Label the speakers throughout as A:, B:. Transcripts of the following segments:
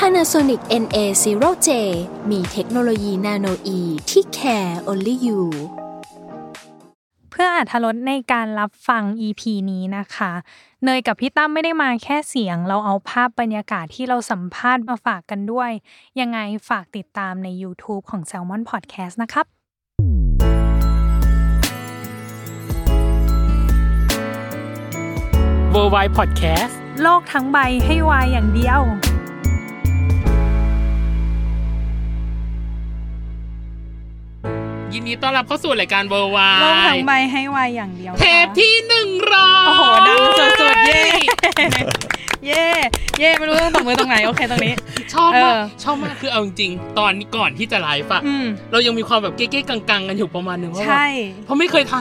A: Panasonic NA0J มีเทคโนโลยีนาโนอีที่ care only you
B: เพื่ออาธรตในการรับฟัง EP นี้นะคะ เนยกับพี่ตั้มไม่ได้มาแค่เสียง เราเอาภาพบรรยากาศที่เราสัมภาษณ์มาฝากกันด้วย ยังไงฝากติดตามใน YouTube ของ Salmon Podcast นะครับ
C: w o r l d w i d e Podcast
B: โลกทั้งใบให้วายอย่างเดียว
C: ยินดีต้อนรับเข้าสู่รายการ w o r l d w i
B: โลก
C: d
B: ทั้ง
C: e
B: ใบให้วายอย่างเดียว
C: เทปที่หนึ่งร้อย
B: โอ้โห ดังสดๆ เย่ เย่เย่ไม่รู้ต้องตบมือตรงไหน โอเคตรงนี้
C: ชอบมาก
B: เออ
C: ชอบมากคือเอาจริงๆตอนนี้ก่อนที่จะไลฟ์อะ
B: อืม
C: เรายังมีความแบบเก๊ๆกังๆ กันอยู่ประมาณนึงว่าแบบ
B: ใช่
C: เพราะไม่เคยท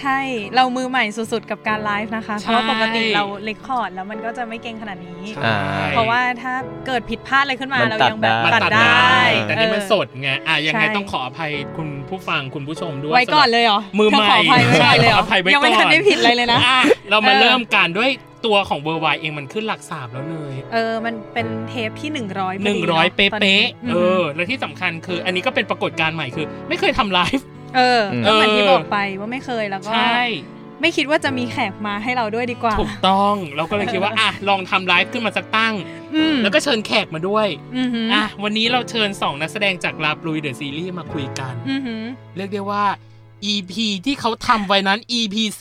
B: ใช่ เรามือใหม่สุดๆ กับการไลฟ์นะคะ
C: ใช่
B: เพราะว่าปกติเราเลคคอร์ดแล้วมันก็จะไม่เก่งขนาดนี้
C: ำ
D: อ่า
B: เพราะว่าถ้าเกิดผิดพลาดอะไรขึ้นมา
D: มัน
B: เรา
D: ตัด
B: ยังแบบ
D: ได้
C: มัน
B: ตัด
C: ตัด
B: ได
C: ได้
B: ้
C: แต่นี่มันส
B: เอ
C: ดไงอ่ะยังไง
B: ใช่
C: ต้องขออภัยคุณผู้ฟังคุณผู้ชมด้ว
B: อย ไว้ก่อนเลยเหรอ
C: มือให
B: เธ
C: ม่
B: ขออภัยไว้ก่อนเลยเหร
C: ขออภัยไว้
B: ยั
C: ก่อน
B: งไม่ทันได้ผิดอะไรเลยนะ
C: อ่เรามา
B: เออ
C: เริ่มกันด้วยตัวของ w o r l d w i d e เองมันขึ้นหลักสามแล้วเลย
B: เออ มันเป็นเทปที่หนึ่งร้อย
C: หนึ่งร้อยเป๊ะๆ
B: เอ
C: เออ
B: อ
C: และที่สำคัญคือ อันนี้ก็เป็นปรากฏการณ์ใหม่คือ ไม่เคยทำไลฟ์
B: เออก็เหมือน
C: เออ
B: ที่บอกไปว่าไม่เคยแล้วก็
C: ใช่
B: ไม่คิดว่าจะมีแขกมาให้เราด้วยดีกว่า
C: ถูกต้อง เราก็เลยคิดว่า อ่ะ ลองทำไลฟ์ขึ้นมาสักตั้ง
B: อืม
C: แล้วก็เชิญแขกมาด้วย
B: อือหืออ
C: อ่ะ วันนี้เราเชิญ 2 นักแสดงจากลาบลุยเดอะซีรีส์มาคุยกัน
B: อือหือ
C: เรียกได้ว่า EP ที่เขาทำไว้นั้น EP 10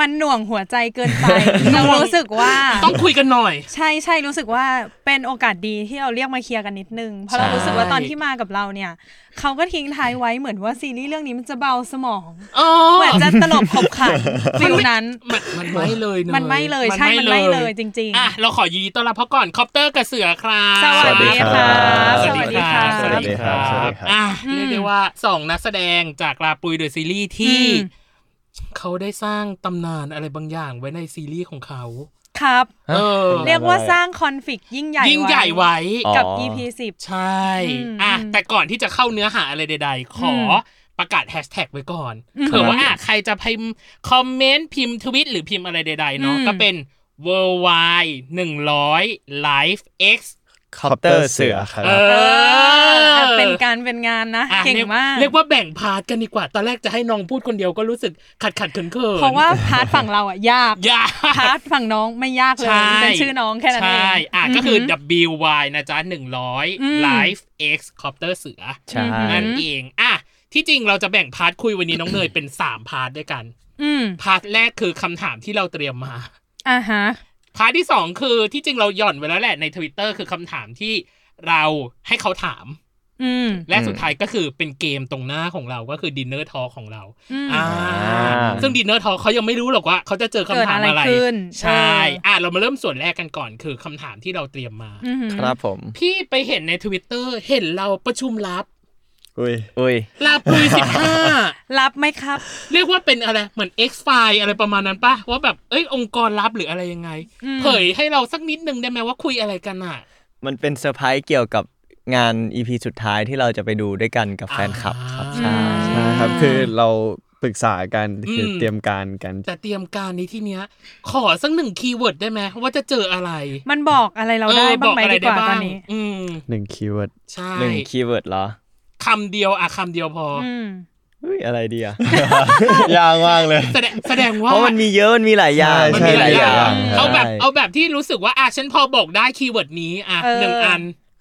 B: มันหน่วงหัวใจเกิ นไป เรารู้สึกว่า
C: ต้องคุยกันหน่อย
B: ใช่ใช่รู้สึกว่าเป็นโอกาสดีที่เราเรียกมาเคลียร์กันนิดนึง เพราะ
C: ใช่
B: เรารู้สึกว่าตอนที่มากับเราเนี่ย เขาก็ทิ้งท้ายไว้เหมือนว่าซีรีส์เรื่องนี้มันจะเบาสมอง
C: อ๋อ
B: เหมือนจะตลบขบขั นฟิลนั้น
C: มันมันไม่เลยเนย
B: มันไม่เลยใช่มันไม่เลยจริง
C: อ่ะ เราขอยินดีต้อนรับพ่อก่อนคอปเตอร์กับเสือครับ
B: สวัสดีค่ะ รับ
C: สวัสดีครับ
B: สวัสดี
D: ครัสวัสดีครับ
C: อ่ะ
B: อืม
C: เรียกได้ว่าสองนักแสดงจากลาปุยเดอะซีรีส์ที่
B: อืม
C: เขาได้สร้างตำนานอะไรบางอย่างไว้ในซีรีส์ของเขา
B: ๆ ครับ
C: เออ
B: เรียกว่าสร้างคอนฟ lict ยิ่งใหญ่
C: ยิ่งใหญ่ไว้
D: อ๋อ
B: กับ EP 10
C: ใช่
B: อืม
C: อ่ะ
B: อืม
C: แต่ก่อนที่จะเข้าเนื้อหาอะไรใด ๆ ขออ
B: ม
C: ประกาศแฮชแท็กไว้ก่อน
B: อืม
C: เผื่อว่าอ่ะใครจะพิมพ์คอมเมนต์พิมพ์ทวิตหรือพิมพ์อะไรใด ๆ เนาะ
B: อืม
C: ก็เป็น worldwide หนึ่งร้อย life x
D: คอปเตอร์เสือครับ
C: เอ
B: เอ
C: อ
B: อเป็นการเป็นงานนะ
C: อ่ะ
B: เก่ง
C: รีย
B: มาก
C: เรียกว่าแบ่งพาร์ทกันดีกว่า ตอนแรกจะให้น้องพูดคนเดียวก็รู้สึกขัดขัดเขินเขิน
B: เพราะว่าพาร์ทฝั่งเราอ่ะยาก
C: อย่า
B: พาร์ทฝั่งน้องไม่ยากเลย
C: ใช่
B: เป็นชื่อน้องแค่นั้นเอง
C: ใช่อ่ะก็คือ WY นะจ๊ะ 100
B: อืม
C: Life X Copter เสือ
D: ใช่
B: อืม
C: นั่นเองอ่ะที่จริงเราจะแบ่งพาร์ทคุยวันนี้น้องเนยเป็น 3 พาร์ทด้วยกัน
B: อืม
C: พาร์ทแรกคือคำถามที่เราเตรียมมา
B: อ่าฮะ
C: พาร์ทที่ 2 คือที่จริงเราหย่อนไว้แล้วแหละใน Twitter คือคำถามที่เราให้เขาถาม
B: อืม
C: และ
D: อืม
C: สุดท้ายก็คือเป็นเกมตรงหน้าของเราก็คือดินเนอร์ทอของเรา
B: อืม
C: อ่าซึ่งดินเนอร์ทอเขายังไม่รู้หรอกว่า เขาจะเจอคำถามอะ
B: เกิดอะ
C: ไร
B: ไรขึ้น
C: ใช่
B: เอออ่
C: อ่ะเรามาเริ่มส่วนแรกกันก่อนคือคำถามที่เราเตรียมมา
B: อืม
D: ครับผม
C: พี่ไปเห็นในทวิตเตอร์เห็นเราประชุมลับ
E: อุ้ย
D: อุ้ย
C: ลาปุยสิบห้า
B: รับไหมครับ
C: เรียกว่าเป็นอะไรเหมือน X file อะไรประมาณนั้นปะว่าแบบเอ้ยองค์กรลับหรืออะไรยังไง
B: อืม
C: เผยให้เราสักนิดนึงได้ไหมว่าคุยอะไรกันอ่ะ
D: มันเป็นเซอร์ไพรส์เกี่ยวกับงาน EP สุดท้ายที่เราจะไปดูด้วยกันกับแฟนคลับครับ ใช่
B: อืม
E: นะครับคือเราปรึกษากันคืออ
C: ม
E: เตรียมการกัน
C: แต่เตรียมการในที่เนี้ย ขอสักหนึ่งคีย์เวิร์ดได้ไหมว่าจะเจออะไร
B: มันบอกอะไรเราได้บ้างไหมดีกว่าตอนนี้
C: อืม
E: 1 คีย์เวิร์ด
C: ใช่
D: หนึ่งคีย์เวิร์ดเหรอ
C: คำเดียวอะคำเดียวพออ
B: อืม
D: อุ้ยอะไรดี อะ
E: ยากมากเลย
C: แสดงแสดงว่า
D: เพราะมันมีเยอะ มันมีหลายอย่าง
E: ใช่
C: มันมีหลายอย่าง
E: ใช่
C: เอาแบบเอาแบบที่รู้สึกว่าอ่ะฉันพอบอกได้คีย์เวิร์ดนี้อ่ะ
B: เออ
C: หนึ่งอัน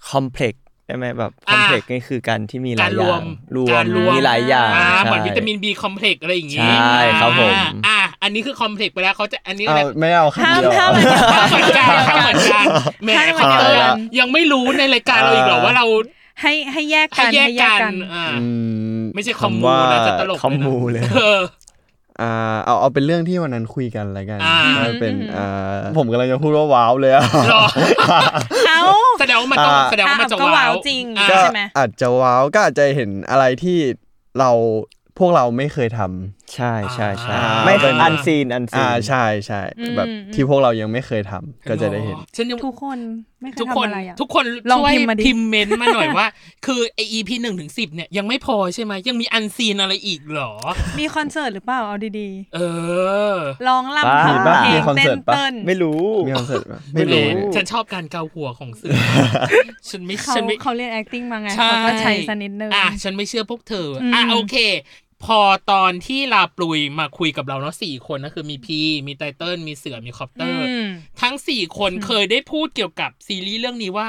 D: คอมเพล็กใช่ไหมแบบค
C: อ่ะ
D: อมเพล็กนี่คือการที่มีหลายอ
C: าง ร
D: ย่าก
C: รวม
D: รว
C: กามรรวม
D: มีหลายอย่าง
C: อ่าเหมือน
D: ใช่
C: วิตามิน B คอมเพล็กอะไรอย่างงี้
D: ใช่ครับผม
C: อ่าอ่ะอันนี้คือคอมเพล็กไปแล้วเขาจะอันนี้อะ
E: เอา
C: ไร
E: ไม่เอา
B: ห้า
E: คำ
B: ม
E: เดียว
B: ห้ามอะไร
C: ข้าวเหมือนกันข้าวเหมือนกันแหม่
B: ข้าวเหมื
C: คอ
B: อนนกัน
C: เตอร์ยังไม่รู้ในรายการเราอีกเหรอ
E: เออ
C: ว่าเรา
B: ให้ให้แยก
C: ให้
B: กัน
C: แยก
B: ให้แยก
C: กัน
B: กัน
C: อ่า
E: อื
C: ไม่ใช่คอมมู
E: ว่า
C: นะจะตลก
D: คอมมูเลย
C: เออ
E: อ่าเอาเอาเป็นเรื่องที่วันนั้นคุยกันแล้วกัน
C: อ่า
E: ว่าเป็น
B: อืม
E: อ่าผมกำลังจะพูดว่าว้าวเลยอะ
C: หรอ
F: เอา
C: แสดงว่ามันต้อง
E: อ่า
C: แสดงว่ามันจะ
F: อ่ะก็ว้าวจริง
C: อ่า
E: ก็
F: ใช่ไหม
E: อาจจะว้าวก็อาจจะเห็นอะไรที่เราพวกเราไม่เคยทำ
D: ใช่ใช่ใช่
E: อ่า
D: ไม่เป็นอันซีนอันซี
E: อ่าน ใช่ใช่
F: อืม
E: แบบ
F: อืม
E: ที่พวกเรายังไม่เคยทำก็จะได้เห็น
C: ฉันยัง
F: ทุกคนไม่เคย
C: ทุกค
F: ทำ
C: น
F: อะไรอ่ะ
C: ทุกคน
F: ลอง
C: ช่วย
F: พิมพ์มาดิ
C: พิมพ์เมนต์มาหน่อยว่า คือไอ EP หนึ่งถึงสิบเนี่ยยังไม่พอใช่ไหมยังมีอันซีนอะไรอีกเหรอ
F: มีคอนเสิร์ตหรือเปล่า เอาดี
C: เออ
F: ๆร้อง
D: บ้า
F: ลำทำเพล
E: มี
F: ง
E: คอน
F: เต้
E: เสิร์
F: น
E: ตปะ
F: เต้น
D: ไม่รู้
E: มีคอนเสิร์ตปะ
D: ไม่รู้
C: แหฉันชอบการเกาหัวของ สื่อ ฉันไม่
F: เขา
C: ฉันไม่
F: เขาเรียน acting มาไง
C: ใช่
F: เขาก็ใช้สักนิดนึง
C: อ่ะฉันไม่เชื่อพวกเธออ
F: ม
C: อ่ะโอเค พอตอนที่ลาปลุยมาคุยกับเราเนาะสี่คนนะคือมีพีมีไตเติ้ลมีเสือมีคอปเตอ
F: อื
C: ร์
F: ม
C: ทั้งสี่คนเคยได้พูดเกี่ยวกับซีรีส์เรื่องนี้ว่า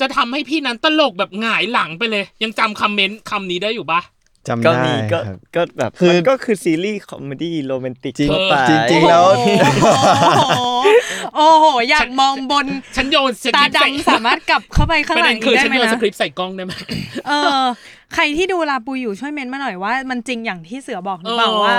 C: จะทำให้พี่นั้นตลกแบบหงายหลังไปเลย ยังจำคอมเมนต์คำนี้ได้อยู่ปะ
E: จำ
D: ก็
E: ได้
D: มีก็
E: ครับ
D: ก็แบบ
E: คือ
D: มันก็คือซีรีส์คอมเมดี้โรแมนติก
E: จริง
C: เอ
D: ทั่ว
C: อ
D: ไป
E: จริงจริงๆแล้ว
F: โอ้โหโอ้โห อยากมองบน
C: ฉันโยนสค
F: ตา
C: ริปต์ใส่
F: ดำสามารถกลับเข้าไปข้าง
C: ประ
F: ห
C: เด็
F: ลัง
C: นคือ
F: ได้
C: ฉัน
F: ไหม
C: โยนส
F: นะ
C: คริปต์ใส่กล้องได้ไหม
F: เออ ใครที่ดูลาปูอยู่ช่วยเมนต์มาหน่อยว่า มันจริงอย่างที่เสือบอกหรือเปล่า
C: เออ
F: ว่า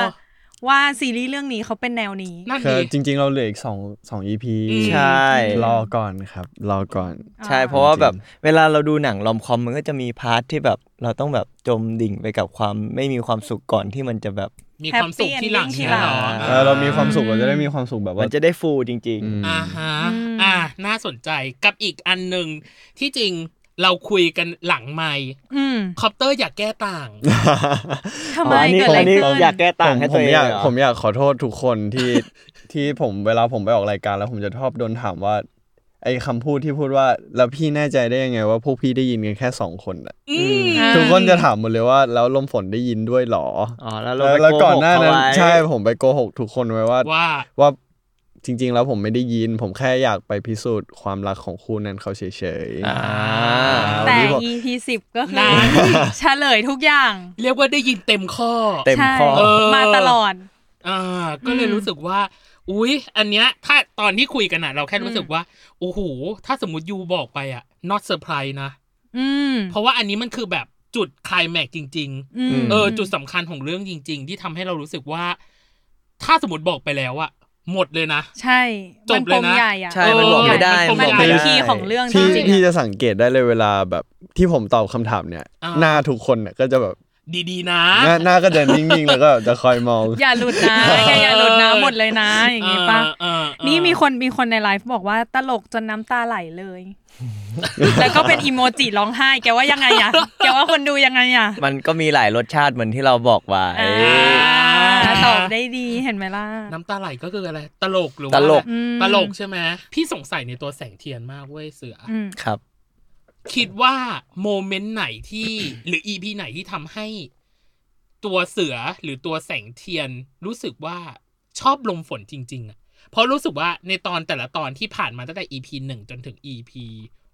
F: ว่าซีรีส์เรื่องนี้เขาเป็นแนวนี้
C: นั่น
E: คือ
C: ดี
E: จริง ๆ เราเหลืออีกสองสองอีพี
C: อืม
D: ใช่
E: รอก่อนครับ รอก่อน
D: ใช่เพราะว่าแบบเวลาเราดูหนังรอมคอมมันก็จะมีพาร์ทที่แบบเราต้องแบบจมดิ่งไปกับความไม่มีความสุขก่อนที่มันจะแบบ
C: มีความสุขที่หลัง
F: Happy
C: ใช่
F: ending
C: ไหมหรอ
E: เออเรามีความสุขเราจะได้มีความสุขแบบ
D: มั
E: ว่าน
D: จะได้ฟูลจริง
E: อืม
C: อ่าฮะ
F: อืม
C: อ่า น่าสนใจกับอีกอันหนึ่งที่จริงเราคุยกันหลังไมค์
F: อืม
C: คอปเตอร์อยากแก้ต่าง
F: ทำ
D: ๆ
F: ไมเกิดอะไร
D: นี้
F: ขึ้น
D: อยากแก้ต่างให้
E: ผ
D: ตัว
E: ม
D: เอง
E: อยาก
D: เหรอ
E: ผมอยากขอโทษทุกคนที่ ที่ผมเวลาผมไปออกรายการแล้วผมจะชอบโดนถามว่า ไอ้คำพูดที่พูดว่า แล้วพี่แน่ใจได้ยังไงว่าพวกพี่ได้ยินกันแค่สองคนน่ะ
C: อืม
F: อ่า
E: ทุกคนจะถามหมดเลยว่าแล้วลมฝนได้ยินด้วยเหรอ
D: อ๋อแล้วเรา
E: แล้ว
D: ไป
E: แล้ว
D: โก
E: ก่อน
D: หก
E: หน้า
D: เขา
E: นั้น
D: ไว้
E: ใช่ผมไปโกหกทุกคนไว้ว่า
C: ว่า
E: ว่าจริง ๆ แล้วผมไม่ได้ยิน ผมแค่อยากไปพิสูจน์ความรักของคู่นั้นเขาเฉยๆ
D: อ่า
F: แต่
E: วันนี้ผม
F: EP สิบก็คื
C: นา
F: อน เฉลยทุกอย่าง
C: เรียกว่าได้ยินเต็มข้อ
D: เต็ม
F: ใช่
D: ข้อ
C: เออ
F: มาตลอด
C: อ่าก็เลย
F: อืม
C: รู้สึกว่า อุ๊ย อันเนี้ย ถ้าตอนที่คุยกันอะเราแค่รู้สึกว่า โอ้โห ถ้าสมมติยูบอกไปอะ not surprise นะ
F: ืม
C: เพราะว่าอันนี้มันคือแบบจุดไคลายแม็กซ์จริง
F: อืม
C: ๆ เออ จุดสำคัญของเรื่องจริง ๆ ที่ทำให้เรารู้สึกว่า ถ้าสมมติบอกไปแล้วอะหมดเลยนะ
F: ใช่
C: จบเลยนะ
F: มัปมใหญ่อะ
D: ใช่มันบอกไม่ได้
C: เออ
D: มันบอกไม่
C: มัน
D: ได้
F: คีย์ของเรื่อง
E: พี่
F: จริงๆ
E: พี่
F: อะ
E: จะสังเกตได้เลยเวลาแบบที่ผมตอบคำถามเนี่ย
C: อ่า
E: หน้าทุกคนเนี่ยก็จะแบบ
C: ดีๆ นะ
E: หน้าหน้าก็จะนิ่งๆ แล้วก็จะคอยมอง
F: อย่าหลุดนะ อย่าอย่าหลุดนะหมดเลยนะ อย่างงี้ปะ
C: เออเออเออ
F: นี่มีคนมีคนในไลฟ์บอกว่าตลกจนน้ำตาไหลเลย แล้วก็เป็นอีโมจิร้องไห้ แกว่ายังไงอะแกว่าคนดูยังไงอะ
D: มันก็มีหลายรสชาติเหมือนที่เราบอกไว้
F: อ่าตอบได้ดีเห็นไหมล่ะ
C: น้ำตาไหลก็คืออะไร ตลกหรือว่า
D: ตลก
C: อะไร
F: อืม
C: ตลกใช่ไหมพี่สงสัยในตัวแสงเทียนมากเว้ยเสืออ
F: อืม
D: ครับ
C: คิดว่าโมเมนต์ไหนที่ หรืออีพีไหนที่ทำให้ ตัวเสือหรือตัวแสงเทียนรู้สึกว่าชอบลมฝนจริง ๆอะเพราะรู้สึกว่าในตอนแต่ละตอนที่ผ่านมาตั้งแต่ EP หนึ่งจนถึง EP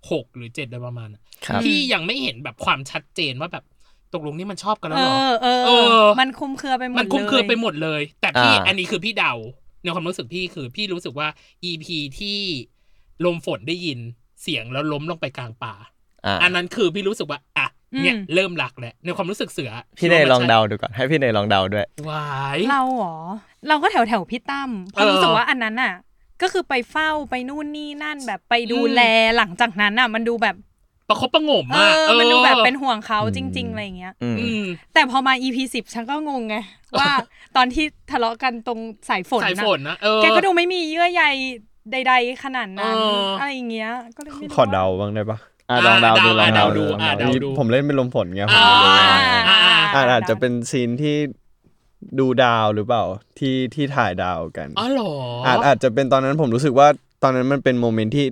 C: หกหรือเจ็ดโดยประมาณอะ
D: ครับ
C: พี่ยังไม่เห็นแบบความชัดเจนว่าแบบตกลงนี่มันชอบกันแล้ว
F: เอ
C: เหรอ
F: อเออเอ
C: เอ
F: อ
C: อ
F: มันคุมเครือไปหมด
C: มันคลุมเครือไปหมดเลย แต่พี่
D: อ่า
C: อันนี้คือพี่เดาในความรู้สึกพี่คือพี่รู้สึกว่า EP ที่ลมฝนได้ยินเสียงแล้วล้มลงไปกลางป่า
D: อ่า
C: อันนั้นคือพี่รู้สึกว่าอ่ะเนี่ยเริ่มหลักแล้วในความรู้สึกเสือ
D: พี่เนยลองเดาดูก่อนให้พี่เนยลองเดาด้วย
C: วาย
F: เราเหรอ เราก็แถวแถวๆพี่ตั้มเพราะ
C: เออ
F: รู้สึกว่าอันนั้นอ่ะ ก็คือไปเฝ้าไปนู่นนี่นั่นแบบไปดู
C: อืม
F: แลหลังจากนั้นอ่ะ มันดูแบบ
C: ประคบประหงม
F: เอ
C: อะ
F: อ มันดูแบบเป็นห่วงเขา
E: อืม
F: จริง ๆ อะไรอย่างเงี้ย
D: อืม
C: อืม
F: แต่พอมา EP สิบฉันก็งงไง ว่าตอนที่ทะเลาะกันตรงสายฝน
C: สาย
F: นะ
C: ฝนนะเออ
F: แกก็ดูไม่มีเยื่อใยใด ๆ ขนาดนั้น
C: เอออ
F: อะไรอย่างเงี้ย ก็เลยไม่รู้
E: ขอ
F: ว่
E: เดาบ้างได้ปะ
D: อ่ะลองเดาดูลอง
C: อ่ะ
D: เดา
C: เดาดู
D: ดู
C: อ่ะเดาดู
E: ผมเล่นเป็นลมฝนไงผม
C: อ่า
E: ไม่รู้
C: อ่าอ่าอ่า
E: อ่าอาจจะเป็นซีนที่ดูดาวหรือเปล่าที่ที่ถ่ายดาวกัน
C: อ๋อเหรออ
E: อาจอาจจะเป็นตอนนั้นผมรู้สึกว่าตอนนั้นมันเป็นโมเมนต์ที่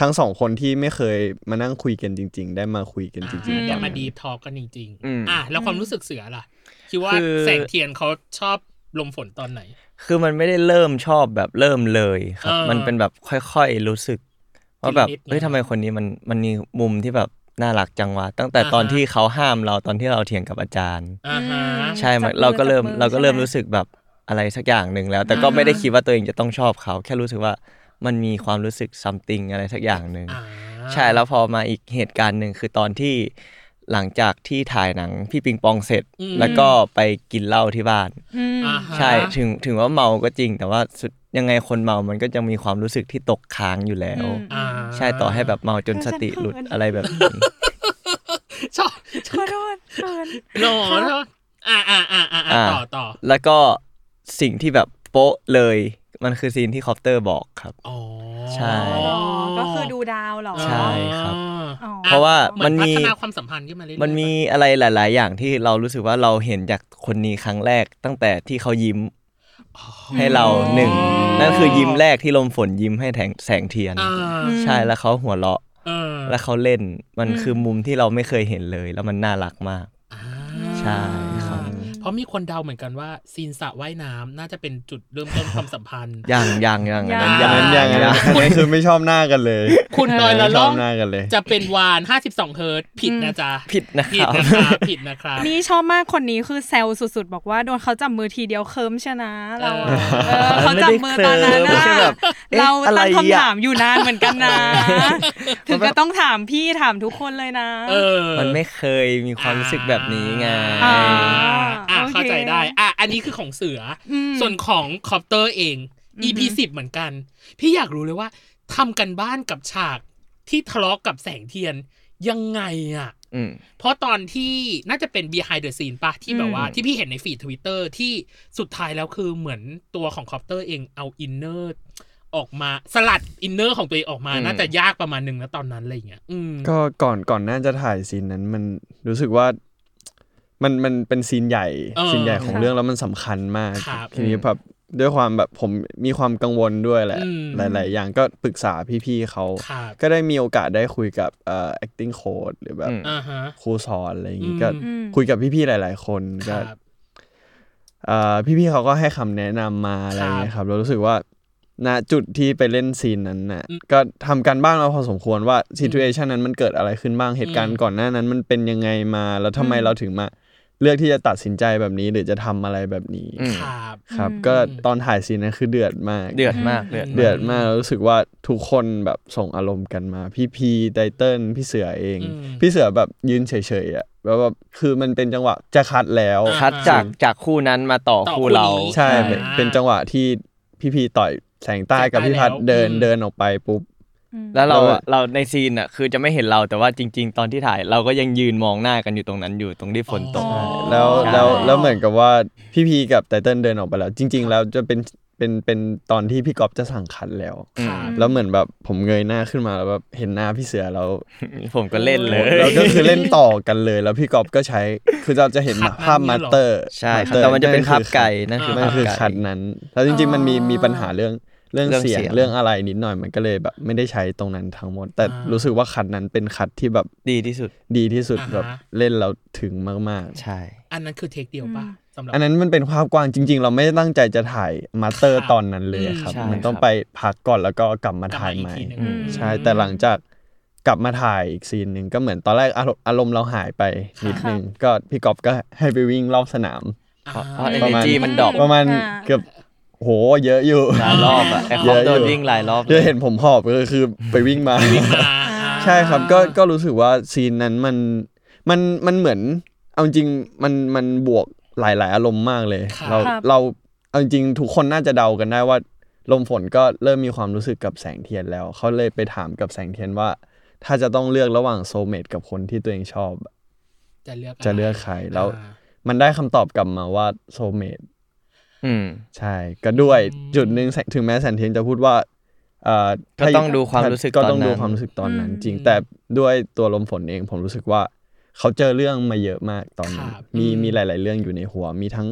E: ทั้งสองคนที่ไม่เคยมานั่งคุยกันจริง ๆ ได้มาคุยกันจริง
C: อ่า
E: ๆต
C: เดี๋
E: อย
C: ว
E: นนั้
C: มาน ดีทอกันจริง
D: อืม
C: อ่ะแล้วความรู้สึกเสือล่ะคิดว่า
D: คือ
C: แสงเทียนเขาชอบลมฝนตอนไหน
D: คือมันไม่ได้เริ่มชอบแบบเริ่มเลยครับ
C: เออ
D: มันเป็นแบบค่อยๆรู้สึกว่าแบบ
C: ทีละนิด
D: เฮ้ยทำไมคนนี้มันมันมีมุมที่แบบน่ารักจังวะตั้งแต่
C: อ่าฮะ
D: ตอนที่เขาห้ามเราตอนที่เราเถียงกับอาจารย์
C: อ่าฮะ
F: ม
D: ใช่มัน
F: จับมือ
D: เราก็เริ่ม
F: จับมือ
D: เราก็เริ่ม
F: ใช่ไหม
D: รู้สึกแบบอะไรสักอย่างหนึ่งแล้ว แต่ก็
C: อ่า
D: ไม่ได้คิดว่าตัวเองจะต้องชอบเขา แค่รู้สึกว่ามันมีความรู้สึก something อะไรสักอย่างหนึ่ง
C: อ่า
D: ใช่แล้วพอมาอีกเหตุการณ์หนึ่งคือตอนที่ หลังจากที่ถ่ายหนังพี่ปิงปองเสร็จ
C: อืม
D: แล้วก็ไปกินเหล้าที่บ้าน
F: อืม
C: อ่าฮะ
D: ใช่ถึงถึงว่าเมาก็จริง แต่ว่าสุดยังไงคนเมามันก็จะมีความรู้สึกที่ตกค้างอยู่แล้ว
F: อืม
C: อ่า
D: ใช่ต่อให้แบบเมาจนสติหลุด
F: เออฉันเขิน
D: อะไรแบบนี้
C: ชอบ
F: ขอโทษเขิน
C: หนอชอบอ่าอ่าอ่าอ่าต่อต่อ
D: แล้วก็สิ่งที่แบบโป๊ะเลย มันคือซีนที่คอปเตอร์บอกครับ
C: อ๋อ
D: ใช่
F: อ๋อก็คือดูดาวเหรอ
D: ใช่ครับ
F: อ๋อ
D: เพราะว่า
C: เหมื
D: มั
C: อน
D: น
C: พั
D: มี
C: ฒนาความสัมพันธ์ขึ้นมาเรื่อยๆ
D: มันมีอะไรหลาย ๆ อย่างที่เรารู้สึกว่าเราเห็นจากคนนี้ครั้งแรก ตั้งแต่ที่เขายิ้มให้เราหนึ่งนั่นคือยิ้มแรกที่ลมฝนยิ้มให้แสงแสงเทียน
C: อ่า
D: ใช่แล้วเขาหัวเราะ
C: เออ
D: แล้วเขาเล่นมัน
F: อืม
D: คือมุมที่เราไม่เคยเห็นเลย แล้วมันน่ารักมาก
C: อ่า
D: ใช่ครับ
C: เพราะมีคนเดาเหมือนกันว่าซีนสระว่ายน้ำน่าจะเป็นจุดเริ่มต้นความสัมพันธ์
D: อย่างอย่างอย่าง
F: อย่าง
E: อันนั้นยังอันนั้นอันนั้นคือไม่ชอบหน้ากันเลย
C: คุณนอยละ
E: ไม่ช
C: ล่
E: อ
C: อบ ง
E: หน้ากันเลย
C: จะเป็นวาน 52 เฮิร์ตซ์ผิดนะจ๊ะ
D: ผิดนะค
C: ผิด
D: รับ
C: นะครับผิดนะครับ
F: นี่ชอบมากคนนี้คือแซลสุดๆ บอกว่าโดนเขาจับมือทีเดียวเคิมชนะเราอะ
C: เออ
F: เออเขาจับมือตอนนั้น
D: ไม่ได้
F: นะ
D: เคิร์มแบบเอ๊ะ
F: เราตั้ง
D: อะไรอะ
F: คำถามอยู่นานเหมือนกันนะ ถึงก็ต้องถามพี่ถามทุกคนเลยนะ
C: เออ
D: มันไม่เคยมีความรู้สึกแบบนี้ไง
F: อ่า
C: อ่า
F: โอเค
C: เข้าใจได้ อ่ะอันนี้คือของเสืออ
F: ม
C: ส่วนของคอปเตอร์เอง
F: อือฮึ
C: EP สิบเหมือนกัน พี่อยากรู้เลยว่าทำกันบ้านกับฉากที่ทะเลาะกับแสงเทียนยังไงอ่ะ
D: อืม
C: เพราะตอนที่น่าจะเป็น behind the scene ปะที่แบบว่า
D: อืม
C: ที่พี่เห็นในฟีดทวิตเตอร์ที่สุดท้ายแล้วคือเหมือนตัวของคอปเตอร์เองเอาอินเนอร์ออกมาสลัดอินเนอร์ของตัวเองออกมา น่าจะยากประมาณนึงนะตอนนั้นอะไรอย่างเงี้ยอืม
E: ก็ก่อนก่อนหน่าจะถ่ายซีนนั้นมันรู้สึกว่า มันมันเป็นซีนใหญ่
C: เออ
E: ซีนใหญ่ของ
F: ค่ะ
E: เรื่องแล้วมันสำคัญมาก
C: ครับ
E: ทีนี้แบบด้วยความแบบผมมีความกังวลด้วยแหละ
C: อืม
E: หลาย ๆ อย่างก็ปรึกษาพี่ ๆเขา
C: ครับ
E: ก็ได้มีโอกาสได้คุยกับเอ่อ acting coach หรือแบบ
D: อืม
C: อ่าฮะ
E: ครูสอนอะไรอย่างงี้
C: อืม
E: ก็
F: อืม
E: คุยกับพี่ ๆ หลาย ๆ คน
C: ค
E: ก็
C: รับ
E: เอ่อพี่ๆเขาก็ให้คำแนะนำมาอะไรอย่างเงี้ยครับเรารู้สึกว่าณจุดที่ไปเล่นซีนนั้นน่ะ
C: อืม
E: ก็ทำกันบ้างเราพอสมควรว่าซีทูเอชันนั้นมันเกิดอะไรขึ้นบ้างเหตุการ
C: อื
E: ณ์
C: ม
E: ก่อนหน้านั้นมันเป็นยังไงมาแล้วทำไมเราถึงมา เลือกที่จะตัดสินใจแบบนี้หรือจะทำอะไรแบบนี้
D: อืม
C: ครับ
E: ครับ
F: อืม
E: ก็ตอนถ่ายซีนนั้นคือเดือดมาก
D: เดือดมากเดือด
E: เดือดมากเรารู้สึกว่าทุกคนแบบส่งอารมณ์กันมา พี่พีไตเติ้ลพี่เสือเอง
C: อืม
E: พี่เสือแบบยืนเฉยๆอ่ะแบบว่าคือมันเป็นจังหวะจะคัดแล้ว
D: คัดจากจากคู่นั้นมาต่อ
C: ต่อ
D: คู่
C: คู่
D: เรา
C: นี้
E: ใช่
C: อ่า
E: เป็นเป็นจังหวะที่พี่พีต่อยแสงใต้กับพี่พัด
C: แสงใต้แล้ว
E: เดิน
C: อืม
E: เดินออกไปปุ๊บ
D: แล้วเราอะ
E: เออ
D: เราในซีนอ่ะคือจะไม่เห็นเราแต่ว่าจริง ๆ ตอนที่ถ่ายเราก็ยังยืนมองหน้ากันอยู่ตรงนั้นอยู่ตรงที่ฝนตก
C: อ๋อ
E: แล้ว
D: ใช่
E: แล้วแล้วเหมือนกับว่าพี่พีกับไตเติ้ลเดินออกไปแล้ว จริง ๆ แล้วจะเป็นเป็นเป็นตอนที่พี่ก๊อฟจะสั่งคัดแล้ว
C: ครับ
E: แล้วเหมือนแบบผมเงยหน้าขึ้นมาแล้วแบบเห็นหน้าพี่เสือแล้ว
D: ผมก็เล่นเลย
E: แล้วก็คือเล่นต่อกันเลย แล้วพี่ก๊อฟก็ใช้คือเราจะเห็น
C: คัด
E: ภาพ
C: นั้
E: มาน ส
C: เหรอ
E: เตอร์
D: ใช่ครับแต่มันจะเป็นภาพไก่นั่นคือ
E: นั่น
D: ภาพ
E: คือ
D: ไก่
E: คัดนั้น แล้วจริง ๆ มันมีมีปัญหาเรื่องเรื่อง
D: เรื่อง
E: เสียง
D: เสียง
E: เรื่องอะไรนิดหน่อยมันก็เลยแบบไม่ได้ใช้ตรงนั้นทั้งหมด แต่รู้สึกว่าคัดนั้นเป็นคัดที่แบบ
D: ดีที่สุด
E: ดีที่สุด
C: อ่าฮะ
E: แบบเล่นแล้วถึงมาก
D: ใช่
C: อันนั้นคือเทคเดียวป่ะสำหรับ
E: ๆ อันนั้นมันเป็นภาพกว้างจริง ๆ เราไม่ได้ตั้งใจจะถ่ายมาสเตอ
C: ค
E: ร์
C: รับ
E: ตอนนั้นเลย
C: อืม
E: ครับ
D: ใช่
E: มันต้อง
D: ครับ
E: ไปพักก่อนแล้วก็กลับมาก
C: ลับ
E: ถ่าม
C: าย อีก
E: ใหม่
C: ทีหนึง
D: อืม
E: ใช่แต่หลังจากกลับมาถ่ายอีกซีนหนึ่งก็เหมือนตอนแรกอารมณ์อารมณ์เราหายไปนิดนึงก็พี่กอบก็ให้ไปวิ่งรอบสนาม
C: อ่า
D: เพราะเพราะ
E: ประมาณ
D: energy มันดรอป
E: ประมาณ
F: อ่า
E: เกือบโหเยอะอยู่
D: หลายรอบอะไอ้ค
E: เย
D: อม
E: อะอยู่
D: โดนวิ่งหลายรอบ
E: จะเห็นผมหอบก็คือไปวิ่งมา
C: อ่า
E: ใช่ครับก็ก็รู้สึกว่าซีนนั้นมันมันมันเหมือนเอาจริงมันมันบวกหลาย ๆ อารมณ์มากเลย เรา
F: ครับ
E: เราเอาจริงทุกคนน่าจะเดากันได้ว่า ลมฝนก็เริ่มมีความรู้สึกกับแสงเทียนแล้ว เขาเลยไปถามกับแสงเทียนว่า ถ้าจะต้องเลือกระหว่างโซลเมตกับคนที่ตัวเองชอบ
C: จะเลือก
E: จะเลือกใครแล้ว
C: อ่า
E: มันได้คำตอบกลับมาว่าโซลเมต
D: อืม
E: ใช่ ก็ด้วย
C: อืม
E: จุดหนึ่งแสงถึงแม้แสงเทียนจะพูดว่าเอ่อ
D: ก็ต้องดูความรู้สึก
E: ก็
D: ตอน
E: ต้องดู
D: นั้น
E: ความรู้สึกตอนนั้น
F: อืม
E: จริงแต่ด้วยตัวลมฝนเองผมรู้สึกว่า เขาเจอเรื่องมาเยอะมากตอนนั้น
C: ครับ
E: มี
C: อืม
E: มีหลาย ๆ เรื่องอยู่ในหัว มีทั้ง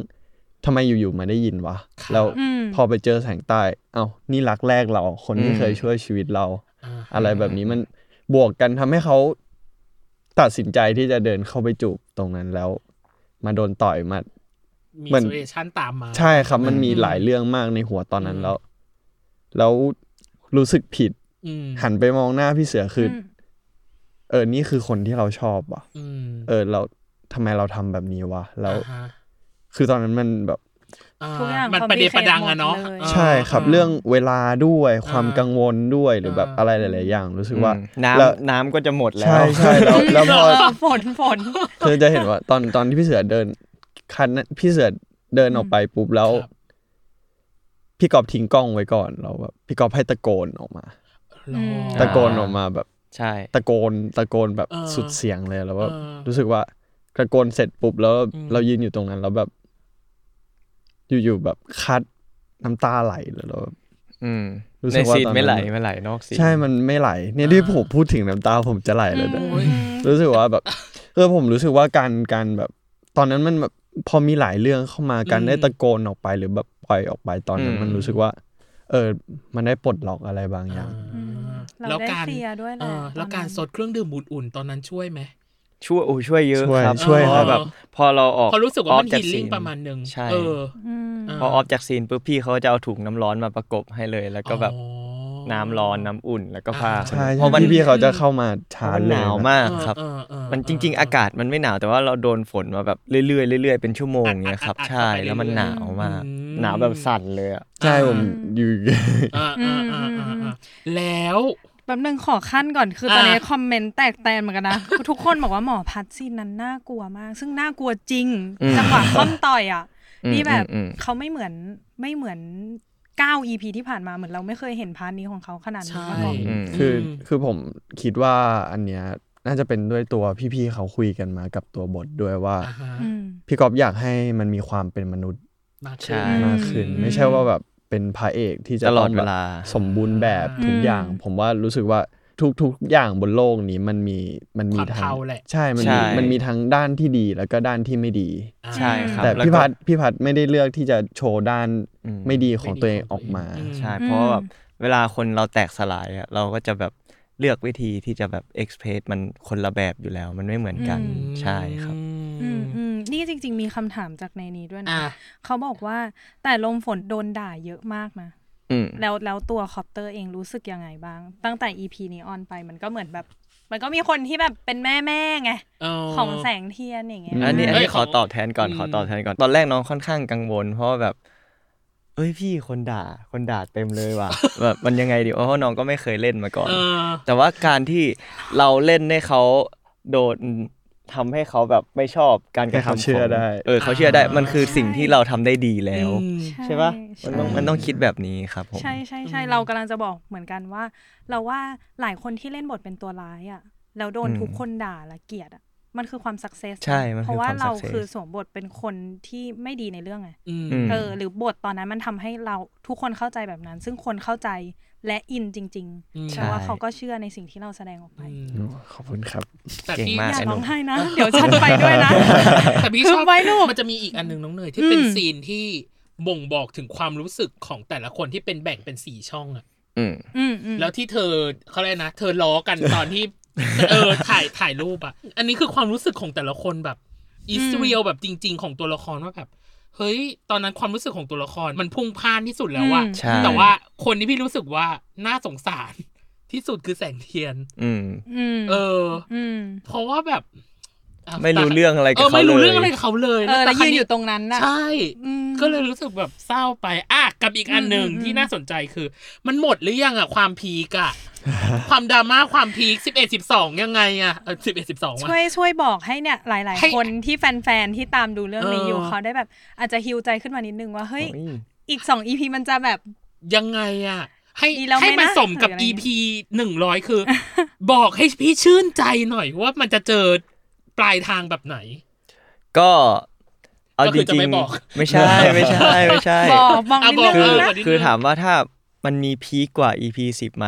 E: ทำไมอยู่ ๆ มาได้ยินวะ
C: ครับ
E: แล้ว
F: อืม
E: พอไปเจอแสงใต้ เอ้า นี่รักแรกเรา คนที่
D: อืม
E: เคยช่วยชีวิตเรา
C: อ่า
E: อะไรแบบนี้มันบวกกันทำให้เขาตัดสินใจที่จะเดินเข้าไปจูบตรงนั้นแล้ว มาโดนต่อยมา
C: มี
E: เหมือน
C: โซเลชันตามมา
E: ใช่ครับมันมี
C: อืม
E: หลายเรื่องมากในหัวตอนนั้น
C: อืม
E: แล้ว แล้วรู้สึกผิด
C: อืม
E: หันไปมองหน้าพี่เสือคืออ
F: ม
E: เออนี่คือคนที่เราชอบว่ะ
C: อืม
E: เออเราทำไมเราทำแบบนี้วะแล้ว
C: าฮะ
E: คือตอนนั้นมันแบบ
F: ทุกอย่าง
C: มันประเดประดังอะเนาะ
F: complicated หมดเลย
E: ใช่ครับ เรื่องเวลาด้วยความ
C: อ่า
E: กังวลด้วยหรือแบบ
C: อ่า
E: อะไรหลาย ๆ อย่างรู้สึกว่า
D: น้
E: แล้ว
D: ำน้ำก็จะหมดแล้ว
E: ใช่ใช่ แล้วแล้วพอ
F: เออฝนฝน
E: เธอจะเห็นว่าตอนตอนที่พี่เสือเดินคันนั้นพี่เสือเดินออกไปปุ๊บแล้ว
C: ครับ
E: พี่กอบทิ้งกล้องไว้ก่อนเราแบบพี่กอบให้ตะโกนออกมา
C: หรอ
F: ม
E: ตะโกนออกมาแบบ
D: ใช่
E: ตะโกนตะโกนแบบ
C: เออ
E: สุดเสียงเลยแล้วว่า
C: เออ
E: รู้สึกว่าตะโกนเสร็จปุ๊บแล้ว
C: อืม
E: เรายืนอยู่ตรงนั้นแล้วแบบ อยู่ๆแบบคัดน้ำตาไหลเลยแล้วแบบ
D: อืม
E: รู้สึ
D: ใน
E: กว่า
D: ซีน
E: ตอนนั้น
D: ไม่ไหลไม่ไหลนอกซีน
E: ใช่มันไม่ไหล เนี่ยที่ผมพูดถึงน้ำตาผมจะไหลเลยนะ
C: โอ้ย
E: รู้สึกว่าแบบเออผมรู้สึกว่าการการแบบ ตอนนั้นมันแบบพอมีหลายเรื่องเข้ามาการ
C: อืม
E: ได้ตะโกนออกไปหรือแบบปล่อยออกไปตอนนั้นมันรู้สึกว่า เออ มันได้ปลดล็อกอะไรบางอย่าง
F: เราได้เคลียร์ด้วยแห
C: เอ
F: ละ
C: อแล้วการ
F: ตอนนั้น
C: สดเครื่องดื่มอุ่นๆตอนนั้นช่วยไหม
D: ช่วยโอ้ช่วยเยอะ
E: ช่วย
D: ครับ
E: ช่วย
D: เพ
E: ครั
D: ราะ
E: บ
D: แบบพอเราออก
C: พอรู้สึกว่ามัน
D: ออจ
C: ฮีลลิ่ง
D: ซีน
C: ประมาณหนึ่ง
D: ใช่
C: เออ
F: อืม
C: า
D: พอออฟจากซีนปุ๊บพี่เขาจะเอาถุงน้ำร้อนมาประกบให้เลย แล้วก็แบบ
C: อ๋อ
D: น้ำร้อนน้ำอุ่นแล้วก็ผ้า
C: อ่า
E: ใช่
D: เพ
E: ใช่
D: ราะมัน
E: พี่พี่เขาจะเข้ามา
D: เพราะ
E: ชาร์
D: มั
E: จ
D: นห
E: เลย
D: นาวมากครับ
C: เออเออเออ
D: มันจริง ๆ อากาศมันไม่หนาวแต่ว่าเราโดนฝนมาแบบเรื่อยๆเรื่อยๆเป็นชั่วโมงเนี้ยครับ
C: อัดๆอัดๆ
D: ใช่
C: เข้าไป
D: แล้วมัน
C: เรื่อยๆ
D: หนาวมาก
C: อืม
D: หนาวแบบสั่นเลยอะ
E: ใช่ผมอยู่
C: อ่าอ่าอ่าอ่าอ่าแล้ว
F: แป๊บนึงขอขั้นก่อนคือตอนนี้
C: อ่ะ
F: คอมเมนต์แตกแตนเหมือนกันนะ ทุกคนบอกว่าหมอพัดซีนนั้นน่ากลัวมาก ซึ่งน่ากลัวจริง จังหวะค้อมต่อยอ่ะ นี่แบบ
D: อืมอืม
F: เขาไม่เหมือนไม่เหมือน9 EP ที่ผ่านมาเหมือนเราไม่เคยเห็นพาร์ทนี้ของเขาขนาดนี้
C: ใช่
F: มาก่อน
D: อืม
E: คือคือผมคิดว่าอันเนี้ยน่าจะเป็นด้วยตัวพี่ๆเขาคุยกันมากับตัวบทด้วยว่า
C: อ่าฮะ
F: อืม
E: พี่ก๊อฟอยากให้มันมีความเป็นมนุษย์
C: มาก
D: ใช่
C: ขึ้น
F: อืม
E: มากขึ้นไม่ใช่ว่าแบบเป็นพระเอกที่จะ
D: ตลอด
E: ง
D: เว
E: แบบ
D: ลา
E: สมบูรณ์แบบ
C: อืม
E: ทุกอย่าง ผมว่ารู้สึกว่าทุกทุกอย่างบนโลกนี้มันมีมันมี
C: ความ
E: ทาง
C: เท่าแหละ
E: ใช่มัน
D: ใช่
E: มีมันมีทั้งด้านที่ดีแล้วก็ด้านที่ไม่ดี
C: อ่า
D: ใช่ครับ
E: แต่
D: ล้ว
E: พี่
D: ก็
E: พัดพี่พัดไม่ได้เลือกที่จะโชว์ด้าน
D: อืม
E: ไม่ดีของ
C: ไม่ดี
E: ตัวเอง
C: ของ
E: ออกมา
C: ตัวเอง
D: ใช่
F: อืม
D: เพราะว่าแบบเวลาคนเราแตกสลายอะเราก็จะแบบเลือกวิธีที่จะแบบเอ็กเพรสมันคนละแบบอยู่แล้ว มันไม่เหมือนกันใช่ครับ
F: อืมอืมนี่จริง ๆ มีคำถามจากในนี้ด้วยนะ
C: อ่า
F: เขาบอกว่าแต่ลมฝนโดนด่าเยอะมากนะ
D: อืม
F: แล้วแล้วตัวคอปเตอร์เองรู้สึกยังไงบ้าง ตั้งแต่ EP นี้ออนไปมันก็เหมือนแบบ มันก็มีคนที่แบบเป็นแม่แม่ๆไง ของแสงเทียนอย่างเงี้ย
E: ม
D: อันนี้อัน
C: เอ้ย
D: นี้ข
C: ข
D: อ
C: อง
D: ตอบแทนก่อน
C: อืม
D: ขอตอบแทนก่อนตอนแรกน้องค่อนข้างกังวล เพราะว่าแบบ เอ้ยพี่คนด่าคนด่าเต็มเลยว่ะ แบบมันยังไงดีเพราะว่าน้องก็ไม่เคยเล่นมาก่อน
C: เออ
D: แต่ว่าการที่เราเล่นให้เขาโดนทำให้เขาแบบไม่ชอบการกระ
E: ให้เขา
D: ทำ
E: เชื่อได้
D: ขงเออเขาเชื่อได้มันคือสิ่งที่เราทำได้ดีแล้ว
C: อืม
D: ใช่ปะมันต้องมันต้องคิดแบบนี้ครับผม
F: ใช่ใช่ใช่เรากำลังจะบอกเหมือนกันว่า เราว่าหลายคนที่เล่นบทเป็นตัวร้ายอ่ะแล้วโดน
D: อืม
F: ทุกคนด่าและเกลียดอ่ะมันคือความสักเซส
D: ใช่มันคือ
F: เพราะว่า
D: ความ
F: เรา
D: สักเซส
F: คือสวมบทเป็นคนที่ไม่ดีในเรื่องไง
C: อืม
D: อืม
F: เออหรือบทตอนนั้นมันทำให้เราทุกคนเข้าใจแบบนั้น ซึ่งคนเข้าใจและอินจริง
C: อืม
F: ๆแต่ว่าเขาก็เชื่อในสิ่งที่เราแสดงออกไป
E: ขอบคุณครับ
C: แต่
D: เก่ง
C: พี่
D: มาก
F: อย่า
D: ไอ้หนุ่
F: ร้องไห้นะ เดี๋ยวฉันไปด้วยนะ
C: แต่พี่ชอบ
F: คือไว้ลูก
C: มันจะมีอีกอันหนึ่งน้องเนยที่เป็น
F: อืม
C: ซีนที่บ่งบอกถึงความรู้สึกของแต่ละคนที่เป็นแบ่งเป็นสี่ช่องอะ
D: อืม
F: อืมอืม
C: แล้วที่เธอเขาเรียกนะ เธอล้อกันตอน ที่ เออถ่ายถ่ายรูปอ่ะ อันนี้คือความรู้สึกของแต่ละคนแบบอิสเรียลแบบจริง ๆ ของตัวละครว่าแบบเฮ้ย ตอนนั้นความรู้สึกของตัวละครมันพุ่งพล่านที่สุดแล้วอะ
F: อืม
D: ใช่
C: แต่ว่าคนที่พี่รู้สึกว่าน่าสงสาร ที่สุดคือแสงเทียน
D: อืม
F: อืม
C: เออ
F: อืม
C: เพราะว่าแบบอ่ะ
D: ไม่รู้เรื่องอะไรกับ
C: เออ
D: เขา
C: ไม่
D: เลย
C: รู้เรื่องอะไรกับเขาเลย
F: เออแล้ว
C: ต่ค
F: ยืนอ
C: รา
F: ยู่ตรงนั้นน่ะ
C: ใช่
F: อืม
C: ก็เลยรู้สึกแบบเศร้าไปอ่ะกับอีกอันหนึ่ง
F: อืมอืม
C: ที่น่าสนใจคือ มันหมดหรือยังอ่ะ ความพีก อ่ะ ความดราม่าความพีกสิบเอ็ดสิบสองยังไงอ่ะสิบเอ็ดสิบสอง
F: ช่วยช่วยบอกให้เนี่ยหลาย
C: ให้
F: ๆ คนที่แฟน ๆ ที่ตามดูเรื่องนี้อยู่
C: เออ
F: เขาได้แบบอาจจะฮิวใจขึ้นมานิดนึงว่า เฮ้ย
D: โอ้ย
F: อีก 2 EP มันจะแบบ
C: ยังไงอ่ะ ให้
F: ดีแล้วไหมนะ
C: ให้มันสมกับ
F: หรืออะไร
C: EP หนึ่งร้อยคือ บอกให้พี่ชื่นใจหน่อยว่ามันจะเจอปลายทางแบบไหน
D: ก็เอา
C: ก็
D: จ
C: คือจะ
D: ริ
C: ไม่
D: ง
C: บอก
D: ๆไม่ใช่ ไม่ใช่ ไม่ใช่
F: บอกบอกนิดนึง
C: เออ
F: นะ
C: ก่นนิดนึง
D: คือถามว่าถ้ามันมีพีคกว่า EP 10ไหม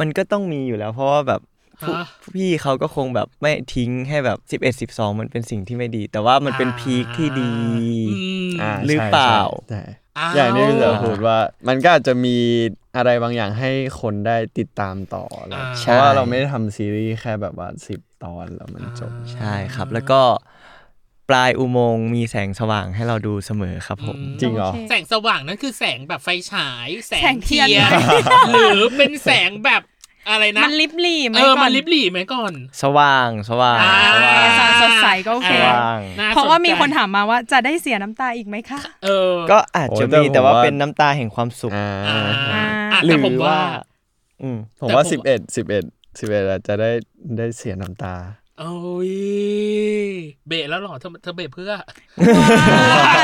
D: มันก็ต้องมีอยู่แล้ว เพราะว่าแบบผู้
C: ฮะ
D: พี่เขาก็คงแบบไม่ทิ้งให้แบบ 11 12 มันเป็นสิ่งที่ไม่ดี แต่ว่ามันเป็นพีคที่ดี
C: อืม
E: อ่า
D: หรือ
E: ใช่
D: เปล่า
E: ใช่
C: อ้ว
E: อย่างที่พี่เสือพูดว่า มันก็อาจจะมีอะไรบางอย่างให้คนได้ติดตามต่ออะไร
C: อ่า
E: เพราะว่าเราไม่ได้ทำซีรีส์แค่แบบว่าสิบตอนแล้วมันจบ
D: ใช่ครับ แล้วก็ปลายอุโมงค์มีแสงสว่างให้เราดูเสมอครับผม
E: จริงเหรอ
F: โอเค
C: แสงสว่างนั่นคือแสงแบบไฟฉาย แส
F: แส
C: ง
F: งเที
C: เที
F: ย
C: ย
F: น
C: น หรือเป็นแสงแบบอะไรนะ
F: มันลิบหลี่ไหม
C: เออ
F: ก่
C: มั
F: อน น
C: ลิบหลี่ไหมก่อน
D: สว่างสว่าง
C: อ่า
D: สว่าง
F: สดใส ก็โอเค
C: อ่า
D: ว่าง
C: น่สนใจ
F: เพราะว่ามีคนถามมาว่าจะได้เสียน้ำตาอีกไหมคะ
C: เออ
D: ก็อาจจะ
E: โอ้แต่
D: มีแต่ว่า
E: ผมว่า
D: เป็นน้ำตาแห่งความสุข
E: อ่า
C: อ่า
F: า
C: อ่ะ
D: หรื
C: แต่ผมว่า
D: อืม
E: ผมว่า
C: แต่ผม
E: สิบเอ็ดสิบเอ็ดสิบเอ็ดอาจจะได้ได้เสียน้ำตา
C: โอ้ยเบะแล้วเหรอเธอเธอเบะเพื่อ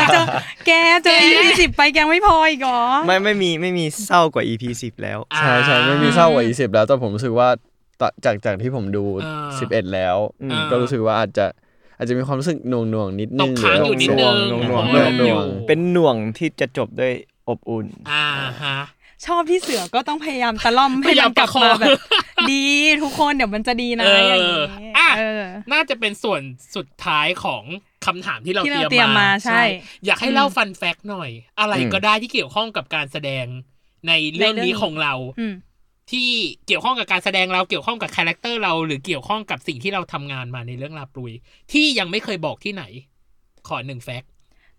F: เจ้าแกเจอ EP สิบไปแกไม่พออีกเหรอ
D: ไม่ไม่มีไม่มีเศร้ากว่า EP สิบแล้ว
C: อ่ะ
E: ใช่ใช่ไม่มีเศร้ากว่าอีสิบแล้วแต่ผมรู้สึกว่าตะจากจากที่ผมดู
C: อ่า
E: สิบเอ็ดแล้ว
D: อืม
E: ก็รู้สึกว่าอาจจะอาจจะมีความรู้สึกหน่วงหน่วงๆนิดนึง
C: ตกค้างอยู่นิดนึง
E: หน่วง
C: เพ
E: ห
C: ราะว่าง
E: น่ว
C: มัน
E: หน่
C: อยู่
E: วง
D: เป็นหน่วงที่จะจบด้วยอบอุ่น
C: อ่าฮะ
F: ชอบที่เสือก็ต้องพยายามตะล่อม
C: พ
F: ให้
C: ยายา
F: มั
C: ม
F: นกลับ
C: ประคอ
F: มาง แบบ ดีทุกคนเดี๋ยวมันจะดีนะ
C: เออ
F: อ
C: อย่าง
F: นี้
C: อ่ะ
F: เออ
C: น่าจะเป็นส่วนสุดท้ายของคำถามที่เรา
F: ที่เรา
C: เตรียมมา
F: เตรียมมาใช่
C: อยากให้เล่าฟันแฟกต์หน่อย อะไรก็ได้ที่เกี่ยวข้องกับการแสดงในเรื่อง
F: ในเรื่องนี้
C: นี้ของเรา
F: อืม
C: ที่เกี่ยวข้องกับการแสดงเราเกี่ยวข้องกับคาแรคเตอร์เราหรือเกี่ยวข้องกับสิ่งที่เราทำงานมาในเรื่องลาปลุย ที่ยังไม่เคยบอกที่ไหน ขอหนึ่งแฟกต์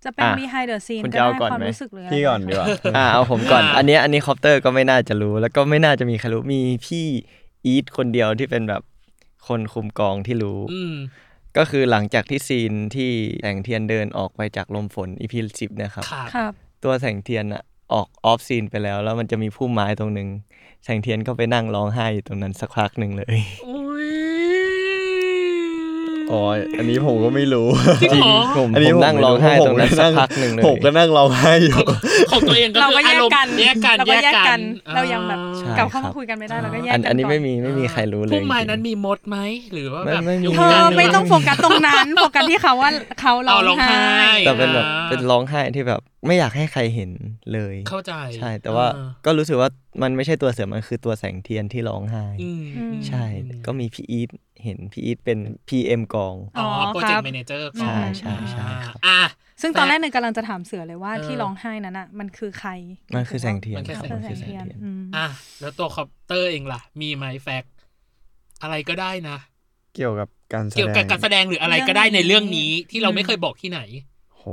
F: จะเป็น
D: อ่ะ
F: behind the scene
D: คุณ
F: ก็
D: จะเอา
F: ได้
D: ก่อน
F: ความ
D: ไหม
F: รู้สึกเลย
E: พี่ก่อน ดีกว่า
D: อ่าเอาผมก่อน
C: อ่า
D: อันเนี้ยอันนี้คอปเตอร์ก็ไม่น่าจะรู้ แล้วก็ไม่น่าจะมีใครรู้มีพี่อีทคนเดียวที่เป็นแบบคนคุมกองที่รู้
C: อืม
D: ก็คือหลังจากที่ซีนที่แสงเทียนเดินออกไปจากลมฝน EP สิบนะครับ
C: ครับ
F: ครับ
D: ตัวแสงเทียนอะออกออฟซีนไปแล้ว แล้วมันจะมีพุ่มไม้ตรงหนึ่งแสงเทียนก็ไปนั่งร้องไห้อยู่ตรงนั้นสักพักหนึ่งเลย
C: อุ้ย
E: อ๋ออันนี้ผมก็ไม่รู้
C: จริงเหรอ
D: ผม
E: อันนี้
D: ผมนั่งร้องไห้
E: ผม
D: ตรงนั้นสักพักหนึ่งเลย
E: ผมก็นั่งร้องไห้อยู่
C: ของตัวเองก็
F: เรา
C: คืออาก รมณ์
F: ก็แยกัน
C: แยกกัน
F: เราก็แยกกัน
C: อ่
F: เรายังแบบ
D: ใช่
F: กลับเข้า
D: ครั
F: มา
D: บ
F: คุยกันไม่ได้เราก็แยก
D: อั
F: กัน นก่
D: อันนี้ไม่
F: อ
D: มีไม่มีใครรู้เลย
C: พุ่มไม้
D: จริงๆ
C: นั้นมีมดไหมหรือว่าแบบ
D: ไม่ไม่มี
C: ยุง
F: เธ
C: กัด
F: อ
C: หรื
F: ไม่
C: ว่า
F: ต้องโฟกัสตรง นั้นโฟกัสที่เขาว่าเขาร้
C: เอาร้
F: อ
C: อง ง
F: ไห้
C: ไห้
D: แต่เป็นแบบ
C: อ่า
D: เป็นร้องไห้ที่แบบไม่อยากให้ใครเห็นเลย
C: เข้าใจ
D: ใช่ แต่ว่า
C: เออ
D: ก็รู้สึกว่ามันไม่ใช่ตัวเสือมันคือตัวแสงเทียนที่ร้องไห้
C: อืม
D: ใช่ก็มีพี่อีทเห็นพี่อีทเป็น PM กอง
C: อ๋อโปรเจก
F: ค
C: ต์แมเนเจอร์
D: ใช่ใช่ใช่ครับ
C: อ่ะ
F: ซึ่งตอนแรกหนึ่งกำลังจะถามเสือเลยว่า
C: เออ
F: ที่ร้องไห้นั้นอ่ะมันคือใคร
D: มันคือแสงเทียน
C: มันคือ
D: ครับ
C: แสง
D: มันคือ
F: แส
D: แส
F: ง
D: ง
F: เทียน
D: เทียน
F: อืม
C: อ่ะแล้วตัวคอปเตอร์เองล่ะ มีไหมแฟกต์อะไรก็ได้นะ
E: เกี่ยวกับการแสดง
C: เกี่ยวกับการแสดงหรืออะไรก็ได้ในเรื่องนี้ที่เราไม่เคยบอกที่ไหน
E: โห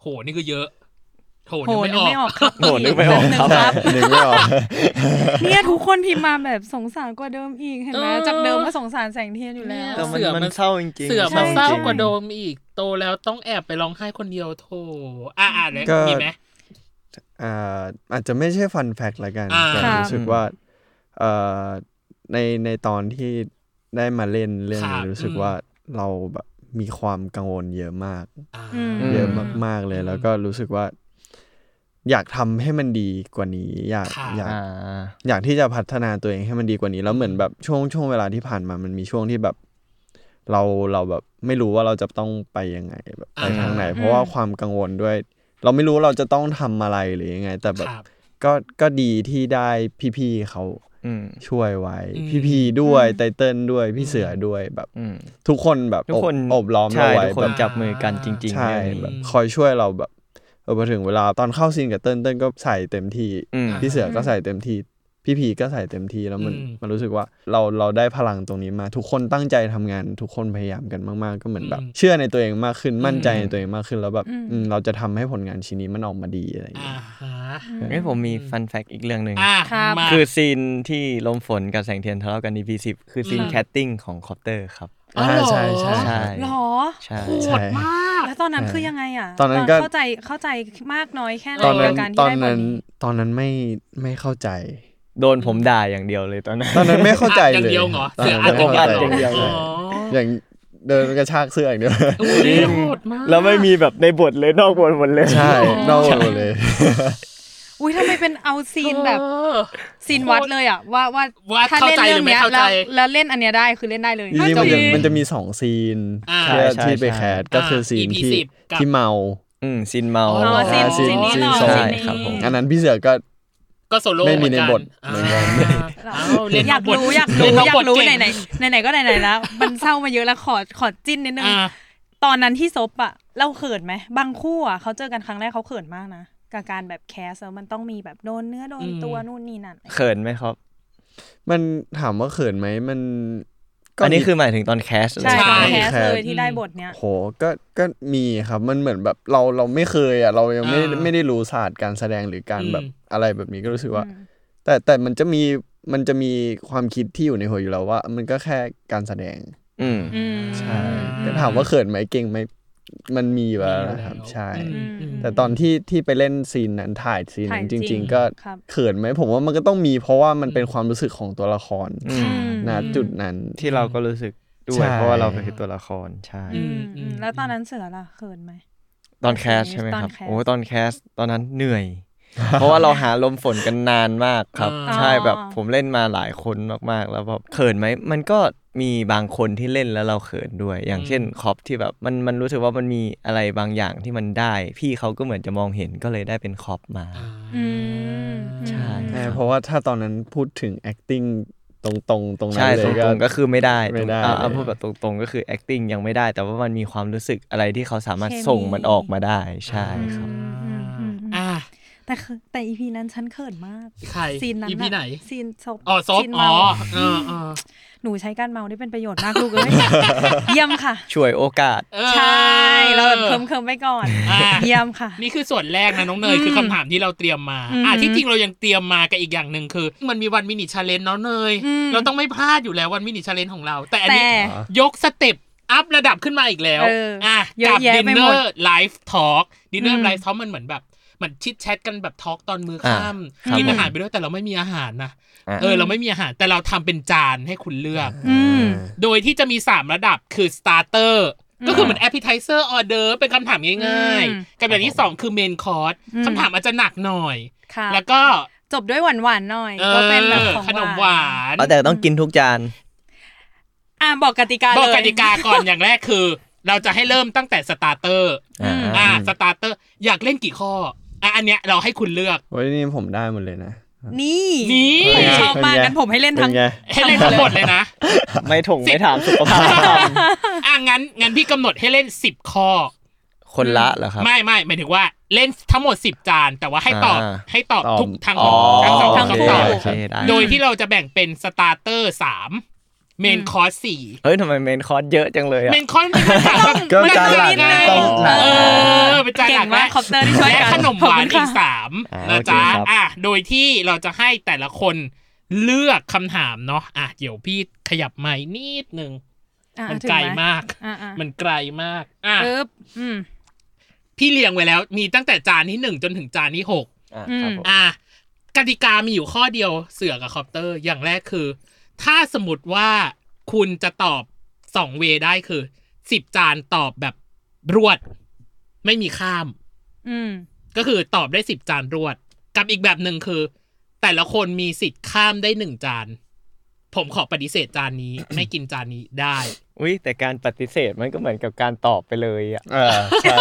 C: โหนี่คือเยอะโห
F: โห
C: นึก
F: นึ
C: ไม่
F: ก
C: ออก
F: ไม่ออกครับ
D: โหนึกไม่ออกครับ
E: หนึ่งไม่ออก
F: เนี่ยทุกคนพิมพ์มาแบบสงสารกว่าเดิมอีกเห็นไหม
C: เออ
F: จากเดิมก็สงสารแสงเทียนอยู่แล้ว
C: เนี่ย
D: แต่มัน
C: เสือมั
D: มัน นเศร้าจริงๆ
C: เสือมา
D: จงๆ
C: เศร้ากว่าโดมอีกโตแล้วต้องแอบไปร้องไห้คนเดียวโถอ่ะอ่ะแล้วมีไหม
E: อ่าอาจจะไม่ใช่ฟันแฟกละกัน
C: อ่า
E: แต่รู้สึกว่าเอ่อในในตอนที่ได้มาเล่นเรื่อง
C: ครั
E: นี้
C: บ
E: รู้สึก
C: อืม
E: ว่าเราแบบมีความกังวลเยอะมาก
C: อ่า
F: ม
E: เยอะมากๆเลยแล้วก็รู้สึกว่า อยากทำให้มันดีกว่านี้ อยาก
C: ค่ะ
E: อยาก
D: อ่า
E: อยากที่จะพัฒนาตัวเองให้มันดีกว่านี้ แล้วเหมือนแบบช่วงช่วงเวลาที่ผ่านมามันมีช่วงที่แบบ เราเราแบบ ไม่รู้ว่าเราจะต้องไปยังไงแบบไป
C: อ่า
E: ทางไหน เพราะว่าความกังวลด้วย เราไม่รู้ว่าเราจะต้องทำอะไรหรือยังไง แต่แบ
C: ค
E: บ
C: รับ
E: ก็ก็ดีที่ได้พี่ๆเขา
D: อืม
E: ช่วยไว้
C: อืม
E: พี่ๆด้วย
F: อืม
E: ไตเติ้ลด้วยพี่เสือด้วยแบบ
D: อืม
E: ทุกคนแบบ
D: ทุก
E: อบ
D: คน
E: อบล้อม
D: ใช่
E: เราไว้
D: ทุกค
E: แบ
D: น
E: บ
D: จับมือกันจริงๆ
E: ใช่
D: เรื่องนี้
E: แบบคอยช่วยเราแบบเออพอถึงเวลาตอนเข้าซีนกับเติ้ลเติ้ลก็ใส่เต็มที่
D: อืม
E: พี่เสือก็ใส่เต็มที่พี่พีก็ใส่เต็มที่แล้วมัน
C: อืม
E: มันรู้สึกว่าเราเราได้พลังตรงนี้มา ทุกคนตั้งใจทำงาน ทุกคนพยายามกันมากๆ ก็เหมือนแบบ
C: อืม
E: เชื่อในตัวเองมากขึ้น
C: อืม
E: มั่นใจในตัวเองมากขึ้นแล้วแบบ
F: อืม
E: อืมเราจะทำให้ผลงานชิ้นนี้มันออกมาดีอะไรอย่าง
C: อ่า
E: เงี้ย
C: ฮะ
D: งั้นผมมีฟันแฟกอีกเรื่องหนึ่ง
C: อ่ะ
F: ครับ
C: มา
D: คือซีนที่ลมฝนกับแสงเทียนทะเลาะกัน EP สิบคือซีน
C: อืม
D: แคตติ้งของคอปเตอร์ครับ
C: อ๋อเหรอ
E: ใช่ใช่
D: ใช่
F: หรอ
D: ใช่
C: โหดมาก
F: แล้วตอนนั้นคือยังไงอ่ะ
E: ตอนนั้นก็
F: เข้าใจเข้าใจมากน้อยแค่ไหน
E: ตอนนั้
F: กัน บการ
E: ต
F: ที่
E: อน
F: ได้บท
E: นั้น
F: นี้
E: ตอนนั้นไม่ไม่เข้าใจ
D: โดนผมด่าอย่างเดียวเลยตอนนั้น
E: ตอนนั้นไม่เข้าใจ
C: อัดอย่าง
E: เลย
C: เดียวเหรอ
E: ตอน
C: เสือ
E: นั้น
C: อัด
E: ไม่
C: อย่าง
E: เข้า
C: เดียวเห
E: ใจ
C: รอ
D: ด
C: อ๋อ
D: ย่างเดียว
E: อย่างเดินกระชากเสื้ออย่างเดียว
C: อุ้ยโหดมาก
D: แล้วไม่มีแบบในบทเลยนอกบทหมดเลย
E: ใช่
F: หร
E: นอ
F: อ
E: กหมดเลย
F: อุ้ยทำไมเป็นเอาซีนแบบ
C: เออ
F: ซีนวัดเลยอ่ะว่าว่า
C: ว่า
F: ถ้าเล่นเรื่องเนี้ย
C: เข้าใจหรือไม่เข้าใจ
F: แล้วแล้วเล่นอันเนี้ยได้คือเล่นได้เลย
E: จริงๆมันจะ
C: จริง
E: มันจะมีสองซีน
C: อ่า
E: ที่
D: ใช่
E: ที่ไป
D: ใช่
E: แคสก็คือซีน
C: EP
E: ที่
C: สิบกับ
E: ที่เมา
D: อืมซีนเมา
C: อ๋อซีน
E: อ่าซีน
F: นี้
E: ซี
F: เหร
E: น
F: อ
E: สอง
F: ซีนนี้
D: ครับผม
E: อันนั้นพี่เสือก็
C: ก็โซโล่
E: ไม่มีในบท
C: อ่า
E: เหมือนกัน
C: เอาเล่น
F: อยาก
C: บท
F: รู้อยาก
C: เล่น
F: รู้อยา
C: บ
F: ก
C: ท
F: รู้
C: เก่ง
F: ไหนไหนไหนไหนๆก็ไหนไหนๆแล้วมันเศร้ามาเยอะแล้วขอขอจิ้นนิดนึง
C: อ่า
F: ตอนนั้นที่ซบอะเราเขินไหมบางคู่อะเขาเจอกันครั้งแรกเขาเขินมากนะกับการแบบแคสแล้วมันต้องมีแบบโดนเนื้อโดนตัว
C: อืม
F: นู่นนี่นั่นอะไร
D: เขินไหมครับ
E: มันถามว่าเขินไหมมันก็
D: อันนี้คือหมายถึงตอนแคส
F: ใช่
C: ใช่
F: ตอนแคสเลยที่ได้บทเนี้ย
E: โหก็ก็มีครับมันเหมือนแบบเราเราไม่เคยอ่ะเรายังไม่
C: อ่า
E: ไม่ได้รู้ศาสตร์การแสดงหรือการ
C: อืม
E: แบบอะไรแบบนี้ก็รู้สึกว่า แต่แต่มันจะมีมันจะมีความคิดที่อยู่ในหัวอยู่แล้วว่า มันก็แค่การแสดง
D: อืม
F: อืม
E: ใช่ แต่ถามว่าเขินไหมเก่งไหมมันมีอยู่แล้วนะครับ ใช่
C: อืมอืม
E: แต่ตอนที่ที่ไปเล่นซีนนั้นถ่ายซีน
F: ถ่า
E: นั้
F: ย
E: น
F: จ
E: จ
F: ริ
E: ริ
F: ง
E: ง ๆ ก็
F: ครับ
E: เขินไหมผมว่ามันก็ต้องมีเพราะว่ามันเป็นความรู้สึกของตัวละคร
D: อืม
E: ณจุดนั้น
D: ที่เราก็รู้สึกด้ว
E: ใช่
D: ย เพราะว่าเราเป็นตัวละครใช่
F: อืม
C: อื
F: อื
C: ม
F: มแล้วตอนนั้นเสือล่ะเขินไหม
D: ตอนแคสใช่ไหมครับ
F: ตอนแคส
D: โอ้ตอนแคสตอนนั้นเหนื่อย เพราะว่าเราหาลมฝนกันนานมากครับ
C: อ่า
D: ใช่แบบผมเล่นมาหลายคนมากๆ แล้วแบบเขินไหมมันก็มีบางคนที่เล่นแล้วเราเขินด้วย อย่างเช่นคอปที่แบบมันมันรู้สึกว่ามันมีอะไรบางอย่างที่มันได้ พี่เขาก็เหมือนจะมองเห็นก็เลยได้เป็นคอปมา
C: อ่า
F: อืม
D: ใช่
E: ใช่
D: ครับ
E: เพราะว่าถ้าตอนนั้นพูดถึง acting ตรงๆ ตรงนั้
D: ใช่
E: นเล
D: ต
E: ย
D: รงๆก็คือไม่ได้
E: ไม่ได้
D: อ่า
E: เลย
D: อ่าพูดแบบตรงๆก็คือ acting ยังไม่ได้ แต่ว่ามันมีความรู้สึกอะไรที่เขาสามารถส่งมันออกมาได้ใช่ครับ
F: อืมอืมอืม
C: อ่า
F: แต่คือแต่อีพีนั้นฉันเขินมาก
C: ใคร
F: ซีนนั้น
C: EP
F: น่ะ
C: ไหน
F: ซีนซบ
C: อ๋อซอฟ
F: ซีน
C: อ๋อ
F: เมา
C: เออเออ
F: หนูใช้การเมาได้เป็นประโยชน์มากลูกเอ้ย เยี่ยมค่ะ
D: ช่วยโอกาส
C: เออ
F: ใช่ เราแบบเคิมเคิมๆไปก่อน
C: อ่ะ
F: เยี่ยมค่ะ
C: นี่คือส่วนแรกนะน้องเนยคือคำถามที่เราเตรียมมาอ่ะที่จริงเรายังเตรียมมากับอีกอย่างหนึ่งคือ มันมีวันมินิชาเลนเนาะเนย
F: อืม
C: เราต้องไม่พลาดอยู่แล้ววันมินิชาเลนของเรา แต่อัน
F: แต่
C: นี้ยกสเต็ปอัพระดับขึ้นมาอีกแล้ว
F: เอออ่
C: อ่ะ
F: เยอะ
C: กับ
F: แยะ
C: ดิน
F: ไป
C: เน
F: หม
C: อ
F: ด
C: ร์ไลฟ์ทอล์กดินเนอ
F: อื
C: ร์
F: ม
C: ไลฟ์ทอล์กมันเหมือนแบบเหมันชิดแชทกันแบบทอล์กตอนมื้อ
D: อ่า
C: ค่
D: ครับ
C: ำกินอาหารไปด้วยแต่เราไม่มีอาหารนะ
D: อ่ะ
C: เออเราไม่มีอาหารแต่เราทำเป็นจานให้คุณเลือก
F: อืม
C: โดยที่จะมี 3 ระดับคือ starter ก็คือเหมือน appetizer order เป็นคำถามง่าย
F: อืม
C: ๆ กับอย่างที่ 2 คือ main course
F: อืม
C: คำถามอาจจะหนักหน่อย
F: ค่ะ
C: แล้วก็
F: จบด้วยหวานหวานๆหน่อย
C: เอ
F: ก็เป็นแบบ
C: อ
F: ของ
C: ขนมหวาน
D: อ๋อแต่ต้องกินทุกจาน
F: อ่ะบอกกติกาเลย
C: บอกกติกาก่อนอย่างแรกคือ เราจะให้เริ่มตั้งแต่ starter
F: อืม
C: อ่า starter อยากเล่นกี่ข้ออ่ะอันเนี้ยเราให้คุณเลือก
E: โอ้ยนี่ผมได้หมดเลยนะ
F: นี่
C: นี่
E: เฮ้ย
F: ชอบมากงั้นผมให้เล่น
E: เป็
F: ทั้ง
E: นไง
C: ให้เล่นทั้งหมด เลยนะ
D: ไม่ถงไม่ถามสุขภาพ
C: อ่ะงั้นงั้นพี่กำหนดให้เล่น 10 ข้อ
D: คนละเหรอครับ
C: ไม่ไม่หมายถึงว่าเล่นทั้งหมด 10 จาน แต่ว่าให้ตอบ
D: อ่า
C: ให้ตอบ
E: ตอบ
C: ทุกทาง
D: อ๋อ
C: ทั้งสอง
F: ทั้ง
C: คำ
F: คู่
C: ตอบ
D: โอเคได้
C: โดยที่เราจะแบ่งเป็นสตาร์เตอร์สามเมนคอร์สสี่
D: เฮ้ยทำไมเมนคอร์สเยอะจังเลยอ่ะ
C: เมนคอร์สเป็นคำถามแบบ
E: ก็จานหลัก
C: ไง
E: ต้องหลัก
C: เออเป็นจานหลัก
F: เก่งมากคอปเตอร์ที่ช่วยกัน
C: และขนมหวา
F: ขอบคุ
C: น
F: ณ
C: อี
F: ค่ะ
C: กสาม
D: อ่า
C: นะ
D: โอเค
C: จ๊ะ
D: ครับ
C: อ่ะโดยที่เราจะให้แต่ละคนเลือกคำถามเนาะอ่ะเดี๋ยวพี่ขยับไม้นิดนึง
F: อ่ะ
C: มัน
F: ถึง
C: ไกล
F: ไห
C: มาก
F: อ่ะอ่ะ
C: มันไกลมากอ่ะ
F: ปึ๊บอืม
C: พี่เรียงไว้แล้ว มีตั้งแต่จานที่หนึ่งจนถึงจานที่หก
D: อ่ะ
F: อืม
D: ครับผม
C: อ่ะกติกามีอยู่ข้อเดียวเสือกับคอปเตอร์ อย่างแรกคือ ถ้าสมมติว่าคุณจะตอบสองเวได้คือสิบจานตอบแบบรวด ไม่มีข้าม
F: อืม
C: ก็คือตอบได้สิบจานรวด กับอีกแบบหนึ่งคือ แต่ละคนมีสิทธิ์ข้ามได้หนึ่งจาน ผมขอปฏิเสธจานนี้ ไม่กินจานนี้ได้
D: อุ้ยแต่การปฏิเสธมันก็เหมือนกับการตอบไปเลยอ่ะ
E: เออใช่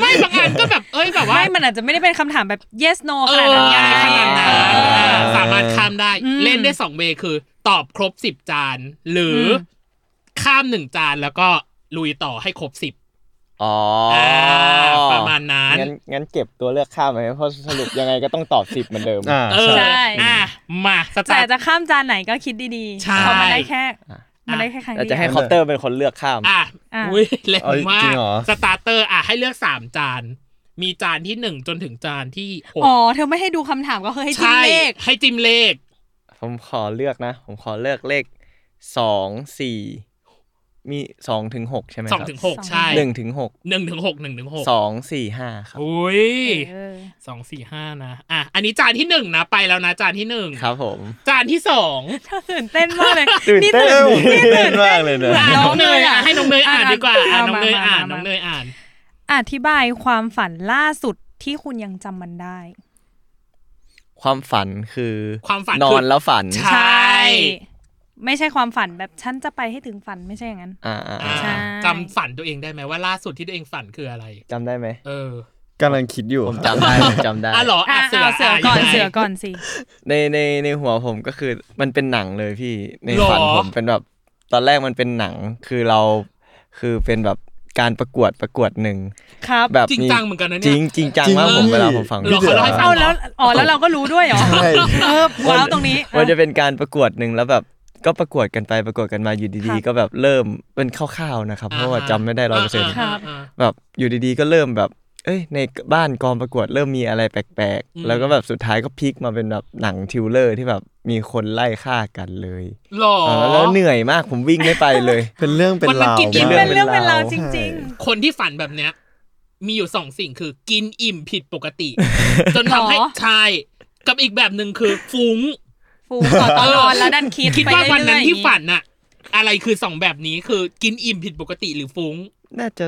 C: ไม่บางอันก็แบบ เอ้ยแบบว่า
F: ไม่มันอาจจะไม่ได้เป็นคำถามแบบ yes no
C: เอ
F: ขนาด
C: อ
F: นั้นไง
C: ง่ายขนาดนั้น
D: อ่า
C: อ่าสามารถข้ามได้
F: อืม
C: เล่นได้สองเวย์คือ ตอบครบสิบจาน หรืออ
F: ม
C: ข้ามหนึ่งจานแล้วก็ลุยต่อให้ครบสิบ
D: อ๋ออ
C: ประมาณนั้น
D: งั้นงั้นเก็บตัวเลือกข้ามไว้เพราะสรุปยังไงก็ต้องตอบสิบเหมือนเดิม
E: อ่า
C: เออ
F: ใช่
C: อ่ะมาส
F: แต่
C: ตาร์ท
F: จะข้ามจานไหนก็คิดดีๆ
C: ใช่
F: เพราะมันได้แค่ มันได้แค่ครั้ง
D: เรา
F: เดี
D: จะ
F: ย
D: ให้
F: ว
D: คอปเตอร์เป็นคนเลือกข้าม
C: อ่ะ
F: อ่ะ
C: อุ้ยเล่น
E: เอ้ย
C: มา
E: จริ
C: ก
E: งเหรอ
C: สตาร์เตอร์อ่ะให้เลือกสามจาน มีจานที่หนึ่งจนถึงจานที่หก
F: อ๋อ เธอไม่ให้ดูคำถามก็คือให้จิ้ม
C: ใช่
F: เลข
C: ให้จิ้มเลข
D: ผมขอเลือกนะ ผมขอเลือกเลขสองสี่มีสองถึงหกใช่ไหมค
C: ส
D: รั
C: อง
D: บ
C: ถึงหก
F: สอง
C: ใช่
D: หนึ่งถึงหก
C: หนึ่งถึงหกหนึ่งถึงหก
D: สองสี่ห้าครับ
C: อุ้ย
F: เออ
C: สองสี่ห้านะ อ่ะ อันนี้จานที่หนึ่งนะ ไปแล้วนะ จานที่หนึ่ง
D: ครับผม
C: จานที่สอง
F: ถ้าตื่นเต้นมากเลย
D: ตื่นเต้น
F: นี่
E: เล่
F: ตื่
E: น
F: นเต้
E: มาน กเลยนะ
C: อ่ะ
F: น้
C: น้อ
F: อง ง
C: เน
F: เน
C: ย
F: ย
C: อ่ะ
F: อ่ะ
C: ให้น้องเนยอ่าน
F: อ่ะ
C: ดีกว่าอ่ะน้องเนยอ่าน
F: มามามา
C: น้องเนยอ่าน
F: อธิบายความฝันล่าสุดที่คุณยังจำมันได้
D: ความฝันคือ
C: ความฝันคือน
D: อนแล้วฝัน
C: ใช่
F: ใช่ ไม่ใช่ความฝันแบบฉันจะไปให้ถึงฝันไม่ใช่อย่างนั้น
D: อ่า
C: อ่ะ
F: ใช่
C: จำฝันตัวเองได้ไหมว่าล่าสุดที่ตัวเองฝันคืออะไร
D: จำได้ไหม
C: เออก
E: ำลังคิดอยู่
D: ผม
E: ครับ
D: จำได้ ผมจำได้
C: อ่ะเหรออ่ะ
F: อ่ะ
C: เสือ
F: เอาเสือก่อน
C: ยังไง
F: เสือก่อนสิ
D: ในในในหัวผมก็คือมันเป็นหนังเลยพี่ในฝัน
C: หรอ
D: ผมเป็นแบบตอนแรกมันเป็นหนังคือเราคือเป็นแบบการประกวดประกวดหนึ่ง
F: ครับ
D: แบบ
C: จริง
D: มี
C: จังเหมือนกันนะ
D: จ
C: เนี่
D: ริ
C: ย
D: งจริงจังมากผมเวลาผมฟัง
C: หรอเขาเล่าให้ฟัง
F: เอาแล้ว อ๋อ แล้วเราก็รู้ด้วยเหรอ
E: ใช่
F: เออว้าวตรงนี้
D: มันจะ
F: อ่
D: เป็นการประกวดหนึ่งแล้วแบบก็ประกวดกันไปประกวดกันมาอยู่ดี
F: ครับ
D: ๆ ก็แบบเริ่มเป็นคร่าวๆนะครับเพราะว่าจำไม่ได้ร้อยเปอร์เซ็นต์
C: อ่าอ่าอ่า
D: แบบอยู่ดีๆก็เริ่มแบบ เอ้ยในบ้านกองประกวดเริ่มมีอะไรแปลก
C: อืม
D: ๆ แล้วก็แบบสุดท้ายก็พลิกมาเป็นแบบหนังทิวเลอร์ที่แบบมีคนไล่ฆ่ากันเลย
C: หรอ
D: าแล้วเหนื่อยมากผมวิ่งไม่ไป เลย
E: เป็นเรื่องเป็น
C: มันมัน
E: ราว
C: กินกิน
E: มาก
F: เป็นเรื่องเป็นราวจริง
C: คนที่ฝันแบบเนี้ย มีอยู่สองสิ่งคือกินอิ่มผิดปกติ จนทำให้
F: หรอ
C: ใช่กับอีกแบบหนึ่งคือฟุ้ง
F: ๆ ฟูขอตอนนอนแล้วดันคิด
C: คิด
F: ไป
C: ว่าวัน
F: เรื่อยๆ
C: นั้น
F: อย่าง
C: ที่
F: งี้
C: ฝันน่ะ อะไรคือสองแบบนี้คือกินอิ่มผิดปกติหรือฟุ้ง
D: น่าจะ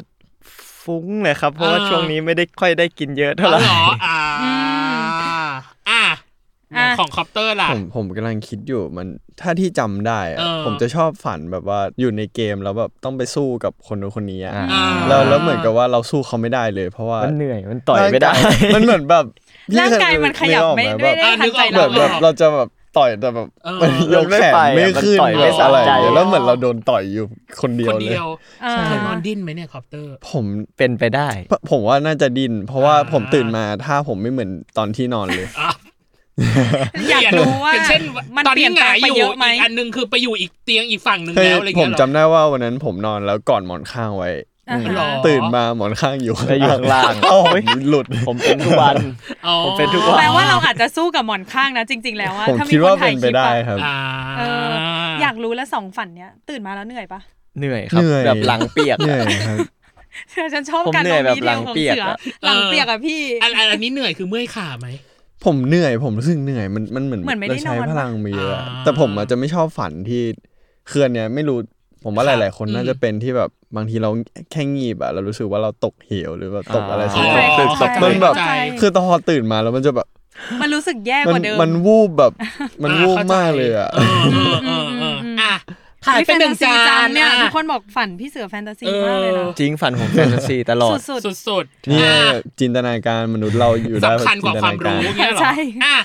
D: ฟุ้งเลยครับ เพราะว่า
C: อ่า
D: ช่วงนี้ไม่ได้ค่อยได้กินเยอะ
C: อ๋
D: เท่าไห
C: อ
D: ร่
C: เหรออ่า
F: อืม
C: อ่ะ
F: อ่ะ
C: ของคอปเตอร์ล่ะ
E: ผมผมกำลังคิดอยู่มันถ้าที่จำได้อะ
C: เออ
E: ผมจะชอบฝันแบบว่าอยู่ในเกมแล้วแบบต้องไปสู้กับคนนู้นคนนี้อะ
D: อ่า
C: อ่า
E: แล้วแล้วเหมือนกับว่าเราสู้เขาไม่ได้เลย เพราะว่า
D: มันเหนื่อยมันต่อยไม่ ได้
E: ร่างกายมันเหมือนแบบ
F: ร่างกายมันขยับไม่
E: นึกอ
F: ไม่
E: อกห
F: ได้
C: อ่ะ
F: ทันใจ
C: นึ
E: แบ
C: ก
F: เรา
E: บแบ
C: อ
E: บอก เราจะแบบต่อยแต่แบบ
C: เออ
E: โยกแขนไม่ขึ้น
D: มันต่อยไม่
E: แบบ
D: สะ
E: อะไร
D: ใจ
E: อย่างเงี้ยแล้วเหมือนเราโดนต่อยอยู่คนเดีย
C: ค
E: วน เล
C: เดี
E: ย
C: ยว
F: เออ
C: เคยนอนดิ้นไหมเนี่ยคอปเตอร์
E: ผม
D: เป็นไปได้
E: ผมว่าน่าจะดิน เพราะว่า
C: อ่า
E: ผมตื่นมาถ้าผมไม่เหมือนตอนที่นอนเลย
C: อ่ะ
F: อยากรู้ว่า
C: เปลี่ยนเช่น
F: มัน
C: ตอน
F: เปลี่ย
C: นี้ห
F: นแปล
C: งาง ย
F: ไป
C: อยู่
F: เยอะไหม
C: อีกอันหนึงคือไปอยู่อีกเตียงอีกฝั่งหนึ่ง
E: เคย
C: แล้วอะไร
E: ผ
C: เงี้ย
E: ม
C: เหรอ
E: จำได้ว่าวันนั้นผมนอนแล้วก่อนหมอนข้างไว้
F: อ่า
C: หรอ
F: ฮะ
E: ตื่นมาหมอนข้างอยู่
D: ไปอยู่ข้างล่าง
E: เอ้าหลุด
D: ผมเป็นทุกวัน
C: อ๋อ
D: ผมเป็นทุก
F: แปลว่าเราอาจจะสู้กับหมอนข้างนะจริง ๆ แล้วว่า
E: ผม
F: ถ้ามี
E: คิด
F: ค
E: ว่าน
F: ถ่า
E: เป็
F: ย
E: น
F: ค
E: ไป
F: ลิป
E: ได้
F: อะ
E: ครับ
C: อ่า
F: เออ อยากรู้แล้วสองฝันเนี้ย ตื่นมาแล้วเหนื่อยปะ
D: เหนื่อยครับ
E: เหนื่อย
D: แบบหลังเปียก
E: เหนื่
D: อะ
E: อยครับ
F: ฉันชอบ
D: ผม
F: การ
D: เหนื่
F: ลง
D: อยแบบ
F: วิ
D: หลั
F: ดีโอง ของ
D: เปียก
F: เสือ
D: อะ
F: หลังเปียกอะพี่
C: อันอันอันนี้เหนื่อยคือเมื่อยขาไหม
E: ผมเหนื่อย ผมรู้สึกเหนื่อยมันมันเหมือน
F: เหมือนไม่ได้
E: เราใช้
F: นอน
E: พลังมาเยอะ
C: อ่า
E: แต่ผมอาจจะไม่ชอบฝันที่เคลื่อนเนี่ยไม่รู้ผมว่า
C: ค
E: ห
C: รับ
E: ลาย ๆ คนน่าจะเป็นที่แบบบางทีเราแค่งีบอะเรารู้สึกว่าเราตกเหวหรือแบบตกอะไรสักอย่าง
C: อ๋อ
D: ตึกตก
E: มั
D: ตึ
E: น
D: ก
E: แบบ
F: เข้าใจ
E: คือตอนพอตื่นมาแล้วมันจะแบบ
F: มันรู้สึกแย่ก
E: มั
F: ว่า
E: น
F: เดิม
E: มันวูบแบบมัน
C: อ่
E: วูบ
C: ข้ใจ
E: มากเลยอะ
C: เออเออเออเออ
F: อืม
C: อ่ะถ่าย
F: ฮ้ย
C: เป็นหนึ่ง
F: แฟต
C: จา
F: ซี
C: น
F: เนี่ย
C: อ่ะ
F: ทุกคนบอกฝันพี่เสือแฟนตาซีมากเลยนะ
D: จริงฝันผมแฟนตาซีตลอด
F: สุด
C: สุดๆ
E: นี่
C: อ่ะ
E: จินตนาการมนุษย์เราอยู่ได้
C: สำคัญกว่าความรู้
E: จินตนก
C: เงี้ยเหรอ
F: ใช่
C: อ่ะ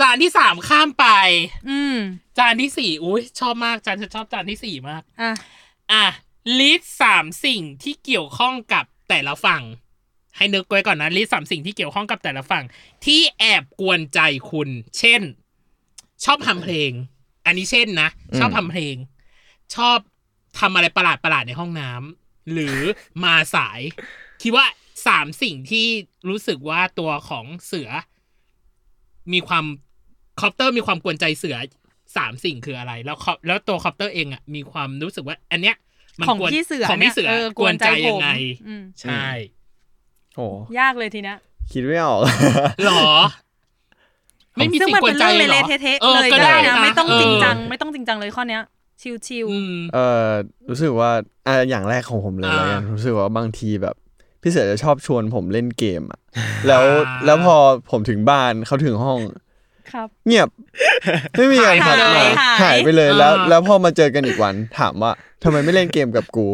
C: จานที่สามข้ามไป
F: ๆ อืม
C: จานที่สี่อุ้ยชอบมากจานฉันชอบจานที่สี่มาก
F: อ่ะ
C: อ่ะลิสสามสิ่งที่เกี่ยวข้องกับแต่ละฝั่ง ให้นึกไว้ก่อนนะลิสสามสิ่งที่เกี่ยวข้องกับแต่ละฝั่ง ที่แอบกวนใจคุณ เช่น ชอบทำเพลง อันนี้เช่นนะ
D: อืม
C: ชอบทำเพลง ชอบทำอะไรประหลาดประหลาดๆในห้องน้ำหรือมาสาย คิดว่าสามสิ่งที่รู้สึกว่าตัวของเสือ มีความคอปเตอร์มีความกวนใจเสือสามสิ่งคืออะไร แล้วคอปแล้วตัวคอปเตอร์เองอ่ะมีความรู้สึกว่า อันเนี้ยมัน
F: ของ
C: กวน
F: พี่เสือ
C: ของ
F: นี่
C: พี่
F: ย
C: เสือ
F: เ
C: กวนใจยังไง
F: ผมอืม
C: ใช่
D: โอ้โห
F: ยากเลยทีเนี้ย
E: คิดไม่ออก
C: หรอ ไม่มี
F: ซึ่ง
C: สิ่ง
F: มัน
C: กว
F: เป็น น
C: ใจ
F: เรื่อง
C: หรอ
F: เละๆเทะ
C: ออ
F: ๆเลยก็ได้นะไม่ต้อง
C: เ
F: จริงจังไม่ต้องจริงจังเลยข้อเนี้ย ชิว
C: อืม
E: เออรู้สึกว่าอ่ะอย่างแรกของผมเลย
C: อ่า
E: แล้วกันรู้สึกว่าบางทีแบบพี่เสือจะชอบชวนผมเล่นเกมอะแล้ว
C: อ่า
E: แล้วพอผมถึงบ้านเขาถึงห้อง
F: ๆครับ
E: เงียบ ไม่มีอะไร
F: หาย
E: ทำ
F: ไป
E: มา
F: หาย
E: หายไปเลยแล้ว
C: อ่า
E: แล้วพอมาเจอกันอีกวันถามว่าทำไมไม่เล่นเกมกับกู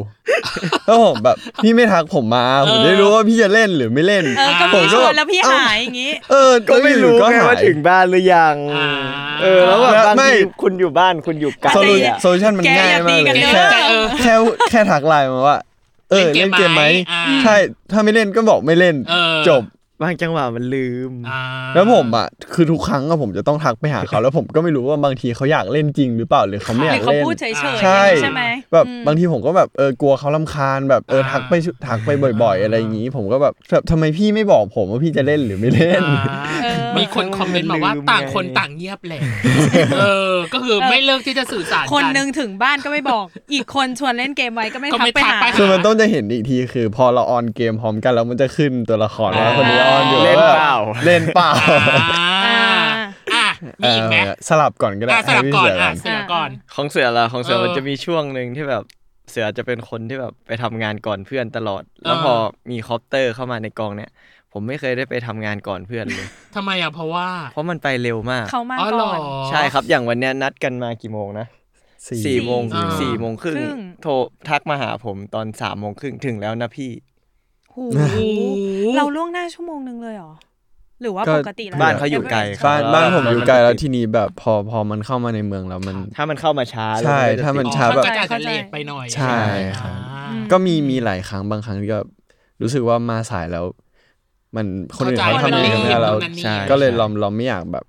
E: แล้วผมแบบพี่ไม่ทักผมมาผมได้รู้ว่าพี่จะเล่นหรือไม่เล่น
F: เออก็
E: ผ
F: มี
E: ม
F: ช
E: ก็
F: ว
E: แบ
F: น
E: บ
F: แล้วพี่
E: เอ้า
F: หายอย่างงี้
E: เออ
D: ก็ไม่รู้ไง
E: อยู่ๆ
D: ว่า
E: หย
D: ถึงบ้านหรือยัง
C: อ่า
D: เออแล้วแบบบาง
E: ไม่
D: ทีคุณอยู่บ้านคุณอยู่ไกล
E: โซลู
D: อะ
E: โซลูชันมัน
F: แก
E: ง่าย
F: อย่าตี
E: มาก
F: กัน
E: เลย
F: เด้อ
E: แค่แค่แค่ทักไลน์มาว่า เออ
C: เล่
E: เล่
C: น
E: น
C: เก
E: เก
C: ม
E: ม
C: ไห
E: ไห
C: ม
E: ม
C: อ่า
E: ใช่ถ้าไม่เล่นก็บอกไม่เล่น
C: เออ
E: จบ
D: บางจังหวะมันลืม
C: อ่า
E: แล้วผมอ่ะคือทุกครั้งอะผมจะต้องทักไปหาเขา แล้วผมก็ไม่รู้ว่าบางทีเขาอยากเล่นจริงหรือเปล่าหรือเขาไม่อ
F: หรือ
E: ยา
F: ก เขา
E: เล่น
F: พูดเฉยๆ
E: ใช่
F: ใช่ไหม
E: แบบ
F: อืม
E: บางทีผมก็แบบเออกลัวเขาลำคาญแบบเออทักไปทักไปบ่อย ๆ อะไรอย่างนี้ ผมก็แบบแบบทำไมพี่ไม่บอกผมว่าพี่จะเล่นหรือไม่เล่น
C: อ่า
F: เออ
C: มีคนคอมเมนต์มาว่า
D: ลืมไง
C: ต่างคนต่างเงียบ แหละเออ ก็คือไม่เลิกที่จะสื่อสารกั
F: คนหนึ่งถึงบ้านก็ไม่บอก อีกคนชวนเล่นเกมไว้ก็ไม่
C: ก็
F: ทัก
C: ไม่
F: ไป
C: ทัก
F: หา
C: ไป
E: คือมันต้องจะเห็นอีกทีคือ พอเราออนเกมพร้อมกันแล้วมันจะขึ้นตัวละครว่าคนนี้ออนอยู่
D: เล่น
E: ว่
D: เปล่า
E: เล่นเปล่า
C: อ่าอ่ะมีอีกไหม
E: เสลับก่อนก็ได้
C: อ่ะสลับ
E: ให้พี่
C: ก่อนอ่ะ
E: เสื
C: เสือก่อน
D: ของเสือละของเสือ
C: เออ
D: มันจะมีช่วงหนึ่งที่แบบเสือจะเป็นคนที่แบบไปทำงานก่อนเพื่อนตลอด แล้ว
C: อ่า
D: พอมีคอปเตอร์เข้ามาในกองเนี่ย ผมไม่เคยได้ไปทำงานก่อนเพื่อนเลย
C: ทำไมอ่ะเพราะว่า
D: เพราะมันไปเร็วมาก
F: เขามา
C: อ๋อเหร
F: ก่
C: อ
F: อน
D: ใช่ครับอย่างวันเนี้ยนัดกันมากี่โมงนะสี่โมง
F: สี่
C: โมง
D: สี่โมงครึ่ง
F: ครึ่ง
D: โทรทักมาหาผมตอนสามโมงครึ่งถึงแล้วนะพี่
F: หู
C: โอ้โห
F: เราล่วงหน้าชั่วโมงหนึ่งเลยเหรอ หรือว่า
E: ก็
F: ปกติแล้ว
D: บ้านเขาอยู่ไกลครับ
E: บ้านบ้านผมอยู่ไกล
D: เออ
E: แล้วทีนี้แบบพอพอมันเข้ามาในเมืองแล้วมัน
D: ถ้ามันเข้ามาช้า
E: ใช่
D: แล้วจะ
E: ถ้ามัน
C: อ๋อ
E: ช้า แบบ
C: ก็จะอาจจะเลทไปหน่อย
E: ใช่ครับ
C: อ่า
E: ก็มีมีหลายครั้งบางครั้งที่ก็รู้สึกว่ามาสายแล้ว มันคนอื่นเขา
C: เข้าใจ
E: ทำเอง
C: มันรีบ
E: ไม่ได้แล้ว
C: มันนั้นนี่
E: ใช่ก็เลยเราเราไม่อยากแบบ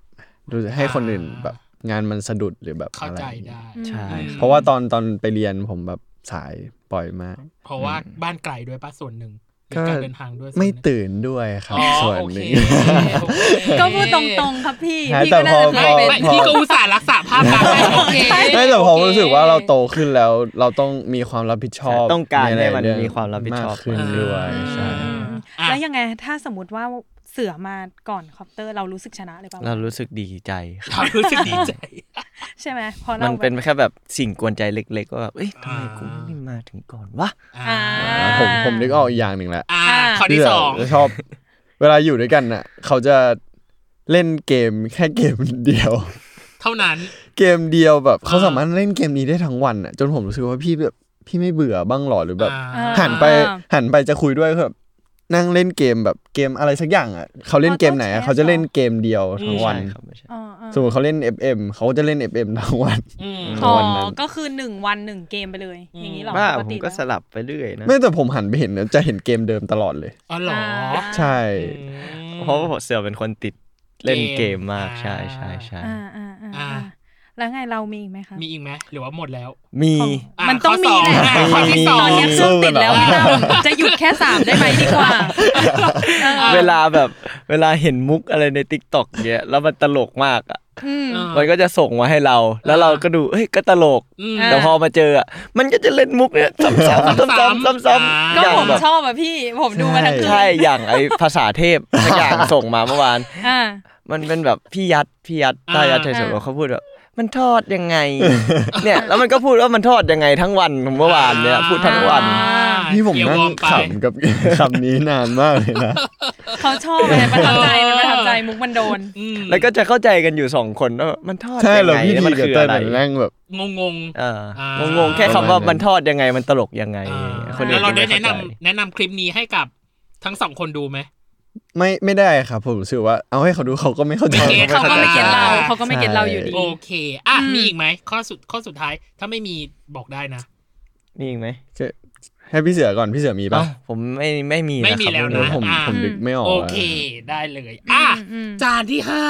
E: รู้สึกให้คนอื่น
C: อ่า
E: แบบ งานมันสะดุดหรือแบบ
C: เข้า
E: อะไร
C: ใจ
E: อย่างเงี้
C: ได
E: ย
C: ้
D: ใช่
C: อืม
E: เพราะว่าตอนตอนไปเรียนผมแบบสายปล่อยมาก
C: เพราะว่าบ้านไกลด้วยป้าส่วนหนึ่ง ในการเดินทางด้วย
E: ไม่ตื่นด้วยครับ
C: อ๋อ
E: ส่วน
C: โอ
E: ห
C: เค
E: นึ่ง
C: โอเค
F: ก็พูดตรงๆครับพี่
E: ใช่
F: พี่ก็น่าจะ
C: ไม่
E: แต่พอ
F: เป็น
C: ไม่พี่ก็อุตส่าห์รักษาภาพลักษณ์ได้โอเค
E: ไม่แต่
C: โอ
E: พอ
C: ค
E: รู้สึกว่าเราโตขึ้นแล้วเราต้องมีความรับผิดชอบ
D: ต้องการให้มัน
E: ใลยเรื่ง
D: มีความรับผิดชอบ
E: มากขึ้นด้วย
C: อ่า
E: ใช่
F: อืม
C: อ่ะ
F: แล้วยังไงถ้าสมมติว่าเสือมาก่อนคอปเตอร์เรารู้สึกชนะเลยป่ะ
D: เรารู้สึกดีใจครับ
C: เรารู้สึกดีใจ
F: ใช่ไหมเพอเรา
D: มัน
F: แบบ
D: เป็นแค่แบบสิ่งกวนใจเล็กๆว่าแบบเอ้ยทำไมกู
C: อ่า
D: ไม่มาถึงก่อนวะ
C: อ่า
F: อ่า
E: ผมผมนึกออกอีกอย่างหนึ่งแหละ
C: อ่าข้อที่สอง
E: เชอบ เวลาอยู่ด้วยกันน่ะ เขาจะเล่นเกมแค่เกมเดียว
C: เท่านั้น
E: เกมเดียวแบบเขา
C: อ่า
E: สามารถเล่นเกมนี้ได้ทั้งวันอ่ะจนผมรู้สึกว่าพี่แบบพี่ไม่เบื่อบ้างหรอหรือแบบ
C: อ่า
E: หันไปหันไปจะคุยด้วยคือแบบนั่งเล่นเกมแบบเกมอะไรสักอย่างอ่ะเขาเล่นเกมไหน
F: อ๋
E: อะ
F: อ Total Chess
E: เขาจะเล่นเกมเดียวทั้งวัน
D: ใช่ครับไม่ใช่
F: อ่าอ่า
E: สมมติเขาเล่น FM เขาก็จะเล่น FM ทั้งวัน
C: อืม
E: ข
F: อ๋
E: อ
F: อง
E: วันนั้น
F: ก็คือหนึ่งวันหนึ่งเกมไปเลย อย่างนี้เหรอ
D: ว่า
F: ป
D: ผม
F: ติ
D: ก็
F: แล้ว
D: สลับไปเรื่อยนะ
E: ไม่แต่ผมหันไปเห็นนะจะเห็นเกมเดิมตลอดเลย
C: อ๋อเหรอ
E: ใช่
C: อืม
D: เพราะว่าผมเสือเป็นคนติดเล่น
C: เก
D: เก
C: ม
D: มมาก
C: อ่า
D: ใช่ใช่ใช่
F: อ่าอ่าอ่า
C: อ่า
F: อ่าแล้วไงเรามีอีกไหมคะ
C: มีอีกไหมหรือว่าหมดแล้ว
D: มี
F: ของ
C: อ่ะ
F: มันต้องมีแหละ
C: ข้อที่สอง
F: ตอนเนี้ยเครื่องติดแล้วพี่ตั้มจะหยุดแค่สามได้ไหมดีกว่าเออ
D: เวลาแบบเวลาเห็นมุกอะไรในทิกตอกเนี้ยแล้วมันตลกมากอ่ะ
F: อืม
D: มันก็จะส่งมาให้เรา แล้วเราก็ดูเอ้ยก็ตลก
C: อืม
F: อ่า
D: แต่พอมาเจออ่ะมันก็จะเล่นมุกเนี้ยซ้ำๆซ้ำๆซ้ำๆซ้ำๆ
F: ก็
D: อย่าง
F: ผม
D: แบบ
F: ชอบอะพี่ผมดูมาทั้งคืน
D: ใช่อย่างไอภาษาเทพสักอย่างส่งมาเมื่อวาน
F: อ่า
D: มันเป็นแบบพี่ยัดพี่ยัด
C: อ่า
D: ตายัดเฉย
F: อ่า
D: ๆเขาพูดแบบมันทอดยังไง เนี่ยแล้วมันก็พูดว่ามันทอดยังไงทั้งวันของเมื่อวานเนี่ยพูดทั้งวัน
C: อ่า
E: นี่ผม
C: เกียร์
E: นั่
C: วอ
E: ง
C: ร์ไป
E: ขำกับ คำนี้นานมากเลยนะ
F: เขาชอบเลยประทับใจ
C: เออ
F: มันประทับใจมุกมันโดน
C: อืม
D: แล้วก็จะเข้าใจกันอยู่สองคนว่ามันทอด
E: ใช่
D: ยัง
E: เรา
D: ไง
E: พี่
D: แล้ว
E: ดี
D: มัน
E: กับ
D: คือ
E: เต้
D: อะ
E: ย
D: ไร
E: มันนั่งแบบ
C: งงง
D: เออ
C: อ่าง
D: งงๆแค่คำว่า
E: ประมาณนั้น
D: มันทอดยังไงมันตลกยังไง
C: ๆอ่า
D: คนอื่
C: แล้
D: น
C: วเราได้
D: ม่
C: แนะนำ
D: ข้ใจ
C: แนะนำคลิปนี้ให้กับทั้งสองคนดูไหม
E: ไม่ไม่ได้ครับผมรู้สึกว่า เอาให้เขาดูเขาก็ไม่เข้าใจ
C: ไม่เก็ต
F: เขาก็ไม่เก็ตเรา
C: ใช่
F: เขาก็ไม่เก็ตเราอยู่ดี
C: โอเค อ่ะ
F: อืม
C: มีอีกไหมข้อสุดข้อสุดท้าย ถ้าไม่มีบอกได้นะ
D: มีอีกไหม
E: ให้พี่เสือก่อนพี่เสือมีปะ
D: เอ้าผมไม่ไม่มี
C: ไม่มี
D: ครับ
C: แล้ว
E: เอ
C: นะ
E: อผม
C: อ่า
E: ผมดึกไม่ออก
C: โอ
E: อะ
C: เค ได้เลย อ่ะ
F: อืมอืม
C: จานที่ห้า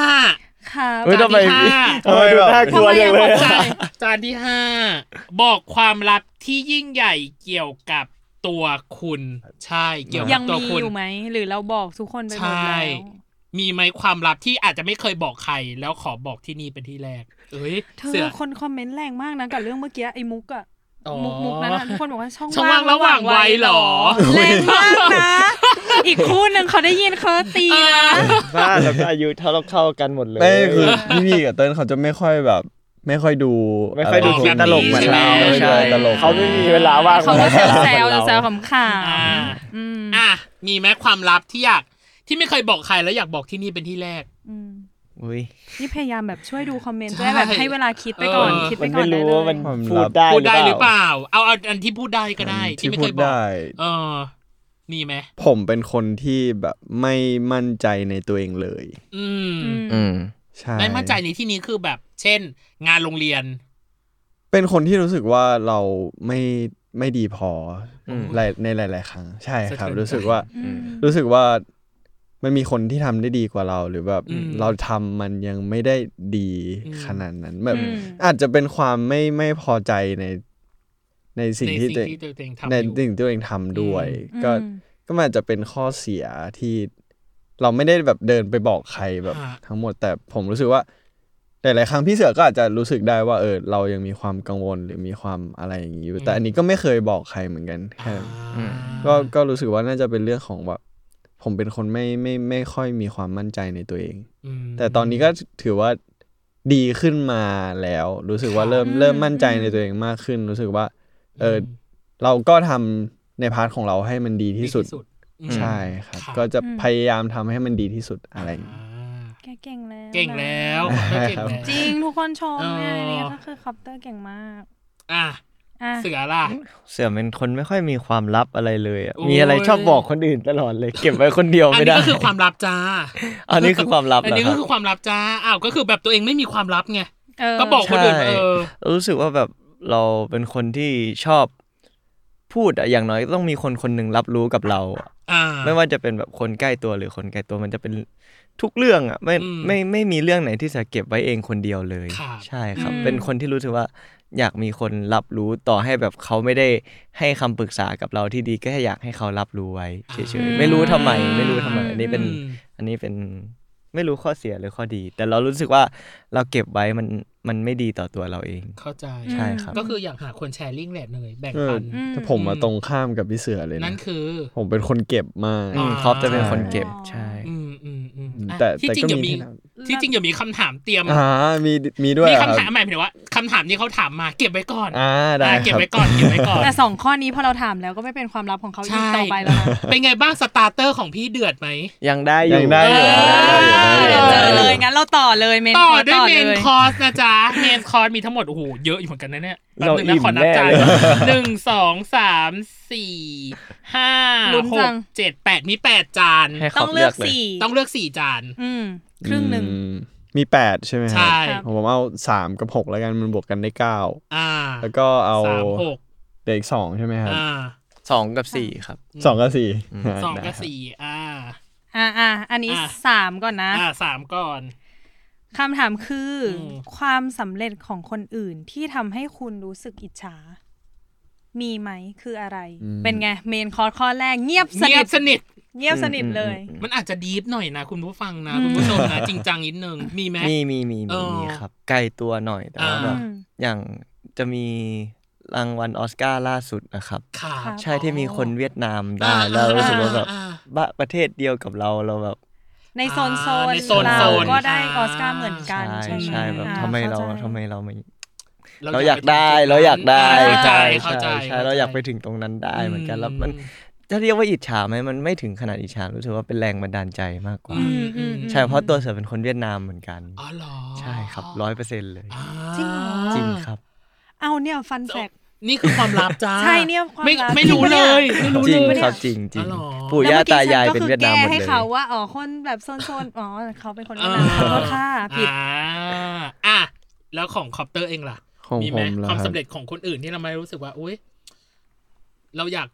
F: ครับ
D: เฮ้ย
C: จา
D: ทำ
C: น
D: ไม
C: ที่ห้า
D: ทำไมดูน่ากลัวจังเลย
F: ทำไมอะปกใจ
D: อะ
C: จานที่ห้าบอกความลับที่ยิ่งใหญ่เกี่ยวกับตัวคุณ ใช่ เกี่ยว
F: ยั
C: กับ
F: ง
C: ตัว
F: มี
C: คุณ
F: อยู่ไหมหรือเราบอกทุกคนไปหมด
C: ใช่
F: แล้ว
C: มีไหมความลับที่อาจจะไม่เคยบอกใคร แล้วขอบอกที่นี่เป็นที่แรก เอ้ย
F: เธ
C: เสือ
F: อคนคอมเมนต์แรงมากนะกับเรื่องเมื่อกี้ไอ้มุกอะ
C: อ๋อ
F: มุกมุกนั้นอะทุกคนบอกว่าช่อง
C: ช่องว่างระหว่างวัยเหรอ
F: แรงมากนะ อีกคู่หนึ่งเขาได้ยินเขา ตีนะ
D: บ้าแล้วก็อายุเท่าเราเข้ากันหมดเลย
E: ไม่คือพี่พี่กับเติ้ลเขาจะไม่ค่อยแบบ ไม่ค่อยดู
D: ไม่ค่อยดู
E: ะ
D: ค
E: ไร
D: ลิป
C: แบบ
D: ตลกเหมือนเรา
C: ใช่ไหม
E: ใช่ตลก
D: เขาไม่มีเวลาว่าง
F: เขาก็แซวแซว
D: หมือนรา
F: แซวขำข
C: อ่า
F: ำอืม
C: อ่ะ มีไหมความลับที่อยาก ที่ไม่เคยบอกใครแล้วอยากบอกที่นี่เป็นที่แรก
F: อืม
D: อุ๊ย
F: นี่พยายามแบบช่วยดูคอมเมนต์
C: ใช่
F: ด้วยแบบให้เวลาคิดไปก่อน
C: เออ
F: คิดไป
D: มัน
F: ก่อ
D: ไม่
F: นได้
D: รู้
F: เล
D: ว่ามั
F: ย
D: น
E: ความลั
D: พู
E: บ
D: ดได้
C: พูดได้ห
D: ห
C: รื
D: รือ อ
C: เป
D: เปล่า
C: ล่า เอาเอาอันที่พูดได้ก็ได้ ที่ไม่
E: พู
C: เค
E: ด
C: ยบอก
E: ได้
C: เออ มีไหม
E: ผมเป็นคนที่แบบไม่มั่นใจในตัวเองเลย
C: อืม
F: อืม
D: อืม
E: ใช่
C: ไม่มั่นใจในที่นี้คือแบบ เช่น งานโรงเรียน
E: เป็นคนที่รู้สึกว่าเราไม่ไม่ดีพออ
D: ม
E: หลายในหลาย ๆ ครั้ง ใช่ครับ
C: สะเทือนใจ
E: รู้สึกว่า
F: อืม
E: รู้สึกว่ามันมีคนที่ทำได้ดีกว่าเรา หรือแบบ
C: อืม
E: เราทำมันยังไม่ได้ดี
C: อืม
E: ขนาดนั้นแบบ
F: อืม
E: อาจจะเป็นความไม่ไม่พอใจในในสิ่ง
C: ใน
E: ที่
C: สิ่งที่ตัวเองทำ
E: ใน
C: อยู่
E: สิ่งที่ตัวเองทำด้วย
C: อื
E: ก็
F: อืม
E: ก็มันอาจจะเป็นข้อเสียที่เราไม่ได้แบบเดินไปบอกใครแบบ
C: ฮะ
E: ทั้งหมดแต่ผมรู้สึกว่าหลายๆครั้งพี่เสือก็อาจจะรู้สึกได้ว่าเออเรายังมีความกังวลหรือมีความอะไรอย่างนี้อยู่แต่อันนี้ก็ไม่เคยบอกใครเหมือนกันแค่
C: อ่า
E: ก็ก็รู้สึกว่าน่าจะเป็นเรื่องของแบบผมเป็นคนไม่ไม่ไม่ค่อยมีความมั่นใจในตัวเอง
C: อืม
E: แต่ตอนนี้ก็ถือว่าดีขึ้นมาแล้ว รู้สึกว่า
C: ค่ะ
E: เริ่ม
F: อืม
E: เริ่มมั่นใจในตัวเองมากขึ้น รู้สึกว่า เออเราก็ทำในพาร์ทของเราให้มันดีที่สุด
C: อืม
E: ใช่ครับ
C: ค่ะ
E: ก็จะพยายามทำให้มันดีที่สุดอะไรอย่างงี้
C: อ่า
F: แกเก่งแล้วนะ
C: เก่งแล้ว
E: ได้
C: เก่ง
E: ครับ
C: แล้ว
F: จริงทุกคนชม
C: เออ
F: เนี่ยนี่ก็คือคอปเตอร์เก่งมาก
C: อ่ะ
F: อ่ะ
C: เสือล่ะ
D: เสือเป็นคนไม่ค่อยมีความลับอะไรเลยอะ
C: โอ้ย
D: มีอะไรชอบบอกคนอื่นตลอดเลย เก็บไว้คนเดียว
C: อัน
D: ไม่
C: นี้
D: ได้
C: ก็คือความลับจ้า
D: อันนี้คือความลับ
C: อัน
D: นะ
C: นี้
D: ค
C: ก็
D: รับ
C: คือความลับจ้าอ้าวก็คือแบบตัวเองไม่มีความลับไง
F: เ
C: ก็บอกคนอื่น
D: ใช่
C: เออ
D: รู้สึกว่าแบบเราเป็นคนที่ชอบพูดอะอย่างน้อยต้องมีคนคนหนึ่งรับรู้กับเราอะ
C: อ่า
D: ไม่ว่าจะเป็นแบบคนใกล้ตัวหรือคนไกลตัวมันจะเป็นทุกเรื่องอะไม่
C: อืม
D: ไม่ไม่มีเรื่องไหนที่จะเก็บไว้เองคนเดียวเลย
C: ครับ
D: ใช่ครับ
F: อืม
D: เป็นคนที่รู้สึกว่า อยากมีคนรับรู้ต่อให้แบบเขาไม่ได้ให้คำปรึกษากับเราที่ดีก็แค่อยากให้เขารับรู้ไว้เฉ
C: อื
D: ย
C: ม
D: ๆไม่รู้ทำไม ไม่รู้ทำไมอันนี้เป็น
C: อืม
D: อันนี้เป็นไม่รู้ข้อเสียหรือข้อดี แต่เรารู้สึกว่าเราเก็บไว้มันมันไม่ดีต่อตัวเราเอง
C: เข้าใจ
D: ใช่ครับ
C: ก็คืออยากหาคนแชร์ลิงก์แหละเนยแบ่ง
E: เออ
C: ปัน
F: อืม
E: แต่ผมมาตรงข้ามกับพี่เสือเลย
C: นั่
E: นะ
C: นคือ
E: ผมเป็นคนเก็บมาก
C: อ๋
D: อื
C: อ
D: มครอปจะเป็นคนเก็บ
F: อ๋อ
D: ใช่
C: อืมอืมอืมอ่ะ
E: แต่
C: ที่
E: แต่
C: จริง
E: ก็
C: อย่า
E: มี
C: มี
E: ที่นั่น
C: ที่จริงอย่ามีคำถามเตรียม
E: อ่ามีมีด้วย
C: มี
E: เหรอ
C: คำ
E: ค
C: ถาม
E: รับ
C: หมายถึงว่าคำถามที่เขาถามมาเก็บไว้ก่อน
E: อ่าได้
C: อ่ะเก็บ
E: ครับ
C: ไว้ก่อนเก็บไว้ ก่อน
F: แต่สองข้อนี้พอเราถามแล้วก็ไม่เป็นความลับของเขาอีก
C: ใช่
F: ต่อไปแล้วนะ
C: เป็นไงบ้างสตาร์เตอร์ของพี่เดือดไหม
D: ยังได้อ
E: ยั
D: ยู่
E: งได้อยู่
C: เออ
F: เจอเลย
D: ไ
F: งั้นเราต่อเลยเมน
C: ต่อ
F: คอร์ส
C: ด้วย
F: ต่อ
C: เม
F: เล
C: น
F: ย
C: คอร์สนะจ๊ะ เมนคอร์สมีทั้งหมด โอ้โห เยอะอยู่เหมือนกันนะเนี่ยแป๊บ
D: เรา
C: นึง
D: อิ่
C: นะ
D: ม
C: ขอนับจาน
D: แน่เลย
C: หนึ่งสองสามสี่ห้า
F: ลุ้น
C: ห
F: จั
C: ก
F: ง
C: เจ็ดแปดมีแปดจาน
D: ให้ค
F: ต้
D: ร
F: อ
D: อง บ
F: เลื
D: เลื
F: อ
D: อก กเลย
F: สี่
C: ต้องเลือกสี่จาน
F: อืม ครึ่งหนึ่ง
E: อืมมีแปดใช่ไหมฮะ
C: ใช่
F: ครับ
E: ผมเอาสามกับหกแล้วกันมันบวกกันได้เก้า
C: อ่า
E: แล้วก็เอา
C: สามหก
E: เด็กสองใช่ไหมครับ
C: อ่า
D: สองกับสี่ครับ
E: สองกับสี่
C: สองกับ
E: ได้
C: สี่อ่า
F: อ่าอ่าอันนี้
C: อ่ะ
F: สามก่อนนะ
C: อ่าสามก่อน
F: คำถามคืออ
C: ม
F: ความสำเร็จของคนอื่นที่ทำให้คุณรู้สึกอิจฉา มีไหมคืออะไร เป็นไงเมนคอร์สข้อแรกเงียบส
C: เงี
F: นิ
C: ย
F: ท
C: บสนิท
F: เงียบสนิทเลย
C: มันอาจจะดีฟหน่อยนะคุณผู้ฟังนะ คุณผู้ชมนะ จริงจังนิดนึง มีไหม
D: มีมีมี
C: เอ
D: มี
C: อ
D: มีครับใกล้ตัวหน่อยแต่ว่า
C: อ่า
D: แบบ
F: อืม
D: อย่างจะมีรางวัลออสการ์ล่าสุดนะครับ
C: ค่ะ
D: ใช่ที่มีคนเวียดนาม
C: อ่า
D: ได้แล้วรู้สึกว่าแบบ
C: อ่าอ่า
D: บะประเทศเดียวกับเราเราแบบ
F: ในโซนโซน
C: อ่าในโซน
F: เรา
C: โซน
F: ก็ได้
C: อ่า
F: ออสการ์เหมือนกัน
D: ใช่
F: ใช่ไหม
D: ใช่แบบ
F: อ่
D: ทำไมเรา
F: ข้ใจ
D: ทำไมเราไม่ เราอยากได้เราอยากได้
C: เข้าใจ
D: ใช่
C: เข้า
D: ใช่
C: ใจ
D: ใช่เราอยากไปถึงตรงนั้นได้เหมือนกันแล้วมัน
C: อื
D: จะเรียกว่าอิจฉาไหมมันไม่ถึงขนาดอิจฉารู้สึกว่าเป็นแรงบันดาลใจมากกว่า
C: อืมอืม
D: ใช่เพราะตัวเสือเป็นคนเวียดนามเหมือนกัน
C: อ๋อเหรอ
D: ใช่ครับร้อยเปอร์เซ็นต์เลย
C: อ่า
F: จริงเหรอ
D: จริงครับ
F: เอาเนี่ยฟันแฟก
C: นี่คือความลับจ้า
F: ใช่เนี่ยความ
C: ไม่
F: ลับ
C: ไม่รู้เลยไม่รู้
D: จริ
C: เล
D: ง
C: ย
D: ครับจริงจริง
C: อ๋อเหรอ
D: ปู่ย่าตายายเป็นเวียดนามหมด
F: แล้
D: เล
F: เมื่อกี้ฉันก็คือแก้ให้
D: ย
F: เขาว่าอ๋อคนแบบโซนๆอ๋อเขาเป็นคน
C: เอ
F: เวีย
C: อน
F: ดามขอโทษค่ะผิด
C: อ่าอ่ะแล้วของคอปเตอร์เองล่ะ
E: ของ
C: มี
E: ผ
C: ไหม
E: มเหรอ
C: ความ
E: ค
C: สำ
E: รับ
C: เร็จของคนอื่นที่เราไม่รู้สึกว่าอุ้ยเราอยาก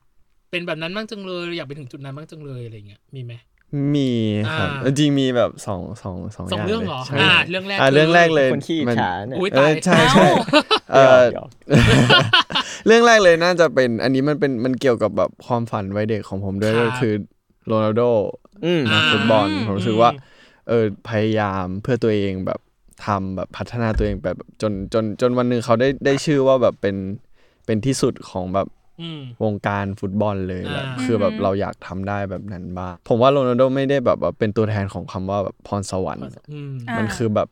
C: เป็นแบบนั้นบ้างจังเลยเราอยากไปถึงจุดนั้นบ้างจังเลยอะไรเงี้ยมีไหม
E: มีครับ
C: อ่า
E: จริงมีแบบสองสองสอง
C: สอง
E: ย่า
C: เรื่องเหรอ
E: ลยใช่
C: อ่าเรื่องแรก
E: อ่าเรื่องแรกเลย
D: คนขี้อิจ
E: มั
D: ฉาเนี่ย
C: อุ้ย
E: เอ
C: ตา
E: อย ใช่ใช่เอ
D: เอ
E: อ
D: อ
E: เรื่องแรกเลยน่าจะเป็นอันนี้มันเป็นมันเกี่ยวกับแบบความฝันวัยเด็กของผมด้วย
C: ครับ
E: ก็คือโรนัลโด
D: อืม
E: นักฟุตบอล
F: อืม
E: ผมรู้สึกว่าเออพยายามเพื่อตัวเองแบบทำแบบพัฒนาตัวเองแบบจนจนจนวันหนึ่งเขาได้ได้ชื่อว่าแบบเป็นเป็นที่สุดของแบบวงการฟุตบอลเลยแบบ
C: อ่า
E: คือแบบเราอยากทำได้แบบนั้นบ้างผมว่าโรนัลโดไม่ได้แบบว่าเป็นตัวแทนของคำว่าแบบพรสวรรค์
C: อืม
F: อ่า
E: มันคือแบบ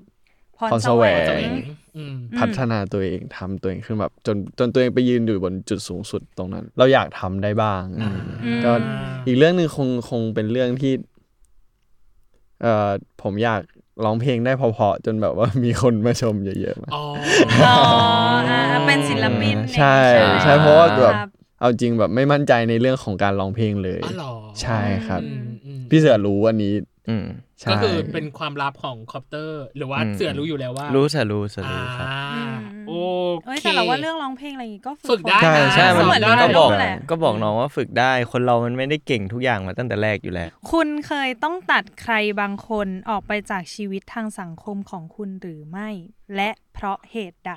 F: พ
E: พ
F: ร
E: ร
F: แส
E: แส
F: ว
E: ว
F: ง
E: ง
C: ตัวเองอืม
E: พัฒนาตัวเองทำตัวเองขึ้นแบบจนจนตัวเองไปยืนอยู่บนจุดสูงสุดตรงนั้น เราอยากทำได้บ้าง
C: อ่า
E: อืมก็อีกเรื่องหนึ่งคงคงเป็นเรื่องที่เอ่อผมอยากร้องเพลงได้เพอๆจนแบบว่า มีคนมาชมเยอะๆมา
C: อ๋อ
F: อ๋ออ่าเป็นศิลปิน
E: ใช่
F: ในนี้
E: ใช่
F: ไหม
E: เพราะว่าแบบ
F: ครับ
E: เอาจริงแบบไม่มั่นใจในเรื่องของการร้องเพลงเลย
C: อ๋อเหรอ
E: ใช่ครับ
C: อืมอืม
E: พี่เสือรู้อันนี้
D: อืมใช่
C: ก็คือเป็นความลับของคอปเตอร์ หรือว่า
D: อืม
C: เสือรู้อยู่แล้วว่า
D: รู้
C: รู้
D: สะรู้สะรู้ครับ
C: โอ
F: เอ้ย
C: เค
F: แต่เราว่าเรื่องร้องเพลงอะไรอย่างงี้ก็
C: ฝึกได้
E: ใช่
C: นะ
E: ใช่
F: เหมือน
E: มั
F: เรา
E: น
C: ก็
F: บบ
E: ก็
F: อ
E: อก ก
F: แหละ
D: ก็บอกน้องว่าฝึกได้คนเรามันไม่ได้เก่งทุกอย่างมาตั้งแต่แรกอยู่แล้ว
F: คุณเคยต้องตัดใครบางคนออกไปจากชีวิตทางสังคมของคุณหรือไม่ และเพราะเหตุใด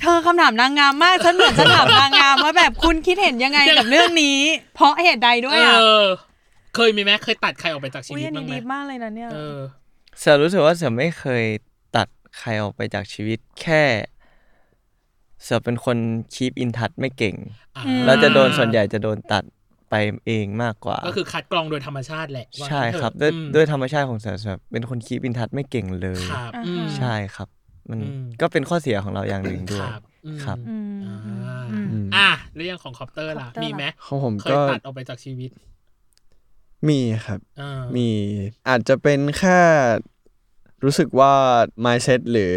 F: เธอคำถามนางงามมากฉันเหมือนจะถามนางงามว่าแบบคุณคิดเห็นยังไงกับเรื่องนี้ เพราะเหตุใดด้วย
C: เอ
F: อ่ะ
C: อ เคยมีไหมเคยตัดใครออกไปจากชี
F: อุ้ย
C: วิต
F: อัน
C: บ้า
F: นี้
C: งไหม
F: ดีมากเลยนะเนี่ย
C: เออ
D: เสือรู้สึกว่าเสือไม่เคยตัดใครออกไปจากชีวิตแค่ เสือเป็นคนคีปอินทัชไม่เก่ง
C: อ่า
D: เราจะโดนส่วนใหญ่จะโดนตัดไปเองมากกว่า
C: ก็คือคัดกรองโดยธรรมชาติแหละว่า
D: ใช่
C: งั้นเถอะ
D: ครับ ด้วย
C: อืม
D: ด้วยธรรมชาติของเสือเสือเป็นคนคีปอินทัชไม่เก่งเลย
C: ครับ
F: อ่า
C: อืม
D: ใช่ครับ มัน
C: อืม
D: ก็เป็นข้อเสียของเราอย่างหนึ่งด้วย
C: ครับอืม
D: ครับ
F: อืม
C: อ่า
F: อืม
C: อ่ะเรื่องของคอปเตอร์ล่ะ
F: คอปเตอร์
C: มีไหม
E: ของผม
C: เคย
E: ก็
C: ตัดออกไปจากชีวิต
E: มีครับ
C: อ่า
E: มีอาจจะเป็นแค่รู้สึกว่า mindset หรือ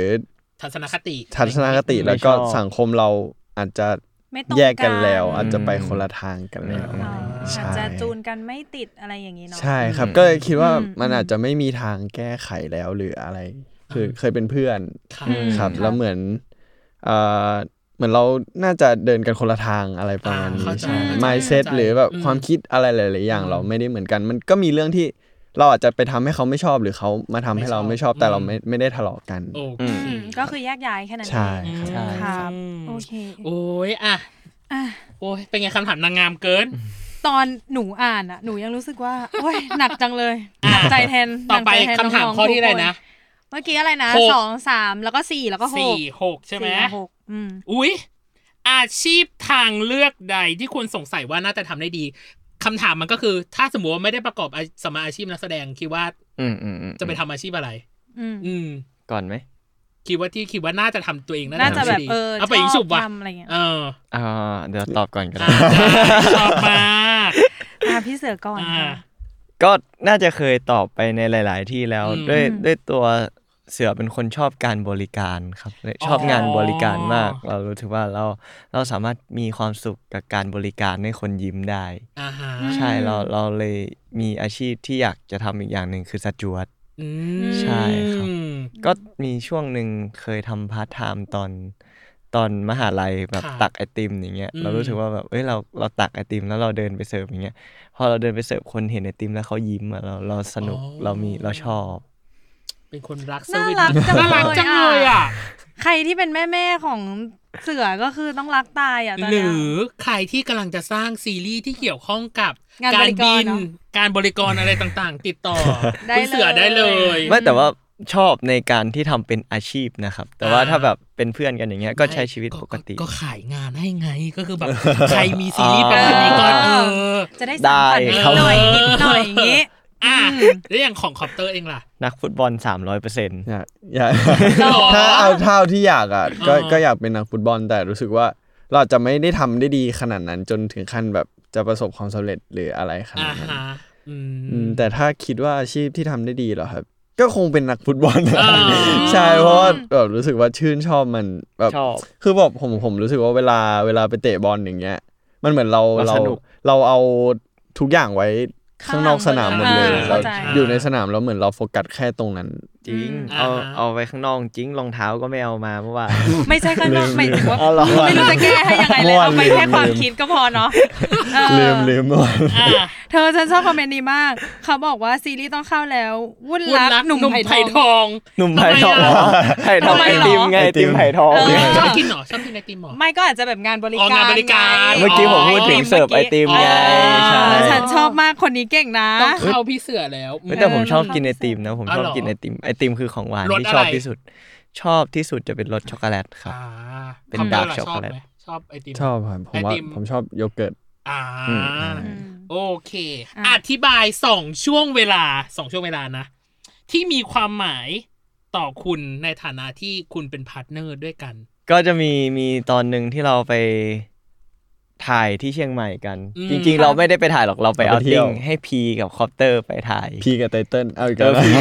C: ทัศนคติ
E: ทัศนคติ
D: ไม่ชอบ
E: แล้วก็สังคมเราอาจจะ
F: ไม่ตรง
E: แยกกันแล้ว
F: กัน
E: อาจจะไปคนละทางกันแล้ว
F: อ๋ออา
E: ใช่
F: จจะจูนกันไม่ติดอะไรอย่างนี้เนาะ
E: ใช่ครับก็เลยคิดว่า
F: อืม
E: มันอาจจะไม่มีทางแก้ไขแล้วหรืออะไร คือเคยเป็นเพื่อน
C: ครับ
F: อืม
E: ครับ
F: ครับ
E: แล้วเหมือนเอ่อเหมือนเราน่าจะเดินกันคนละทางอะไรประมาณ
C: อ่
E: นี้
C: เข้ใจ
E: ใช่
C: เข้ใจ
E: mindset
C: เข้ใจ
E: หรือแบบ
C: อื
E: ความคิดอะไรหลายๆอย่าง เราไม่ได้เหมือนกัน มันก็มีเรื่องที่ เราอาจจะไปทำให้เขาไม่ชอบหรือเขามาทำให้เรา
C: ไม่
E: ไม่
C: ช
E: ช
C: อ
E: อ
C: บบ
E: แต่เรา
C: อืม
E: ไม่ไม่ได้ทะเลาะกัน
C: โอเค
D: อืม
F: อืมก็คือแยกย้ายแค่นั้นเอง
E: ใช่
D: ใช่
F: ครับ
C: อืม
F: โอเค
C: โอ้ยอ่ะ
F: อ่ะ
C: โอ้ยเป็นไงคำถามนางงามเกิน
F: ตอนหนูอ่านอะหนูยังรู้สึกว่า โอ้ย หนักจังเลยหนักใจแทน
C: ต่อไป
F: หนักใจแทน
C: คำถาม
F: น้งๆ
C: ข้อที่
F: ทุก
C: อะไร
F: ค
C: นะ
F: เมื่อกี้อะไรนะ
C: หก
F: สองสามแล้วก็สี่แล้วก็หก
C: สี่หกใช่ไหม
F: สี่กับหกอืม
C: อุ้ยอาชีพทางเลือกใดที่คุณสงสัยว่าน่าจะทำได้ดีคำถามมันก็คือ ถ้าสมมติว่าไม่ได้ประกอบอาสมมาอาชีพนักแสดงคิดว่า
D: อืมอืมอืม
C: จะไปทำอาชีพอะไร
F: อืม
C: อืม
D: ก่อนไหม
C: คิดว่าที่คิดว่าน่าจะทำตัวเอง
F: น่าจะ
C: ทำ
F: แบ
C: ได้
F: บ
C: ดี
F: เออ
C: เอาไปอีก
F: ช
C: สุ
F: อบบ
C: ว่ะ
F: ทำอะไรเงี้ย
C: เออ
D: อ่าเดี๋ยวตอบก่อนก็
C: อ่ะ
D: ได้
C: ชอบมาก
F: อ่ะพี่เสือก่อน
C: อ่า
F: ค่ะ
D: ก็น่าจะเคยตอบไปในหลาย ๆ ที่แล้ว
C: อืม
D: ด้วย
F: อืม
D: ด้วยตัวเสือเป็นคนชอบการบริการครับเลย
C: อ๋อ
D: ชอบงานบริการมาก เรารู้สึกว่าเราเราสามารถมีความสุขกับการบริการให้คนยิ้มได้
C: อ่าฮะ
D: ใช่เราเราเลยมีอาชีพที่อยากจะทำอีกอย่างหนึ่งคือสจวต
C: อืม
D: ใช่ครับ ก็มีช่วงหนึ่งเคยทำพาร์ทไทม์ตอนตอนมหาลัยแบบ
C: ค่ะ
D: ตักไอติมอย่างเงี้ย
C: อืม
D: เรารู้สึกว่าแบบเอ้ยเราเราตักไอติมแล้วเราเดินไปเสิร์ฟอย่างเงี้ยพอเราเดินไปเสิร์ฟคนเห็นไอติมแล้วเขายิ้มอะเราเราสนุกเรามีเราชอบ
C: เป็นคนรักเซอ
F: น่า
C: ร์วิส
F: รักจัง
C: น่ารักจัง
F: เล
C: เลย ย
F: อ่ะ
C: อ่ะ
F: ใครที่เป็นแม่แม่ๆของเสือก็คือต้องรักตายอ่ะตอน
C: หรื
F: เนี้ย
C: อใครที่กำลังจะสร้างซีรีส์ที่เกี่ยวข้องกับ
F: งานบริกร
C: บิน
F: เนอะ
C: การบริกรอะไรต่างๆ ติดต่อ
F: ได้
C: คุณเสือ
F: เลย
C: ได้เลย
D: ไม่แต่ว่าชอบในการที่ทำเป็นอาชีพนะครับ แต่ว่า
C: อ่า
D: ถ้าแบบเป็นเพื่อนกันอย่างเงี้ยก็ใช้ชีวิตปกติ
C: ก็ขายงานให้ไงก็คือแบบ ใครมีซีรีส์ประมาณนี้ก็เออ
F: จะได้สัมผัสนิด
D: ได้
F: หน่อย
C: ครับ
F: นิดหน่อยอย่างงี้
C: อ่ะ
F: อืม
C: แล้วอย่างของคอปเตอร์เองล่ะ
D: นักฟุตบอล 300%เปอร์เซ็นต์
E: อยากอยาก
C: หรอ
E: ถ้าเอาเท่าที่อยากอ่ะก็
C: อ่า
E: ก็อยากเป็นนักฟุตบอลแต่รู้สึกว่าเราจะไม่ได้ทำได้ดีขนาดนั้นจนถึงขั้นแบบจะประสบความสำเร็จหรืออะไรขนา
C: อ่า
E: ดนั้น
C: ฮะอื
E: อื
C: ม
E: มแต่ถ้าคิดว่าอาชีพที่ทำได้ดีเหรอครับ ก็คงเป็นนักฟุตบอลนะ
C: อ่า
E: ใช่เพราะว่าแบบรู้สึกว่าชื่นชอบมันแบบ
D: ชอบ
E: คือแบบผมผมรู้สึกว่าเวลาเวลาไปเตะบอลอย่างเงี้ย มันเหมือนเรา
D: เรา
E: เรา
D: สนุก
E: เราเอาทุกอย่างไว้ข้างนอกสนามหมดเลย
F: อ่า
E: เรา
F: เข้าใจ
E: อยู่ในสนามแล้วเหมือนเราโฟกัสแค่ตรงนั้น
D: จริง
C: อ่า
D: เอา
C: ฮะ
D: เอาไปข้างนอกจริงรองเท้าก็ไม่เอามาเมื่อวาน
F: ไม่ใช่ข้างนอกหมายถึงว่า
E: เอาเหรอ
F: ไม่รู้จะแก้ให้ยังไงเลยเอาไป
E: ลืม
F: แค่ความคิดก็พอเนาะเออ
E: ลืมลืมหมด
C: อ่ะ
F: เธอฉันชอบคอมเมนต์นี้มาก เขาบอกว่าซีรีส์ต้องเข้าแล้ว วุ่น
C: วุ่น
F: รั
C: รั
F: ก
C: ก
F: ห
C: ห
F: นุ่
C: นุ่
F: ม
C: ม
F: ไผ่
C: ไผ่
F: ท
C: ท
F: อ
C: อ
F: ง
C: ง
D: หนุ่มไผ่ทองไผ่ทอง
F: ทำไม
D: ไอ
F: เหรอ
D: ติมไงไอติมไผ่ทอง
F: เออ
C: ชอบกินเหรอชอบกินไอติมเหรอ
F: ไม่ก็อาจจะแบบงานบริ
C: อ๋อ
F: าง
C: การ นบริการ
F: ไง
D: เมื่อกี้ผมพูดถึง
F: อกี้
D: เสิร์ฟไอติมไงใช่
F: เออฉันชอบมากคนนี้เก่งนะ
C: ต้องเข้าพี่เสือแล้ว
D: เฮ้ยแต่ผมชอบกินไอติมนะผม
C: อ๋อ
D: ชอบ
C: เหรอ
D: กินไอติมไอติมคือของหวาน
C: รส
D: ที่ชอบ
C: อะไร
D: ที่สุด ชอบที่สุดจะเป็นรสช็อกโกแลตครับ
C: อ่า
D: เป็น
C: คอมตอร์
D: dark
C: ล่ะชอบ
D: chocolate
C: ไหมชอบไอติม
E: ชอบครับผม
C: ไอ
E: ว่า
C: ติม
E: ผมชอบโยเกิร์ต
C: อ่า
D: อืมอืม
C: โอเค
F: อ่ะ
C: อธิบายสองช่วงเวลาสองช่วงเวลานะ ที่มีความหมายต่อคุณในฐานะที่คุณเป็นพาร์ทเนอร์ด้วยกัน
D: ก็จะมีมีตอนหนึ่งที่เราไปถ่ายที่เชียงใหม่กัน
C: อืม
D: จริง ๆ เราไม่ได้ไปถ่ายหรอกเราไป
E: เรา
D: เอา
E: ไปเที่
D: ติ้
E: ยว
D: งให้พีกับคอปเตอร์ไปถ่าย
E: พีกับไตเติ้ลเอาอีก
D: เอ
E: แล้ว
D: อ
E: นะ
D: พี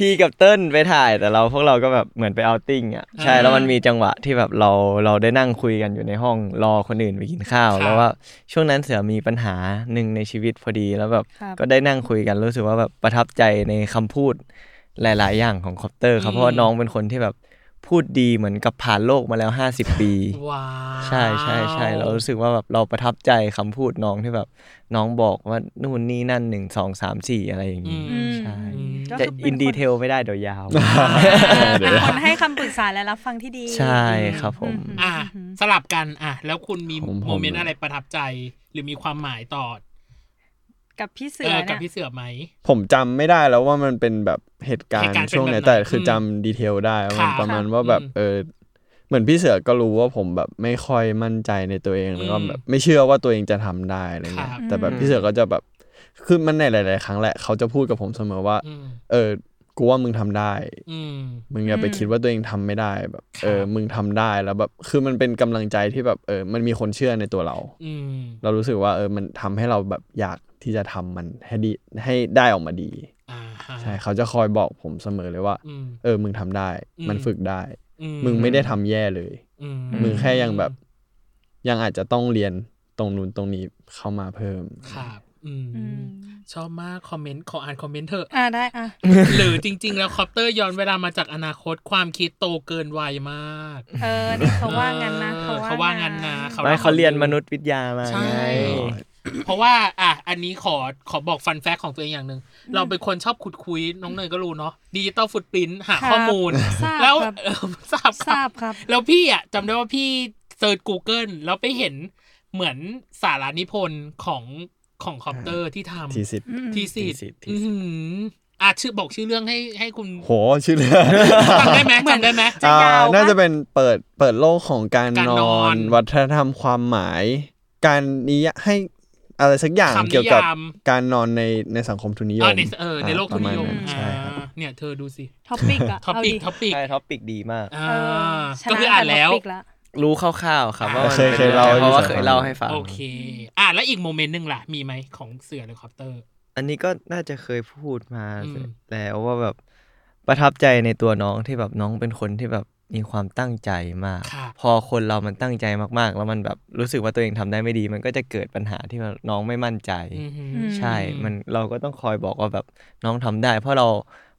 D: พีกับเติ้ลไปถ่ายแต่เราพวกเราก็แบบเหมือนไปเอาติ้งอ่ะใช่
C: อ่า
D: แล้วมันมีจังหวะที่แบบเราเราได้นั่งคุยกันอยู่ในห้องรอคนอื่นไปกินข้าว
C: ครับ
D: แล้วว่าช่วงนั้นเสือมีปัญหาหนึ่งในชีวิตพอดีแล้วแบบ
F: ครับ
D: ก็ได้นั่งคุยกันรู้สึกว่าแบบประทับใจในคำพูดหลาย ๆ อย่างของคอปเตอร์ครับเพราะว่าน้องเป็นคนที่แบบพูดดีเหมือนกับผ่านโลกมาแล้ว 50 ปี
C: ว้าว
D: ใช่ใช่ใช่เรารู้สึกว่าแบบเราประทับใจคำพูดน้องที่แบบน้องบอกว่านู่นนี่นั่นหนึ่งสองสามสี่อะไรอย่าง
C: อื
D: นี้
C: ม
F: อืม
D: ใช่
F: ก็
D: จะ
F: คืเป็
D: อินดี
F: ค
D: เทลไม่ได้เดี๋ยวยาว
F: เป็นคนให้คำปรึกษาและรับฟังที่ดี
D: ใช่ครับผม
F: อืม
C: อ่ะสลับกันอ่ะแล้วคุณมี
E: ของผม
C: โมเมนต์อะไรประทับใจ หรือมีความหมายต่อ
F: กับพี่เสื
C: เอ
F: อ
C: อกับ
F: เนี่ย
C: พี่เสือไหม
E: ผมจำไม่ได้แล้วว่ามันเป็นแบบเหตุการ
C: เห
E: ณ์
C: ตุการณ์
E: ช่วงไหน
C: เป็นแบบไหน
E: แต่คืออ
C: ม
E: จำดีเทลได้ว่ามัน
C: ค่ะ
E: ประมาณว่าแบบ
C: อืม
E: เออเหมือนพี่เสือก็รู้ว่าผมแบบไม่ค่อยมั่นใจในตัวเองแล้วก็
C: อืม
E: แบบไม่เชื่อว่าตัวเองจะทำได้อะไรเงี้
C: ครั
E: ย
C: บ
E: แต่แบบพี่เสือก็จะแบบคือมันในหลาย ๆ ครั้งแหละเขาจะพูดกับผมเสมอว่า
C: อืม
E: เออ กูว่ามึงทำได้
C: อืม
E: มึงอย่าไปคิดว่าตัวเองทำไม่ได้แบบ เออ
C: ครับ
E: มึงทำได้แล้วแบบ คือมันเป็นกำลังใจที่แบบ เออ มันมีคนเชื่อในตัวเรา
C: อืม
E: เรารู้สึกว่า เออ มันทำให้เราแบบอยากที่จะทำมันให้ดี ให้ได้ออกมาดี
C: อ่าฮะ
E: ใช่ เขาจะคอยบอกผมเสมอเลยว่า
C: อืม
E: เออ มึงทำได้
C: อืม
E: มันฝึกได้
C: อื
E: มึงไม่ได้ทำแย่เลย
C: อืม
E: มึงแค่ยังแบบ ยังอาจจะต้องเรียนตรงนู้นตรงนี้เข้ามาเพิ่ม
C: ครับอืม
F: อืม
C: ชอบมากคอมเมนต์ขออ่านคอมเมนต์เถอะ
F: อ่าได้อ่ะ
C: หรือจริง ๆ แล้วคอปเตอร์ย้อนเวลามาจากอนาคตความคิดโตเกินวัยมาก
F: เออนี่เขาว่างั้นนะ
C: เออเขา
F: เขา
C: ว่า
F: ว่า
C: งั้
F: งั้
C: น
F: น
C: นะ
F: นะ
D: ไม่เขาเรียนมนุษยวิทยามา
C: ใช่
D: ไง
C: เพราะว่า อ่ะ อันนี้ขอขอบอกฟันแฟกของตัวเองอย่างหนึ่งเราเป็นคนชอบขุดคุยน้องเนยก็รู้เนาะดิจิตอลฟุตปรินหาข้อมูล
F: ทราบ
C: แล้ว
F: ครับ
C: เออทราบ
F: ท
C: ครั
F: รา
C: บ
F: บครับ
C: แล้วพี่อ่ะจำได้ว่าพี่เซิร์ช Google แล้วไปเห็นเหมือนสารานิพนธ์ของของคอปเตอร์ที่ทำ
E: ทีสิทธิ์
C: ทีสิท
D: ทีสิทธิ์
C: ธิ์อื้อหืออ่ะชื่อบอกชื่อเรื่องให้ให้คุณ
E: โหชื่อเรื่อง
C: จำ ได้ไหมจำได้ไหม
E: อ่าย
F: าวปะ
E: น่าจะเป็นเปิดเปิดโลกของการ
C: การ
E: น
C: นอน
E: อน วัฒนธรรมความหมาย การนิยามให้อะไรสักอย่าง
C: คำนิยาม
E: เกี่ยวกับการนอนในในสังคมทุนนิยม
C: อ่ะในเออในโลกทุนนิยม
E: ประาณใช่ครับ
C: อ่าเนี่ยเธอดูสิ
F: ท็อปปิกอะ
C: ท็อ
F: เอา
C: ปิก
F: ดิ
C: ท็อปิก
D: ใช่ท็อปิกดีมาก
C: อ่า
F: เออชนะ
C: ก็คืออ่านแล้ว
F: ต่ topic ะ
D: รู้คร่าวๆครับว่ามัน
E: เคย
D: ป็น
E: เคยเล่า
D: เพราะว่า
E: ให้ฟัง
D: เคยเล่าให้ฟัง
C: โอเค อ่ะ แล้วอีกโมเมนต์หนึ่งล่ะ มีไหมของเสือหรือคอปเตอร์
D: อันนี้ก็น่าจะเคยพูดมา
C: อืม
D: แล้วว่าแบบประทับใจในตัวน้องที่แบบน้องเป็นคนที่แบบมีความตั้งใจมาก
C: ค่ะ
D: พอคนเรามันตั้งใจมากๆ แล้วมันแบบรู้สึกว่าตัวเองทำได้ไม่ดี มันก็จะเกิดปัญหาที่ว่าน้องไม่มั่นใจ
C: อือหือ
F: ม
D: ใช่
C: อืม
D: มันเราก็ต้องคอยบอกว่าแบบน้องทำได้ เพราะเรา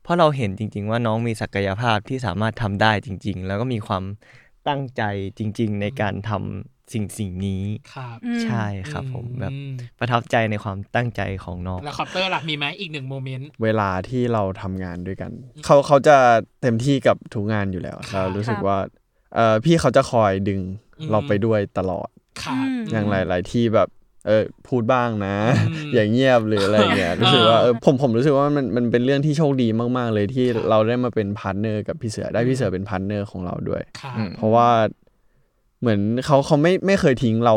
D: เพราะเราเห็นจริง ๆ ว่าน้องมีศักยภาพที่สามารถทำได้จริง ๆ แล้วก็มีความตั้งใจจริง ๆ ในการทำสิ่งสิ่งนี้
C: ครับ
F: อืม
D: ใช่ครับผม
C: อื
D: แบบประทับใจในความตั้งใจของน้อง
C: แล้วคอปเตอร์ล่ะ มีไหมอีกหนึ่งโมเมนต์
E: เวลาที่เราทำงานด้วยกัน เขาเขาจะเต็มที่กับทุกงานอยู่แล้ว
C: ครับ
E: เรารู้สึก
F: ครับ
E: ว่าเออพี่เขาจะคอยดึงเราไปด้วยตลอด
C: ครับ
F: อืม
E: อย่างหลาย ๆ ที่แบบเออพูดบ้างนะ
C: อืม
E: อย่างเงียบหรืออะไรเงี้ยรู้สึกว่าเออผมผมรู้สึกว่ามันมันเป็นเรื่องที่โชคดีมาก ๆ เลยที่เราได้มาเป็นพาร์ทเนอร์กับพี่เสือได้พี่เสือเป็นพาร์ทเนอร์ของเราด้วย
C: ครับ
D: อืม
E: เพราะว่าเหมือนเขาเขาไม่ไม่เคยทิ้งเรา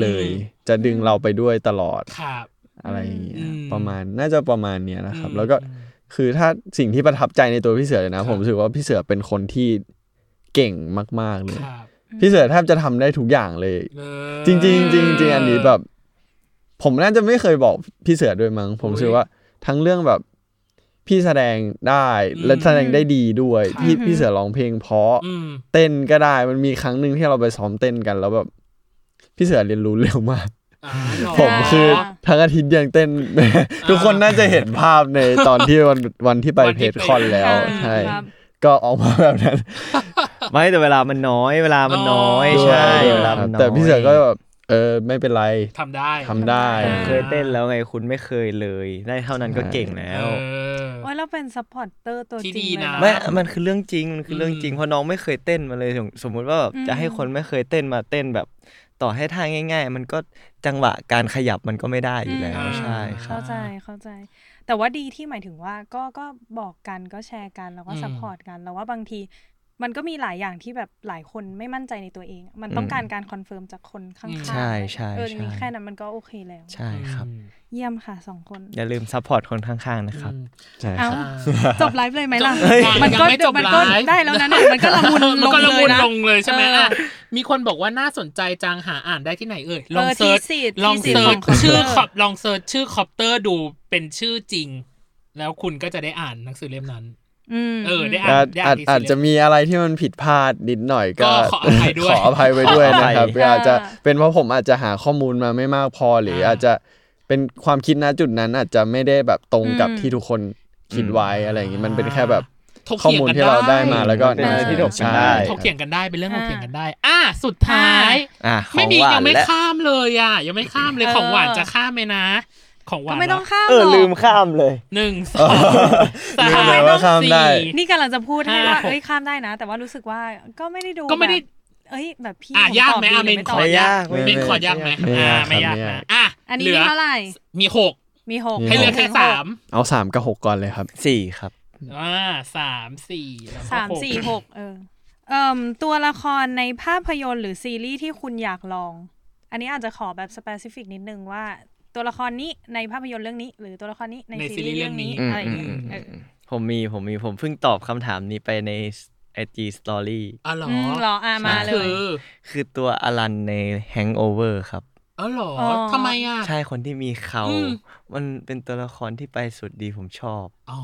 E: เลย
C: อื
E: จะดึงเราไปด้วยตลอด
C: ครับ
E: อะไรอย่างเงี้
C: อื
E: ย
C: ม
E: ประมาณน่าจะประมาณเนี้ยนะครับ
C: อืม
E: แล้วก็คือถ้าสิ่งที่ประทับใจในตัวพี่เสือเล
C: ค
E: ย
C: รั
E: นะ
C: บ
E: ผมรู้สึกว่าพี่เสือเป็นคนที่เก่งมาก ๆ เลย
C: ครับ
E: พี่เสือแทบจะทำได้ทุกอย่างเลย
C: เออ
E: จริงๆจริงๆจริงๆอันนี้แบบ ผมน่าจะไม่เคยบอกพี่เสือด้วยมั้งผม
C: อุ๊ย
E: รู้สึกว่าทั้งเรื่องแบบพี่แสดงได้
C: อืม
E: และแสดงได้ดีด้วย
C: ครับ
E: พี่พี่เสือร้องเพลงเพราะ
C: อืม
E: เต้นก็ได้มันมีครั้งหนึ่งที่เราไปซ้อมเต้นกัน แล้วแบบพี่เสือเรียนรู้เร็วมาก
C: อ่าหรอ
E: ผมคือทั้งอาทิตย์ยังเต้น ทุกคนน่าจะเห็นภาพในตอนที่วันวันที่ไป
C: วัน
E: เพ
C: ที่
E: จ
C: ไป
E: คอนแล้ว
F: อ่า
E: ใช่
F: ครับ
E: ก็ออกมาแบบนั้น
D: ไม่แต่เวลามันน้อยเวลามันน้อย
C: อ๋อ
D: ใช่
E: ด้วย
D: เวลามันน้อย
E: แต่พี่เสือก็แบบเออไม่เป็นไร
C: ทำได้
E: ทำได้
F: ทำได้
D: เคยเต้นแล้วไงคุณไม่เคยเลย ได้เท่านั้นก็เก่งแล้
C: เอ
D: ว
C: อ
F: โอ้ยเราเป็นซัพพอร์ตเตอร์ตัวจ
C: ที่
F: ริง
C: ดี
F: เลย
C: นะ
F: นะ
D: ไม่ มันคือเรื่องจริง มันคือ
C: ม
D: เรื่องจริง เพราะน้องไม่เคยเต้นมาเลย สมมุติว่าแบบ
F: อืม
D: จะให้คนไม่เคยเต้นมาเต้นแบบ ต่อให้ท่าง่าย ๆ มันก็จังหวะการขยับมันก็ไม่ได้อยู่แล้ว
C: อืม
D: ใช่ครับ
F: เข้าใจเข้าใจ แต่ว่าดีที่หมายถึงว่าก็ก็บอกกันก็แชร์กันแล้วก็
C: อืม
F: ซัพพอร์ตกันแล้วว่าบางที มันก็มีหลายอย่างที่แบบหลายคนไม่มั่นใจในตัวเอง มันต้องการการคอนเฟิร์มจากคนข้างๆ
C: ใช่
D: ใช่
F: เออ
D: ใช่
F: นี่แค่นั้นมันก็โอเคแล้ว
D: ใช่ครับ
C: อืม
F: เยี่ยมค่ะสองคน
D: อย่าลืมซัพพอร์ตคนข้างๆ นะครับ
E: ใช่ค
F: เอ้า
E: รับ
C: อ่า
F: จบไลฟ์เลยไหมล่ะ
C: เฮ้ย
F: มันก็
C: ยังไม่จบ
F: มันก็
C: ไลฟ์
F: ได้แล้วนะเนี่ยมันก็ละมุน
C: มันก็ละมุน
F: นะ
C: ลงเลยใช่ไหม
F: เอออ่
C: อ่ะมีคนบอกว่าน่าสนใจจังหาอ่านได้ที่ไหนเอ่ยลอง
F: เออ
C: เซิร์ช
F: ที่สิทธิ์
C: ลอง
F: ที่สิทธิ์
C: เซิร์ช
F: ของ
C: ชื่อคอปลองเซิร์ชชื่อคอปเตอร์ดูเป็นชื่อจริง แล้วคุณก็จะได้อ่านหนังสือเล่มนั้น
F: ม
C: เออได้อ่านยา
E: อาจอาจ
C: กที่สุด
E: อาจจะมีอะไรที่มันผิดพลาดนิดหน่อยก็
C: ก็ขออภัยด้วย
E: ขออภัยไปด้วยนะครับ
D: ขออภัย
E: คืออาจจะ
F: ค่ะ
E: เป็นเพราะผมอาจจะหาข้อมูลมาไม่มากพอหรืออาจจะเป็นความคิดณจุดนั้นอาจจะไม่ได้แบบตรงกับที่ทุกคนคิดไว้อะไรอย่างนี้มันเป็นแค่แบบ
C: ถก
E: ข้อ
C: ถียง
E: มูล
C: กัน
E: ที่เราได้มาแล้วก็
D: เป็นอะไรที่ถกกัน
E: ใช่
D: ได้
C: ถกเถียงกันได้เป็นเรื่องถ
F: อ่าก
C: เถียงกันได้ อ่ะสุดท้าย
D: อ่ะข
C: ไม่
D: อง
C: มี
D: หวา
C: ยั
D: น
C: งไม่
D: และ
C: ข้ามเลยอ่ะยังไม่ข้ามเลย
F: เออ
C: ของหวานจะข้ามไหมนะ ของห
F: ก็
C: วาน
F: ไม่ต้องข้าม
D: เอ
F: ห
D: อ
F: รอก
D: ลืมข้ามเลย
C: หนึ่งสองสาม
E: ลืมเลยว่าข้ามได้
C: สี่
F: นี่กำลังจะพูดให้
C: ห้า
F: ว่า
C: หก
F: เอ้ยข้ามได้นะ แต่ว่ารู้สึกว่าก็ไม่ได้ดู
C: ก็ไม่ได้
F: แบบเอ้ยแบบพี่
C: อ่ะ
F: ผ
C: ยาก
F: ตอบ
C: ไหม
F: ดี
C: อ่ะเม
F: รื
C: นขอยาย
F: ไม่ตอบ
D: ไม่าก ก
C: เมนขอยากไหม
E: ไม่
C: อ่าย
E: าก
C: ไม่ยาก
E: ไม่ยาก
C: นะอ่ะ
F: อันนี้
C: เหลื
F: มี
C: อ
F: เท่าไหร่
C: มีหก
F: มีหก
C: ให้เลือกแค่
F: หก
C: สาม
E: เอาสามกับหกก่อนเลยครับ
D: สี่ครับ
C: อ่าสามสี่แล้วก็
F: สาม
C: หก
F: สี่หกเออเอ่มตัวละครในภาพยนตร์หรือซีรีส์ที่คุณอยากลอง อันนี้อาจจะขอแบบสเปซิฟิกนิดนึงว่า ตัวละครนี้ในภาพยนตร์เรื่องนี้ หรือตัวละครนี้ในซีรีส์เรื่องนี้อะไรอย่างเงี้ยเออ
D: ผมมีผมมีผมเพิ่งตอบคำถามนี้ไปในไอจีสตอรี่
C: อ๋อเหรอ
F: อืมเหรออ่ะมาเล
C: คื
F: ย
C: อ
D: คือตัวอลันใน Hangover ครับ
C: อ๋อเหรอ
F: อ๋อ
C: ทำไมอ่ะ
D: ใช่คนที่มีเขา
C: อืม
D: มันเป็นตัวละครที่ไปสุดดีผมชอบ
C: อ๋อ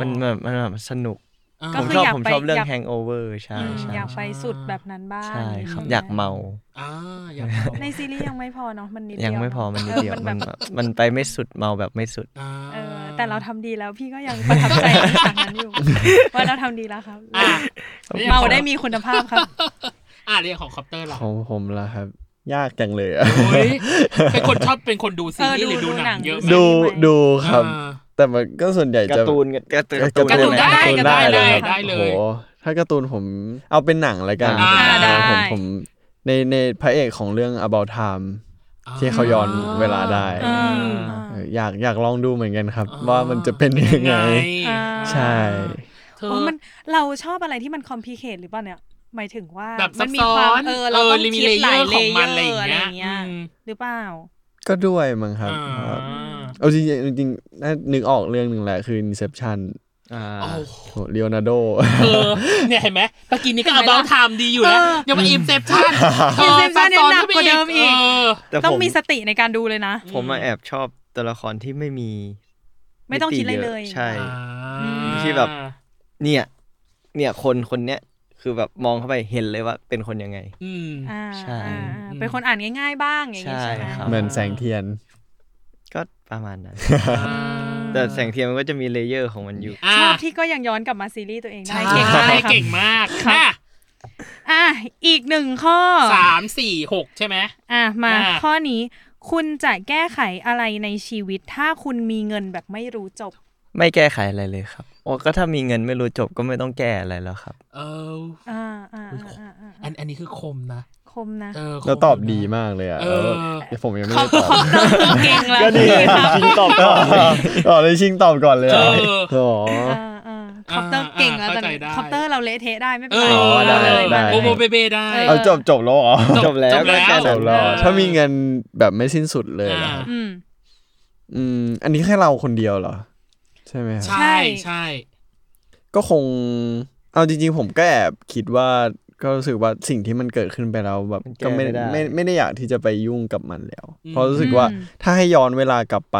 D: มันแบบมันแบบสนุก
C: อ่า
F: ก็คื
D: ผมชอบ
F: ยาก
D: ผม
F: ไป
D: ชอบเรื่อง
F: อยาก
D: Hangover ใช่
F: อืม
D: ใช่
F: อยากไปสุดแบบนั้นบ้าง
D: ใช่ครับ
F: ใช่ไหม
D: อยากเมา
C: อ่าอยากเมา
F: ในซีรีส์ยังไม่พอเนาะมันนิดเดีว
D: ยังไม่พอมันนิดเดียว
F: ออมั
D: มั
F: น น
D: แบ
F: แบบ
D: บมันไปไม่สุดเมาแบบไม่สุด
C: อ่า
F: เออแต่เราทำดีแล้วพี่ก็ยังประทับใจ ในฉากนั้นอยู่ ว่าเราทำดีแล้วครับ
C: อ่ะ
F: เมาได้มีคุณภาพครับ
C: อ่ะเรียกของคอปเตอร์เหรอ
E: ของผมละครับ ยากจังเลยอะ
C: โอ้ยเป็นคนชอบเป็นคนดูซีรีส์หรือดูหนังเยอะไหม
E: ดูดูครับ
C: อ่า
E: แต่มันก็ส่วนใหญ่จะ
D: การ์ตูนการ์ตูน
E: การ์ตูน
C: การ์ตูนได้
E: การ์ตูน
C: ได้
E: ได้
C: เลย
E: ครับ
C: ได้เลย
E: โอ้โหถ้าการ์ตูนผมเอาเป็นหนังแล้วกัน
C: อ่าได้
E: ผมผมในในพระเอกของเรื่อง about time ที่เขาย้อนเวลาได้
C: อ่า
E: เอออยากอยากลองดูเหมือนกันครับ
C: อ่
E: ว่ามันจะเป็นยังไง
C: อ่า
E: ใช่
C: เธ
F: โอ้
C: อ
F: มันเราชอบอะไรที่มันคอมพลีเคทหรือเปล่าเนี่ย หมายถึงว่า
C: แบบซั
F: มั
C: บ
F: มี
C: ซ้อ
F: ความ
C: น
F: เออเราต้อง
C: เออ
F: คิดห
C: มีเล
F: ลาย
C: เยอร์
F: เล
C: ของ
F: เย
C: มั
F: อน ร์
C: อะไรอย่างเงี้ย
F: อะไรอย่างเงี้ย
C: อืม
F: หรือเปล่า
E: ก็ด้วยมั้งครับ
C: อ่า
E: ครับเอาจริงๆจริงๆน่านึกออกเรื่องหนึ่งแหละคือ Inception
D: อ่า
C: โอ้โห
E: เลโอนาร์โด
C: เออเนี่ยเห็นไหมเมื่อกี้นี้ก็
F: เห็
C: เอา
F: นไหม
C: เบา
F: ล่ะ
C: ไทม์ดีอยู่แล้ว
F: เออ
C: ยังมาอิมเซปชั่น
F: Inception เนี่ยหนักกว่าเดิมอีก
D: แต่
F: ต้อง
D: ผม
F: มีสติในการดูเลยนะ
D: ผมมาแอบชอบตัวละครที่ไม่มี
F: ไม่ต้องคิดอะไร
D: ติ
F: เลย
D: ใช่ ที่แบบ เนี่ย เนี่ยคนคนเนี้ยคือแบบมองเข้าไปเห็นเลยว่าเป็นคนยังไง
C: อืม
F: อ่า
D: ใช่
F: อ่าอ่าเป็นคนอ่านง่าย ๆ บ้างอย่างนี้ใช่ไหม
D: ใช่ครับ
E: เหมือนแสงเทียน
D: ก็ประมาณนั้น
C: อ่า
D: แต่แสงเทียนมันก็จะมีเลเยอร์ของมันอยู่
C: อ่า
F: ชอบที่ก็ยังย้อนกลับมาซีรีส์ตัวเองได้
C: ใช่
F: เก่
C: เก่ง
F: งมาม
C: าก ก
F: ครับ
C: เก่งมากค่ะ
F: อ่ะอีกหนึ่งข้อ
C: สามสี่หกใช่ไหม
F: อ่ะมา
C: อ่ะ
F: ข้อนี้ คุณจะแก้ไขอะไรในชีวิต ถ้าคุณมีเงินแบบไม่รู้จบ
D: ไม่แก้ไขอะไรเลยครับโอ้ก็ถ้ามีเงินไม่รู้จบก็ไม่ต้องแก้อะไรแล้วครับ
C: เออ
F: อ่าอ่า
C: อุ๊ย
F: อ่าอ่า
C: อันอันนี้คือคมนะ
F: คมนะ
C: เออคม
E: แล้วตอบดี
C: นะ
E: มากเลยอ่ะ
C: เออ
E: แล้วผมยังไม่
F: เขา
E: ได้ตอบ
F: เขาเติมเก่งแล้ว
D: ชิงตอบก่อน
E: อ๋อเลย ชิงตอบก่อนเลยเหรอ
C: เออ
E: อ๋อ
F: อ่าอ่าคอปเตอร์เก่งแล้วตอนนี้
C: เข้าใจได้
F: คอปเตอร์เราเละเทะได้ไม่เป็
C: เอน
F: ไร
C: อ
E: อได้
F: มาเลยมา
E: ได้
F: เลย
C: โบโบเบเบได้
F: เออ
E: เอาจบจบแล้วเหรอ
C: จ
D: จ
C: บบ แล้
D: แล้วว
C: ก็
D: ก็
C: แค่
D: แค่
C: นั้น
E: จ
D: นั้
E: บ
D: น
E: แล้วเหรอ
C: ได้
E: ถ้ามีเงินแบบไม่สิ้นสุดเลย
C: อ่า
E: อะ
F: อืม
E: อืม อันนี้แค่เราคนเดียวเหรอ ใช่ไหมครับ
C: ใช่ใช่
E: ก็คง เอาจริงๆ ผมก็แอบคิดว่าก็รู้สึกว่าสิ่งที่มันเกิดขึ้นไปแล้วแบบก็ไม่ไม่ไม่ได้อยากที่จะไปยุ่งกับมันแล้ว
C: อืม
E: เพราะรู้สึกว่า
F: อืม
E: ถ้าให้ย้อนเวลากลับไป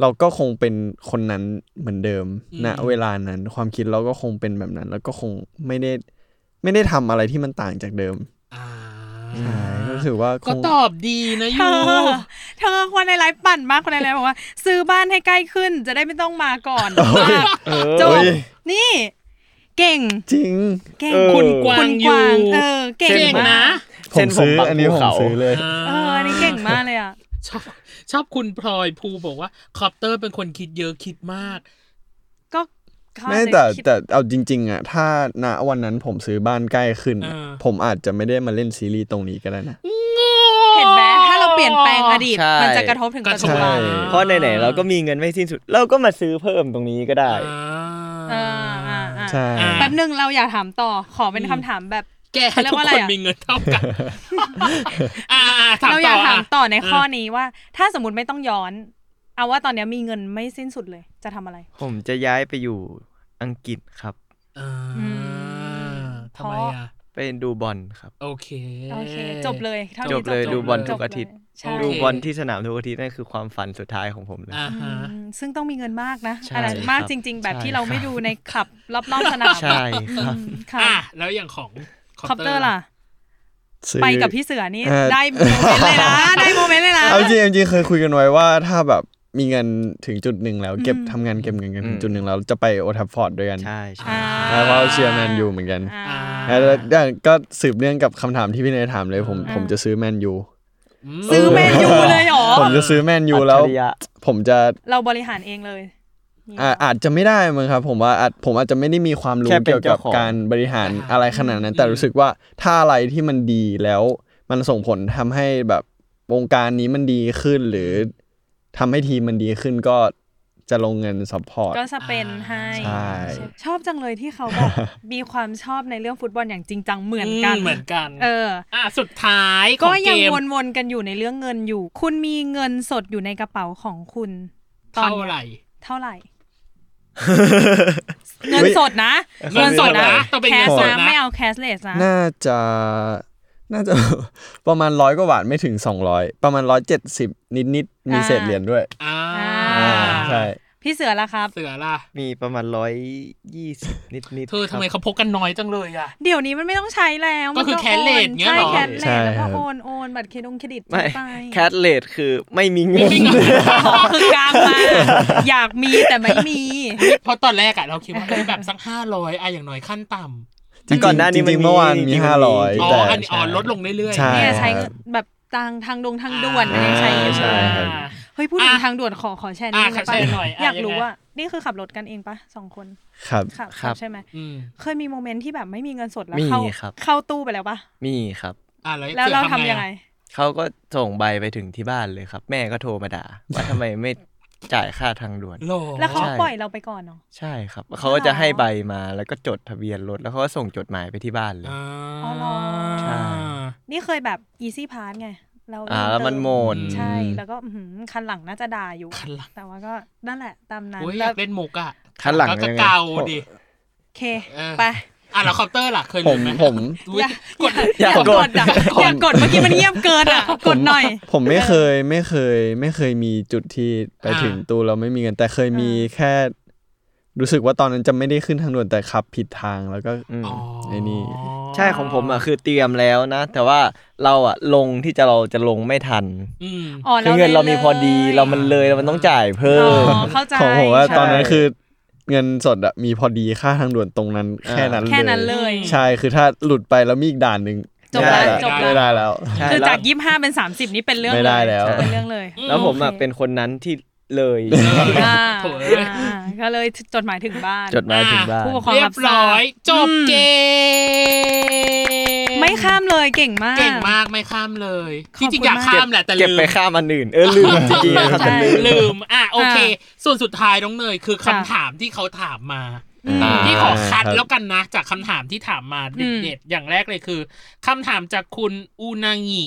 E: เราก็คงเป็นคนนั้นเหมือนเดิมณเวลานั้น ความคิดเราก็คงเป็นแบบนั้น แล้วก็คงไม่ได้ไม่ได้ทำอะไรที่มันต่างจากเดิม
C: อ่า
E: ใช่ก็รู้สึกว่าค
C: ก็
E: ง
C: ตอบดีนะ
F: เธ
C: ยู
F: อเธอคนในไลฟ์ปั่นมากคนในไลฟ์บอกว่า ซื้อบ้านให้ใกล้ขึ้นจะได้ไม่ต้องมาก่อนจบ
E: เฮ้ย
F: นี่ เก่ง
E: จริง
F: เก่ง
E: เออ
C: คุณกวา
F: คุ
C: ง
F: ณ
C: อก ยู่
F: วางเออเก่ง
C: เก่ง
F: มาก
C: นะ
E: ผ
D: เส้
E: ม
D: น
E: ซื้
D: ผ
E: อ
D: มปัก
E: อันนี้
D: ภู
E: ผม
D: เขา
E: ซื้อเลย
F: เอออันนี้เก่งมากเลยอ่ะ
C: ชอบชอบคุณพลอยภูบอกว่าคอปเตอร์เป็นคนคิดเยอะคิดมาก
F: ก็เขา
E: ไม่
F: อาจจะ
E: แต่
F: คิด
E: แต่เอาจริง ๆอ่ะถ้าณวันนั้นผมซื้อบ้านใกล้ขึ้นอะ
C: เออ
E: ผมอาจจะไม่ได้มาเล่นซีรีส์ตรงนี้ก็ได้นะ
F: เห็นไหมถ้าเราเปลี่ยนแปลงอดีต
D: ใช่
F: มันจะกระทบถึง
C: กระ
F: ปัจ
C: ท
F: จุ
C: บ
F: บัน
E: ใช่
D: เพราะไหนๆเราก็มีเงินไม่สิ้นสุด เราก็มาซื้อเพิ่มตรงนี้ก็ได้
C: อ่า
F: เอออ่าอ่า
E: ใช่
C: อ่า
F: แป๊บหนึ่งเราอยากถามต่อขอเป็นคำถามแบบ
C: แก
F: เรีย
C: ทุก
F: กว่าอะไร
C: คน
F: อะ
C: มีเงินเท่า กัน อ่าอ่าถาม
F: เราอ
C: ต่
F: ยา
C: อก
F: ถามต่อใน
C: เ
F: ข้อนี้ว่า ถ้าสมมติไม่ต้องย้อน เอาว่าตอนเนี้ยมีเงินไม่สิ้นสุดเลย จะทำอะไร
D: ผมจะย้ายไปอยู่อังกฤษครับ
C: อ่า
F: อ
C: ทำไม
F: เพราะ
C: อ่ะ
D: ไปดูบอลครับ
C: โอเค
F: โอเค จบเลยท่านี้
D: จบเลยดูบอลทุก
F: จ
D: อาทิตย์
F: เลใช่
C: โอเค
D: ดูบอลที่สนามทุกอาทิตย์นั่นคือความฝันสุดท้ายของผมเลย
C: อ่า
F: อื
C: ฮะ
F: มซึ่งต้องมีเงินมากนะ
D: ใช่
F: อันนั้นมาก
D: ครับ
F: จริง ๆ แบบ
D: ใช่
F: ที่เรา
D: ครับ
F: ไม่ดูในขับรอบๆสนาม
D: ใช่ครับ
F: อืมค่ะ
C: อ่ะแล้วอย่างของ
F: คอปเตอร์ล่ะ
E: ซื้อ
F: ไปกับพี่เสือนี่
E: เออ
F: ได้โมเมนต์เลยนะ ได้โมเมนต์เลยนะ
E: เอาจริงๆจริงๆเคยคุยกันไว้ว่าถ้าแบบมีเงินถึงจุดหนึ่งแล้วเก็บ
F: อืม
E: ทำงานเก็บเงินกัน
D: อืม
E: ถึงจุดหนึ่งแล้วจะไปโอทัฟฟอร์ดด้วยกัน
D: ใช่ใช่
F: อ่า
E: เพราะเราเชียร์แมนยูเหมือนกัน
F: อ่า
E: แล้วแล้วก็สืบเนื่องกับคำถามที่พี่เนยถามเลยผม
F: อ่า
E: ผมจะซื้อแมนยู
C: ม
F: ซื้อแมนยูเลยเหรอ
E: ผมจะซื้อแมนยูแล้ว
D: อัจฉริยะ
E: ผมจะ
F: เราบริหารเองเลยนี่
E: อ่า
F: เหรอ
E: อาจจะไม่ได้มั้งครับ ผมว่าอาจผมอาจจะไม่ได้มีความรู้
D: แค่เป็น
E: เกี่ยวกับ
D: เจ้าของ
E: การบริหาร
C: อ่า
E: อะไรขนาดนั้
C: อื
E: น
C: ม
E: แต่รู้สึกว่าถ้าอะไรที่มันดีแล้วมันส่งผลทำให้แบบวงการนี้มันดีขึ้น หรือทำให้ทีมมันดีขึ้นก็จะลงเงินซัพพอร์ต
F: ก็สเปนให้
E: ใช่
F: ชอบจังเลยที่เขาแบบ มีความชอบในเรื่องฟุตบอลอย่างจริงจังเหมือนกัน
C: เหมือนกัน
F: เออ
C: อ่ะสุดท้ายข
F: ก็
C: อเ
F: ยัง
C: ม
F: วนๆกันอยู่ในเรื่องเงินอยู่ คุณมีเงินสดอยู่ในกระเป๋าของคุณตอน
C: เท่าไหร่
F: เท่าไหร่ เงินสดนะ
C: เงินสดนะต้องเป็น
F: แค
C: เงิน
F: ส
C: สด
F: นะ
C: นะ
F: ไม่เอาแคสเลสนะ
E: น่าจะน่าจะ ประมาณร้อยกว่าบาทไม่ถึงสองร้อยประมาณร้อยเจ็ดสิบนิดนิดๆมีเศษเหรียญด้วย
C: อ่า
E: อ่าใช่
F: พี่เสือละครับ
C: เสือล่ะ
D: มีประมาณร้อยยี่สิบนิดนิดๆ
C: เธอ
D: ค
C: ทำ
D: รับ
C: ไมเขาพกกันน้อยจังเลยอ่ะ
F: เดี๋ยวนี้มันไม่ต้องใช้แล้ว
C: ก็คือ
F: มันโน
C: cashless เงี้ยเหรอ
F: ใช่แคสเล
E: ใช่
F: สแล้ว
E: ครั
F: ก็
E: บ
F: โอนโอนบัตรเครดิตเครดิต
D: ไม่
F: ไป
D: แคทเลดคือไม่มีเงิน
F: อ๋อคือกลางมาอยากมีแต่ไม่มี
C: เพราะตอนแรกอ่ะเราคิดว่าเอ้ยแบบสักห้าร้อยอะอย่างน้อยขั้นต่ำ
D: แต่ก่อนหน้านี้
E: จริงๆเมื่อวาน
D: จ
E: มี
D: ริงๆ
E: ห้าร้อย
C: อ๋อ
E: แต่
C: อันนี้อ๋อลดลงเรื่อยๆ
E: ใช่
F: เนี่ยใช้
E: ครับ
F: แบบทางทางดงทางด่วนอะไร
E: อ่า
F: ใช้เยอะ
E: ใช่ครับ
C: อ่า
F: เฮ้ยพูดถึง
C: อ่ะ
F: ทางด่วนขอขอแชร์นิด
C: อ่ะ
F: นึง
C: ขอ
F: ได้
C: แชร์
F: ปะ
C: หน่อยอ่ะ
F: อยากรู้
C: ยังไง
F: ว่านี่คือขับรถกันเองปะสองคน
E: ครับ
F: ขับ
D: ครับ
F: ใช่ไหม
C: อืม
F: เคยมีโมเมนต์ที่แบบไม่มีเงินสดแล้ว
D: มี
F: เข้า
D: ครับ
F: เข้าตู้ไปแล้วปะ
D: มีครับ
C: อ่าแล้ว
F: แล้วเราทำ
C: สือ
F: ยังไง
C: อะ
D: เขาก็ส่งใบไปถึงที่บ้านเลยครับ แม่ก็โทรมาด่า ว่าทำไมไม่จ่ายค่าทางด่วน
C: โหล
F: แล้วเขา
D: ใช่
F: ปล่อยเราไปก่อนเนาะ
D: ใช่ครับเขาก็จะให้
F: เหรอ
D: ใบมาแล้วก็จดทะเบียนรถแล้วเขาก็ส่งจดหมายไปที่บ้านเลย
C: อ๋
F: อ๋
C: อ
F: อเหรอ
D: ใช่
F: นี่เคยแบบ easy pass ไง เรา
D: อ่าแล้วมันโหมด
F: ใช่แล้วก็อื้อหือคันหลังน่าจะด่าอยู่
C: คันหลัง
F: แต่ว่าก็นั่นแหละตามนั้น
C: โอ้ยอ
F: แล้ว
C: ยากเล่นมุกอ่ะ
E: คันหลัง
C: ก็
E: ยังไง
C: เก่าดิ
F: โอเค
C: เออ
F: ไป
C: อ่ะแล้วคอปเตอร์ล่ะเคย
E: ผ
C: ลื
E: ม
C: มไหม
E: ผม
C: อุ๊ย
F: อย่าก
C: ด
F: อย่ากกด
D: กด
F: อ่ะอย่ากดเมื่อกี้มันเงียบเกินอ่ะ กดหน่อย
E: ผมไม่เคยไม่เคย ไม่เคยมีจุดที่ไป
C: อ่า
E: ถึงตู้เราไม่มีเงินแต่เคยมี
F: อ่า
E: แค่ รู้สึกว่าตอนนั้นจะไม่ได้ขึ้นทางด่วนแต่ขับผิดทางแล้วก็
D: อืม
C: อ๋อ
E: ไอ้นี่
D: ใช่ของผมอ่ะคือเตรียมแล้วนะ แต่ว่าเราอ่ะลงที่จะเราจะลงไม่ทัน
C: อืม
F: อ๋อ
D: คือเงิน
F: ลย
D: เรามีพอดีเรามันเลยเรามันต้องจ่ายเพิ่
F: อ๋
D: ม
F: อเข้าใจ
E: ของผมว่า
D: ใช่
E: ตอนนั้นคือเงินสดอะมีพอดีค่าทางด่วนตรงนั้นแค่นั้นเลย
F: แค่นั้นเลย
E: ใช่คือถ้าหลุดไปแล้วมีอีกด่านหนึ่ง
F: จบ
E: ไม่ได้
F: แล้วจบแล้ว
E: ไม่ได้แล้ว
D: ใช่
F: คือ
D: แล้ว
F: จากยี่ห้าเป็นสามสิบนี่เป็นเรื่อง
E: ไม่
F: เลย
E: ได้แล้ว
F: เป็นเรื่องเลย
D: แล้วผมอ่ะ
F: โอค
D: เป็นคนนั้นที่เลย
F: อ่า
C: โถ่
F: อ่าก็เลยจดหมายถึงบ้าน
D: จดหมายถึงบ้าน
F: ผู้ปกครอง
C: เรีย
F: รั
C: บบ
F: ทรา
C: ร้อบ ย จบ
F: อืม
C: เกม
F: ไม่ข้ามเลยเก่งมาก
C: เก่งมากไม่ข้ามเลย
F: ข
C: จ
F: อบคุณ
C: ริงๆอยากข้ามแหละแต่
D: เก็บ
C: ลืม
D: ไปข้ามอันอื่น เออลืมจริงๆครับ
F: ใช่
D: ลืม
C: ลืมอ่ะโอเค ส่วนสุดท้ายน้องเนยคือคำถามที่เขาถามมา
F: อืม
E: อ่า
C: ที่ขอคัด
E: ครับ
C: แล้วกันนะ จากคำถามที่ถามมา
F: อืม
C: เด็ดๆอย่างแรกเลยคือคำถามจากคุณอูนางิ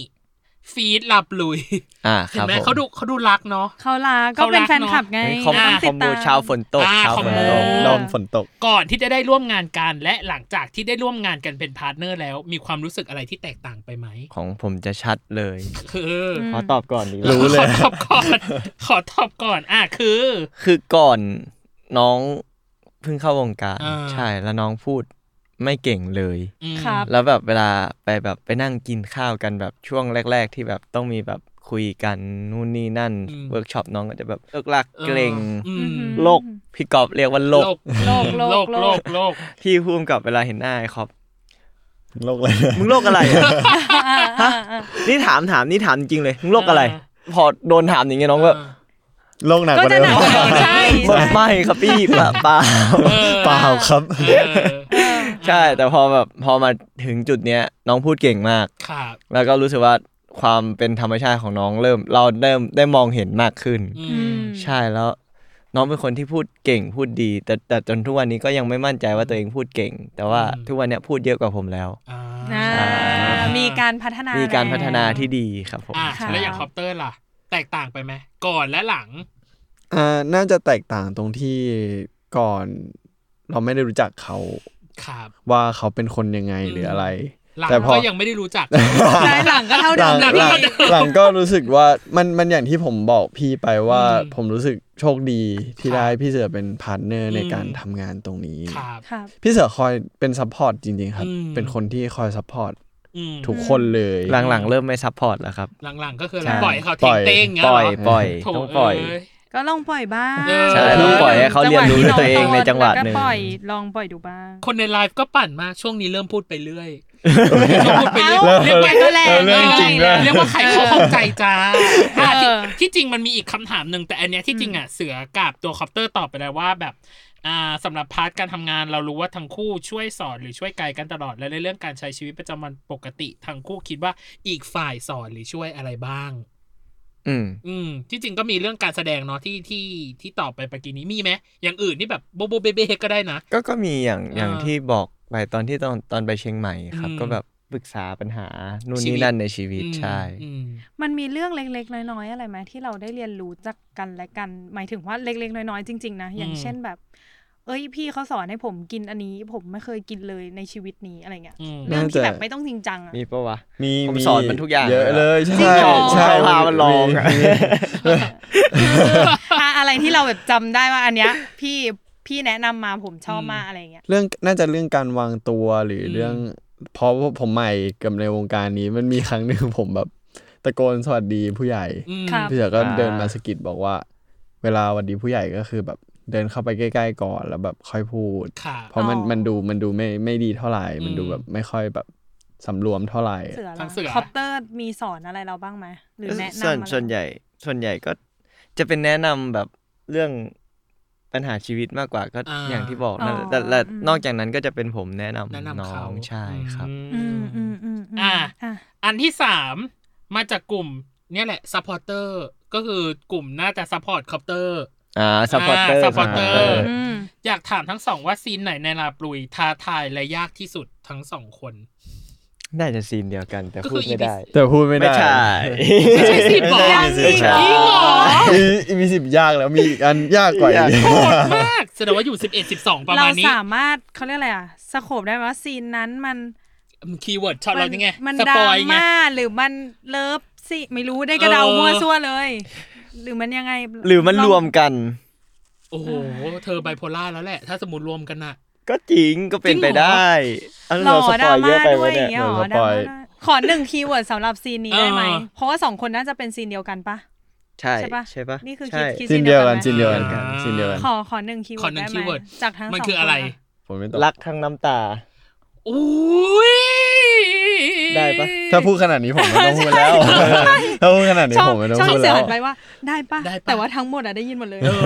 C: ฟีดหลับหลุ ย
D: อ่าค
C: เห็น
D: รับ
C: ไหม
D: ผม
C: เขาดูเขาดูรักเนาะ
F: เขาลาก็เป็นแฟนคลับไง
D: เฮ้ยคอม
C: อ่า
D: คอมบูชาวฝนตก
C: อ่า
D: ชาว
C: คอม
D: ฝน
C: บู
D: ตก
E: ลมฝนตก
C: ก่อนที่จะได้ร่วมงานกันและหลังจากที่ได้ร่วมงานกันเป็นพาร์ทเนอร์แล้ว มีความรู้สึกอะไรที่แตกต่างไปไหม
D: ของผมจะชัดเลย
C: คืออ
D: ขอตอบก่อนดีกว่า
E: รู้เล
C: ขอ
E: ย
C: ตอบก่อน ขอตอบก่อน อ่ะคือ
D: คือก่อนน้องเพิ่งเข้าวงการ
C: อ่า
D: ใช่แล้วน้องพูดไม่เก่งเลย
C: อืม
F: ครับ
D: แล้วแบบเวลาไปแบบไปนั่งกินข้าวกันแบบช่วงแรก ๆ ที่แบบต้องมีแบบคุยกันนู่นนี่นั่นเวิร์กช็อปน้องก็จะแบบเลิกลักเกรง
C: อืม
F: อืม
D: โลกพี่กอบเรียกว่าโลก
C: โลก
F: โลก
C: โลก
F: โลก
C: โลกโลก
D: พี่พูมกับเวลาเห็นหน้าไอ้คอบ
E: โลกเลย
D: มึงโลกอะไรอะ
F: อ่าอ่าอ่า
D: นี่ถามถามนี่ถามจริงเลยมึงโลกอะไร พอโดนถามอย่างเงี้ยน้องก็
C: เออ
E: โลกหนัก
F: ก็
E: กว่า
F: จะ
E: เดิม
F: หนักกว่าเดิมใช่ใช่
D: ไม่ครับพี่ปะปา
C: เออ
E: เปล่าครับ
C: เออ
F: เออ
D: ใช่ แต่พอแบบพอมาถึงจุดเนี้ยน้องพูดเก่งมาก
C: ครับ
D: แล้วก็รู้สึกว่าความเป็นธรรมชาติของน้องเริ่ม เราเริ่มได้มองเห็นมากขึ้น
C: อื
F: อื
C: ม
F: ม
D: ใช่แล้ว น้องเป็นคนที่พูดเก่งพูดดี แต่แต่จนทุกวันนี้ก็ยังไม่มั่นใจว่าตัวเองพูดเก่ง แต่ว่าทุกวันเนี้ยพูดเยอะกว่าผมแล้ว
C: อ่า
F: อ่ามีการพัฒนา
D: มี
F: มี
D: การพัฒนาที่ดีครับผม
C: อ่ะ
F: ค่ะ
C: แล้วอย่างคอปเตอร์ล่ะ แตกต่างไปไหมก่อนและหลัง
E: อ่าน่าจะแตกต่างตรงที่ก่อนเราไม่ได้รู้จักเขา
C: ครับ
E: ว่าเขาเป็นคนยังไงหรืออะไร
C: หลัง
E: แต่พอ
C: ก็ยังไม่ได้รู้จัก
F: หลังก็เท่า
E: ห
F: เดิ
E: ลั
F: ม
E: ง
F: แหละ
E: หลั
F: พี่
E: งหลังก็รู้สึกว่ามันมันอย่างที่ผมบอกพี่ไปว่า
C: อืม
E: ผมรู้สึกโชคดีที่
C: ครับ
E: ได้พี่เสือเป็นพาร์ทเนอร์ในการ
C: อืม
E: ทำงานตรงนี้
C: ครับ
F: ครับ
E: พี่เสือคอยเป็นซัพพอร์ตจริงๆครับ
C: อืม
E: เป็นคนที่คอยซัพพอร์ต
C: อืม
E: ทุกคนเลย
D: หลังๆเริ่มไม่ซัพพอร์ตแล้วครับ
C: หลังๆก็คือ
D: ใช่
C: ปล่อยให้เขาเทงเต้งเงี้ย
D: ปล่อย
C: เหร
D: ปล่อย
C: โถ
D: ต้องปล่อย
C: เ
F: ก็ลองปล่อยบ้าง
C: เออ
D: ใช่ลองปล่อยให้เขาเรียนรู้ด้วยตัวเองในจังหวะหนึ่
F: แล้ว
D: ง
F: ก็ปล่อยลองปล่อยดูบ้าง
C: คนในไลฟ์ก็ปั่นมากช่วงนี้เริ่มพูดไปเรื่อยเริ่มพูดไปเรื่อย
F: เอ้า
C: เรียกว่า
F: เออเออเรื่องจริงด้วย
C: เรียกว่าใครเขาเข้าใจจ้าอ่ะ
F: เอ
C: ที่
F: อ
C: ที่จริงมันมีอีกคำถามหนึ่งแต่อันเนี้ยที่จริงอ่ะเสือกับตัวคอปเตอร์ตอบไปแล้วว่าแบบอ่าสำหรับพาร์ทการทำงานเรารู้ว่าทั้งคู่ช่วยสอนหรือช่วยไกด์กันตลอดและในเรื่องการใช้ชีวิตประจำวันปกติทั้งคู่คิดว่าอีกฝ่ายสอนหรือช่วยอะไรบ้าง
D: อืม
C: อืมที่จริงก็มีเรื่องการแสดงเนาะที่ที่ที่ตอบไปเมื่อกี้นี้มีไหมอย่างอื่นที่แบบโบโบเบเบก็ได้นะ
D: ก็ก็มีอย่างอย่าง
C: อ่า
D: ที่บอกไปตอนที่ตอนตอนไปเชียงใหม่ครับ
C: อืม
D: ก็แบบปรึกษาปัญหานู่น
C: ชีวิต
D: นี่นั่นในชีวิตใช่
C: อืม
F: มันมีเรื่องเล็ก ๆ น้อยๆอะไรไหมที่เราได้เรียนรู้จากกันและกัน หมายถึงว่าเล็ก ๆ น้อยๆจริง ๆ นะ อย่าง
C: อืม
F: เช่นแบบ เอ้ยพี่เขาสอนให้ผมกินอันนี้ ผมไม่เคยกินเลยในชีวิตนี้อะไรเงี้ย
C: อืม
F: เรื่องที่แบบไม่ต้องจริงจังอะ
D: มีปะวะ
E: มี
D: ผมสอนมันทุกอย่าง
E: เยอะเลย
D: จริ
E: ใช่
D: งเหรอ
E: ใช่
D: เขาพามันลองอะ
E: มีมี
F: อะอะไรที่เราแบบจำได้ว่าอันเนี้ย พี่พี่แนะนำมาผมชอบมากอะไรอย่างเงี้ย
E: เรื่องน่าจะเรื่องการวางตัวหรืออ
C: ม
E: เรื่องเพราะว่าผมใหม่กับในวงการนี้มันมีครั้งหนึ่ง ผมแบบตะโกนสวัสดีผู้ใหญ่
C: อืม
F: ครับ
E: พี่เสือก็
D: อ่า
E: เดินมาสะกิดบอกว่า เวลาสวัสดีผู้ใหญ่ก็คือแบบ เดินเข้าไปใกล้ ๆ ก่อนแล้วแบบค่อยพูด
C: ค่ะ
E: เพราะมัน
F: อ๋อ
E: มันดูมันดูไม่ไม่ดีเท่าไหร่
C: อืม
E: มันดูแบบไม่ค่อยแบบสำรวมเท่าไหร่
F: เสือเหร
C: ทา
F: อง
C: เสือ
F: คอปเตอร์มีสอนอะไรเราบ้างไหมหรือแนะนำ
D: ส่วน
F: อะไร
D: ส่วนใหญ่ส่วนใหญ่ก็จะเป็นแนะนำแบบเรื่องปัญหาชีวิตมากกว่าก็
C: อ่า
D: อย่างที่บอกนั่นแหละแต่แต่
F: อืม
D: นอกจากนั้นก็จะเป็นผมแนะนำ
C: แนะนำ
D: น้อ
C: เขา
D: งใช่ครับ
F: อื
C: อื
F: ม
C: ม
F: อืมอืมม
C: อ่ะ
F: อ่ะ
C: อันที่สามมาจากกลุ่มเนี่ยแหละซัพพอร์เตอร์ก็คือกลุ่มน่าจะซัพพอร์ตคอปเตอร์
D: อ่าซัพพอร์เตอร์
C: อ่า supporter
F: อืม
C: อยากถามทั้งสองว่าซีนไหนในลาปลุยท้าทายและยากที่สุดทั้งสองคน
D: น่าจะซีนเดียวกันแต่
C: ก็
D: พู
C: คือ
D: ดไม่ได้
C: อีพี
E: แต่พูดไม่ได้
D: ไม่ใช
C: ไม่
D: ่
C: ใช่สิบหรอ
D: ไม่ใช่สิบหรอ
C: จริงเหรอ
E: อีมีสิบยากแล้วมีอีกอั นยากกว่าอีก
C: โหดมากแสดงว่าอยู่สิบเอ็ดสิบสองประ
F: เรา
C: มาณนี้
F: สามารถเขาเรียกอะไรอ่ะสโคบได้ไหมว่าซีนนั้นมัน
C: คีย์เวิร์ดช็อต
F: มั
C: เรานี่ไง
F: มัน
C: ส
F: ด
C: ป
F: รา
C: อยไง
F: ม่าหรือมันเลิฟสิไม่รู้ได้กระเดา
C: เออ
F: มั่วซั่วเลย หรือมันยังไง
D: หรือมันรวมกัน
C: โอ้โห เธอไบโพล่าแล้วแหละ ถ้าสมมติรวมกันอะ
D: ก็จริงก็เป็นไปได้อัน
F: ล
D: เรา
F: อง
D: ส
F: รอ
D: ป
F: ด
D: อ
F: รายม่าด้วย
D: เยอะไปวะเนี่ย
F: เหรอด
E: เราส
F: ราม่า
E: ปอย
F: ได้ขอหนึ่งคีย์เวิร์ดสำหรับซีนนี้ได้ไหม
C: เออ
F: เพราะว่าสองคนน่าจะเป็นซีนเดียวกันปะ
D: ใช่
F: ใช่ปะ
D: ใช่ปะ
F: นี่คือ
D: ใช่
F: คิด
E: สิ้นเดียวกัน
F: ซี
E: สิ้น
F: นเดี
E: เดีย
F: ยว วกัน
E: กันกัน
C: อ่า
E: สิ้นเดียวกัน
F: ขอขอหนึ่งคีย์เวิ
C: ขอ
F: ร์ด
C: หนึ่งคี
F: ได้ไห
C: ย์
F: ม
C: เวิร์ด
F: จากทั้งสอง
C: มัน
F: น
C: คืออะไร
E: ผมไม่ตอบ
D: รักทั้งน้ำตา
C: อุ้ย
D: ได้ปะ
E: ถ้าพูดขนาดนี้ผมไม่ต้องพูดแล้ว ถ้าพูดขนาดนี้
F: ชอบ
E: ผมไม่ต้อง
F: ชอบ
E: พูด
F: เสีย
E: แล้
F: งหั
E: ว
F: นไปว่าได้ปะ
C: ได้ปะ
F: แต่ว่าทั้งหมดอะได้ยินหมดเลย
C: เออ
F: เอ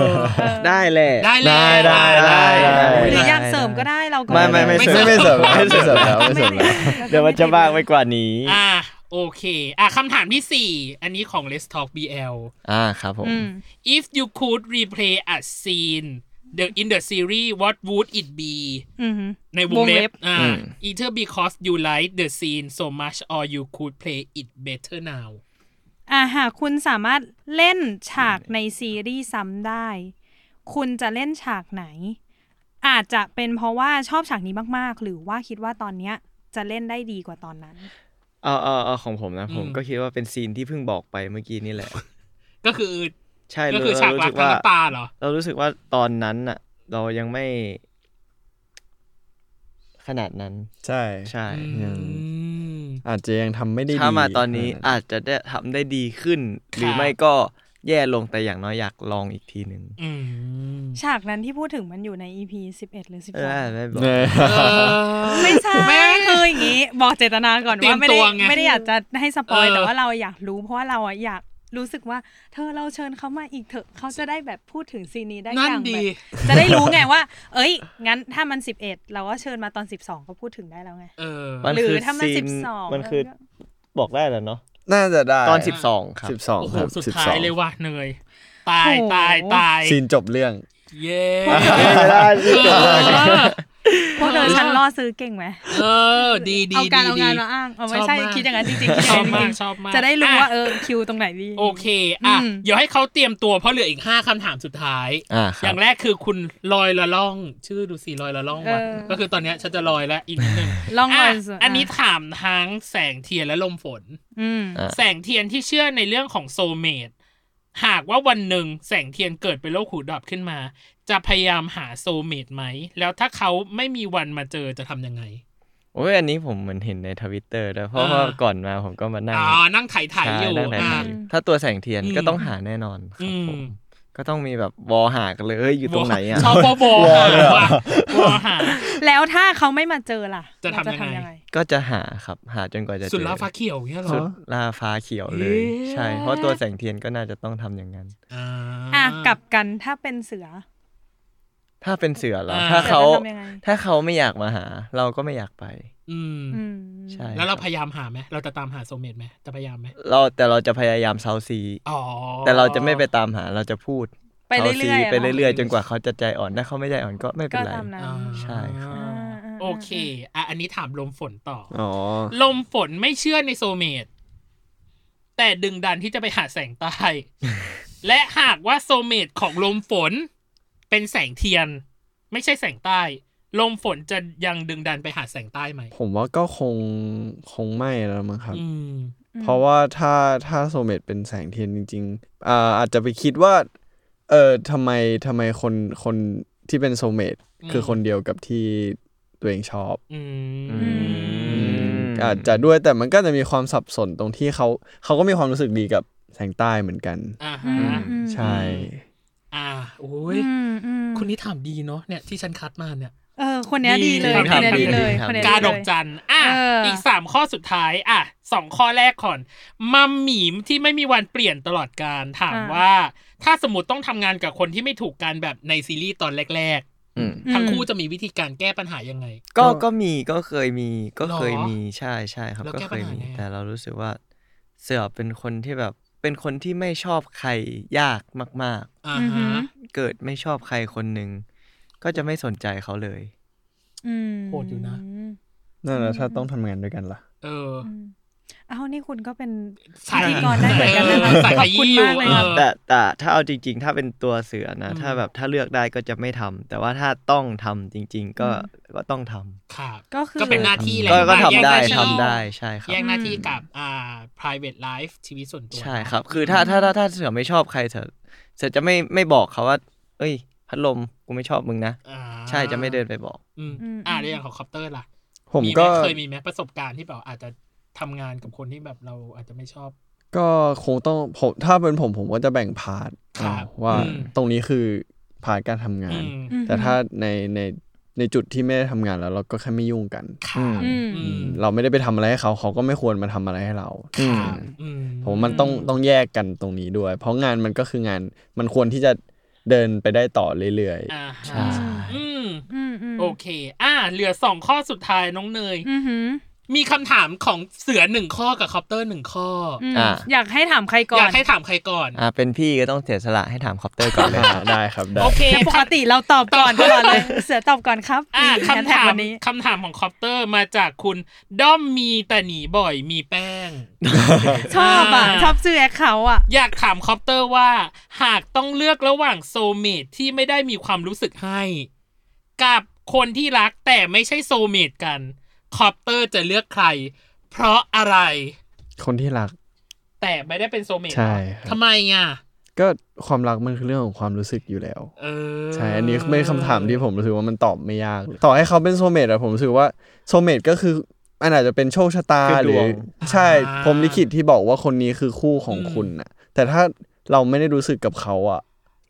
F: อ
D: ได้แหละ
C: ได้แล้ว
E: ได้ได้ได้
F: หรืออยากเสริมก็ได้เราก็
D: ไม่ไม่ไม่
C: เสริม
E: ไม่เสริมแล้วไม่เสริมแล้วไม่เสริมแล้ว
D: เดี๋ยวมันจะบ้างไปกว่านี้
C: อ่าโอเค อ่ะคำถามที่สี่อันนี้ของ Let's Talk BL
D: อ่าครับผม
F: อืม
C: if you could replay a scene the in the series what would it be
F: อือหือ
C: ในวงเล็บอ่า
D: อืม
C: either because you like the scene so much or you could play it better now
F: อ่าหากคุณสามารถเล่นฉากในซีรีส์ซ้ำได้ คุณจะเล่นฉากไหน อาจจะเป็นเพราะว่าชอบฉากนี้มากๆ หรือว่าคิดว่าตอนเนี้ยจะเล่นได้ดีกว่าตอนนั้น
D: เอาเอาเอาของผมนะ ผม
C: อืม
D: ก็คิดว่าเป็นซีนที่เพิ่งบอกไปเมื่อกี้นี่แหละ
C: ก็คือ
D: ใช่
C: ก็คือฉาก
D: รู้
C: รั
D: สึ
C: ก
D: ก
C: ทั้ง
D: ว่า
C: น้ำตาเหรอ
D: เรารู้สึกว่าตอนนั้นน่ะ เรายังไม่ ขนาดนั้น
E: ใช่
D: ใช่
C: อืม
E: อาจจะยังทำไม่ได้ดี
D: ถ้ามาตอนนี้อาจจะได้ทำได้ดีขึ้น หรือ
C: ครับ
D: ไม่ก็แย่ลงแต่อย่างน้อยอยากลองอีกทีหนึ่ง
C: อืม
F: ฉากนั้นที่พูดถึงมันอยู่ใน EP 11 หรือ
D: เออไม่บอก
E: เออ
C: เออ
F: 12 ไม่ใช่
C: แม่
F: คืออย่างนี้ บอกเจตนาก่อน
C: เตรีย
F: ว่าม ไม่
C: ตั
F: ได้
C: วไง
F: ไม่ได้อยากจะให้สปอย
C: เออ
F: แต่ว่าเราอยากรู้ เพราะว่าเราอะอยากรู้สึกว่า เธอเราเชิญเขามาอีกเถอะเขาจะได้แบบพูดถึงซีนนี้ได้อ
C: นั่น
F: ย่างแบ
C: ดี
F: บ จะได้รู้ไงว่า เอ้ย งั้นถ้ามัน 11 เราก็เชิญมาตอน 12 ก็พูดถึงได้แล้วไง
C: เออ
D: มัน
F: หรื
D: คือ อ
F: ถ้ามัน
D: ซีน
F: 12
D: มันคือ
F: แล้วก็
D: บอกได้แล้วเนาะ
E: น่าจะได้
D: ตอนสิบสองครับ
E: สิบสอง
C: โอ้โห
E: ครับ
C: สุด
E: สิบ
C: ท้า
E: สอย ง
C: เลยว่ะเนย ตาย
F: โอ้โห
C: ตายตาย
E: ซีนจบเรื่อง
C: เย้
D: ไม่ได้สิ
C: เออ
F: พวกเธอฉันล่อซื้อเก่งไหม
C: เออ ดีดี
F: เอาการ
C: ดีดี
F: เอางานมาอ้าง เอาไม่
C: ชอบ
F: ใช่
C: มาก
F: คิดอย่างนั้นจริงๆคิด
C: ชอย่บ
F: อาง
C: มาก
F: นั้นจริง
C: ชอบมาก
F: ๆ จะได้รู้ว่า
C: อ่
F: เออคิวตรงไหนดี
C: โอเค อ่ะ
F: อืม
C: เดี๋ยวให้เขาเตรียมตัวเพราะเหลืออีกห้าคำถามสุดท้าย
D: อ่า
C: อ
D: ครับ
C: ย่างแรกคือคุณลอยละล่อง ชื่อดูสิลอยละล่องว่ะ
F: เออ
C: ก็คือตอนเนี้ยฉันจะลอยแล้วอีกนิดนึง
F: ลองก่
C: อ่ะ
F: อนสิ
C: อันนี้ถามทั้งแสงเทียนและลมฝน
F: อืม
D: อ่ะ
C: แสงเทียนที่เชื่อในเรื่องของโซลเมดหากว่าวันหนึ่งแสงเทียนเกิดเป็นโรคหูดับขึ้นมา จะพยายามหาโซลเมดไหม แล้วถ้าเขาไม่มีวันมาเจอจะทำยังไง
D: โอ้ยอันนี้ผมเหมือนเห็นในทวิตเตอร์ด้วยเพราะ
C: อ่า
D: ว่าก่อนมาผมก็มานั่ง
C: อ๋อ นั่งไถ่ไถ่อ
D: ใช่
C: ยู่
D: นั่งไหน
C: อ่า
D: ๆอยู่ถ้าตัวแสงเทียน
C: อืม
D: ก็ต้องหาแน่นอนครั
C: อื
D: บผม
C: ม
D: ก็ต้องมีแบบวอหากันเลยเอ้ยอยู่ตรงไหนอ่ะ
C: ช อบวอวอหาวะวอหา
F: แล้วถ้าเขาไม่มาเจอล่ะ
C: จะทำ
F: เรา
C: ยังไง
D: ก็จะหาครับหาจนกว่าจะเจอ
C: สุดลาฟ้าเขียวเงี้ยเหร
D: สุ
C: อ
D: ดลาฟ้าเขียวเลย
C: เอ๊ะ
D: ใช่ เพราะตัวแสงเทียนก็น่าจะต้องทำอย่างนั้น
C: อ่า
F: อ่ะกลับกันถ้าเป็นเสือ
D: ถ้าเป็นเสือเหรอ
C: อ่า
D: ถ้า
F: เสือ
D: เขา
F: จะทำยังไง
D: ถ้าเขาไม่อยากมาหา เราก็ไม่อยากไป
C: อืม
F: อืม
D: ใช่
C: แล้วเราพ
D: คบ
C: ยายามหาไหมเราจะตามหาโซลเมดไหมจะพยายามไหม
D: เราแต่เราจะพยายามเซาซี
C: อ๋อ
D: แต่เราจะไม่ไปตามหาเราจะพูด
F: ไปเรื่อยๆ
D: ไปเรื่อยๆ จนกว่าเขาจะใจอ่อนถ้าเขาไม่ใจอ่อนก็ไม่เป็
F: ก็
D: นไร
F: ตามนั้น
C: อ่า
D: ใช่ครับ
C: อ่าโอเคอ่ะอันนี้ถามลมฝนต่อ
E: อ๋อ
C: ลมฝนไม่เชื่อในโซลเมตแต่ดึงดันที่จะไปหาแสงใต้ และหากว่าโซลเมตของลมฝน เป็นแสงเทียน ไม่ใช่แสงใต้ ลมฝนจะยังดึงดันไปหาแสงใต้ไหม
E: ผมว่าก็คงคงไม่แล้วมั้งครับ
C: อืม
E: เพราะว่าถ้าถ้าโซเมตเป็นแสงเทียนจริงๆอ่าอาจจะไปคิดว่า เออทำไมทำไมคนคนที่เป็นโซเมต
C: อืม
E: คือคนเดียวกับที่ตัวเองชอบ
C: อื
D: อื
C: ม
D: ม
E: อาจจะด้วยแต่มันก็จะมีความสับสนตรงที่เขาเขาก็มีความรู้สึกดีกับแสงใต้เหมือนกัน
C: อ่า
F: อื
C: ฮะ
F: ม
E: ใช่
C: อื อ่าโอ้ย
B: อืมอืม
C: คนนี้ถามดีเนาะเนี่ยที่ฉันคัดมาเนี่ย
F: เออ คนเนี้ย
C: ดี
F: ดีเลย
C: ครับ
F: คนเนี้ยดีเลย
D: ครับ
F: คนเนี้ย
C: กาด
F: เล
C: อก
F: ย
C: จันอ่ะ
F: เอออี
C: อีกสามข้อสุดท้ายอ่ะสองข้อแรกก่อน มัมหมีมที่ไม่มีวันเปลี่ยนตลอดการถามว่า ถ้าสมมติต้องทำงานกับคนที่ไม่ถูกกันแบบในซีรีส์ตอนแรก
D: อืม
C: ๆ ทั้งคู่จะมีวิธีการแก้ปัญหายังไง
D: ก็ก็มีก็เคยมีก็
C: หรอ
D: เคยมีใช่ใช่ครับ
C: แล้ว
D: ก็
C: แก้
D: เค
C: ปัญ
D: ย
C: หา
D: มี
C: ไงอะ
D: แต่เรารู้สึกว่าเสือเป็นคนที่แบบเป็นคนที่ไม่ชอบใครยากมาก
C: อ่า
F: อือหื
C: ฮะ
F: อ
D: ๆ เกิดไม่ชอบใครคนหนึ่งก็จะไม่สนใจเขาเลย
F: อืม
C: โหดอยู่นะ
E: นั่นแหละถ้าต้องทำงานด้วยกันล่ะ
C: เออ
F: อืมเอ้านี่คุณก็เป็น
C: สาย
F: พิธีกรได้เหมือนกันนะคะ
C: สาย
F: ขอบคุณมากเลย
C: ขยี้อยู่
F: ครับ
C: ออ
D: แต่แต่ถ้าเอาจริง ๆ ถ้าเป็นตัวเสือนะ
C: อืม
D: ถ้าแบบถ้าเลือกได้ก็จะไม่ทำแต่ว่าถ้าต้องทำจริง ๆ ก็
F: อืม
D: ก็ต้องทำ
C: ครับ
F: ก็คือ
C: ก็เป็นหน้าที่แหละ
D: ก็ก็ทำ
C: แย
D: ได้
C: หน้า
D: ทำได้ใช่ครับ
C: แยกหน้าที่กับอ่า private life ชีวิตส่วนตัว
D: ใช่ครับ คือถ้าถ้าถ้าถ้าเสือไม่ชอบใครเสือเสือจะไม่ไม่บอกเขาว่า เอ้ย พัดลมกูไม่ชอบมึงนะ
C: อ่า
D: ใช่จะไม่เดินไปบอก
C: อืม
F: อืม
C: อ่าเรื่องของคอปเตอร์ล่ะ
E: ผม
C: ไห
E: ก็
C: เคยมีไหมประสบการณ์ที่แบบอาจจะทำงานกับคนที่แบบเราอาจจะไม่ชอบ
E: ก็คงต้องผมถ้าเป็นผมผมก็จะแบ่งพาร์ท
C: ครับ
E: เอาว่า
C: อืม
E: ตรงนี้คือพาร์ทการทำงาน
C: อืม
F: อืม
E: แต่ถ้าในในในจุดที่ไม่ได้ทำงานแล้วเราก็แค่ไม่ยุ่งกัน
C: ครับ
E: อืม
F: อืม
C: อืม
E: เราไม่ได้ไปทำอะไรให้เขาเขาก็ไม่ควรมาทำอะไรให้เราอืม
C: อืม
E: ผมว่ามันต้องต้องแยกกันตรงนี้ด้วย เพราะงานมันก็คืองานมันควรที่จะเดินไปได้ต่อเรื่อย
C: อ่าฮะ
D: ใช่
C: อืม
F: อืมอืม
C: โอเค อ่า เหลือสองข้อสุดท้ายน้องเนย
F: อือหือ
C: มีคำถามของเสือหนึ่งข้อกับคอปเตอร์หนึ่งข้ออ
F: อืม
D: อ่ะ
F: อยากให้ถามใครก่อย
C: อาก
F: น
C: ให้ถามใครก่อน
D: อ่าเป็นพี่ก็ต้องเสียสละให้ถามคอปเตอร์ก่อน
E: ๆ
D: เลย
E: อ่าได้ครับได้
C: โอเค
F: แต่ปกติเราตอบก่อนตลอดเลย เสือตอบก่อนครับ
C: อ่า
F: นี่แฮช
C: คำ
F: แท็ก
C: ถาม
F: วันนี้
C: คำถามของคอปเตอร์มาจากคุณ ด้อมมีแต่หนีบ่อยมีแป้ ง
F: ชอบอ่ะ
C: อ่า
F: ชอบชื่อแอคเขาอ่ะ
C: อยากถามคอปเตอร์ว่า หากต้องเลือกระหว่างโซลเมตที่ไม่ได้มีความรู้สึกให้ กับคนที่รักแต่ไม่ใช่โซลเมตกันคอปเตอร์จะเลือกใคร เพราะอะไร
E: คนที่รัก
C: แต่ไม่ได้เป็นโซลเมตเหรอ
E: ใช่ครับ
C: ทำไมอ่ะ
E: ก็ความรักมันคือเรื่องของความรู้สึกอยู่แล้ว
C: เออ
E: ใช่ อันนี้เป็นคำถามที่ผมรู้สึกว่ามันตอบไม่ยากเลยต่อให้เขาเป็นโซลเมตอะผมรู้สึกว่าโซลเมตก็คือมันอาจจะเป็นโชคชะตา
D: คือ
E: ห
D: ด
E: รื
D: ว
E: อง ใช่ผมลิขิตที่บอกว่าคนนี้คือคู่ของคุณน่ะ แต่ถ้าเราไม่ได้รู้สึกกับเขาอะ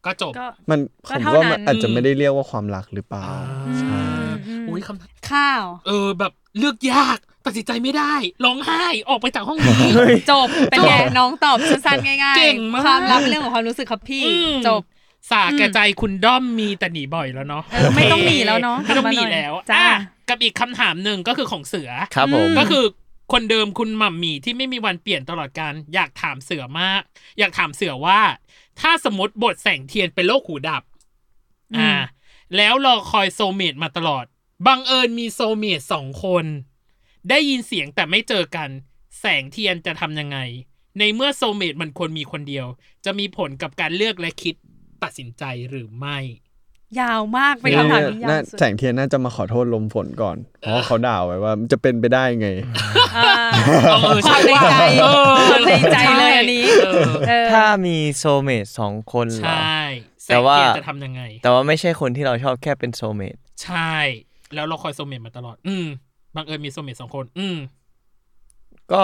C: ก็จบ
F: ก็
E: มัน
F: ก็
E: ผม
F: เท่า
E: ว่า
F: นั้
E: มัน นอาจจะไม่ได้เรียกว่าความรักหรือเปล่า
C: อ่า
E: ใช่
F: อืม
C: อุ้ยคำถาม
F: ข้าว
C: เออแบบเลือกยากตัดสินใจไม่ได้ร้องไห้ออกไปจากห้องนี้
F: จบ เป็นไงน้องตอบสั้นๆง่ายๆ
C: เก่งมาก
F: ความลับเรื่องของความรู้สึกครับพี่
C: อืม
F: จบ
C: สาแก่ใจคุณด้อมมีแต่หนีบ่อยแล้วเนาะ
F: เออไม่ต้องหนีแล้วเนอะ
C: ไม่ต้องหนี
F: กลับมาหน่อย
C: แล้ว
F: จ้า
C: อ่ะกับอีกคำถามหนึ่งก็คือของเสือ
D: ครับผม
C: ก็คือคนเดิมคุณหม่ำหมีที่ไม่มีวันเปลี่ยนตลอดการอยากถามเสือมาก อยากถามเสือว่า ถ้าสมมติบทแสงเทียนเป็นโรคหูดับ
F: อืม
C: อ่า แล้วรอคอยโซลเมตมาตลอด บังเอิญมีโซลเมตสองคน ได้ยินเสียงแต่ไม่เจอกัน แสงเทียนจะทำยังไง ในเมื่อโซลเมตมันควรมีคนเดียว จะมีผลกับการเลือกและคิดตัดสินใจหรือไม่
F: ยาวมากเป็นคำถามที่ยาว
E: น่า
F: สุด
E: แสงเทียนน่าจะมาขอโทษลมฝนก่อน เพราะว่าเขาด่าไว้ว่ามันจะเป็นไปได้ไง
F: อ่า
C: เออใช่ว่า
F: ความในใจ
C: เออ
F: ความในใจเลยอันนี้
C: เออ
F: เออ
D: ถ้ามีโซลเมตสองคน
C: ใช
D: เหรอ
C: ่แส
D: แต่
C: ง
D: ว่า
C: เทียนจะทำยังไง
D: แต่ว่าไม่ใช่คนที่เราชอบแค่เป็นโซลเมต
C: ใช่ แล้วเราคอยโซเมตมาตลอด อืมบังเอิญมีโซเมตสองคน อืม
D: ก็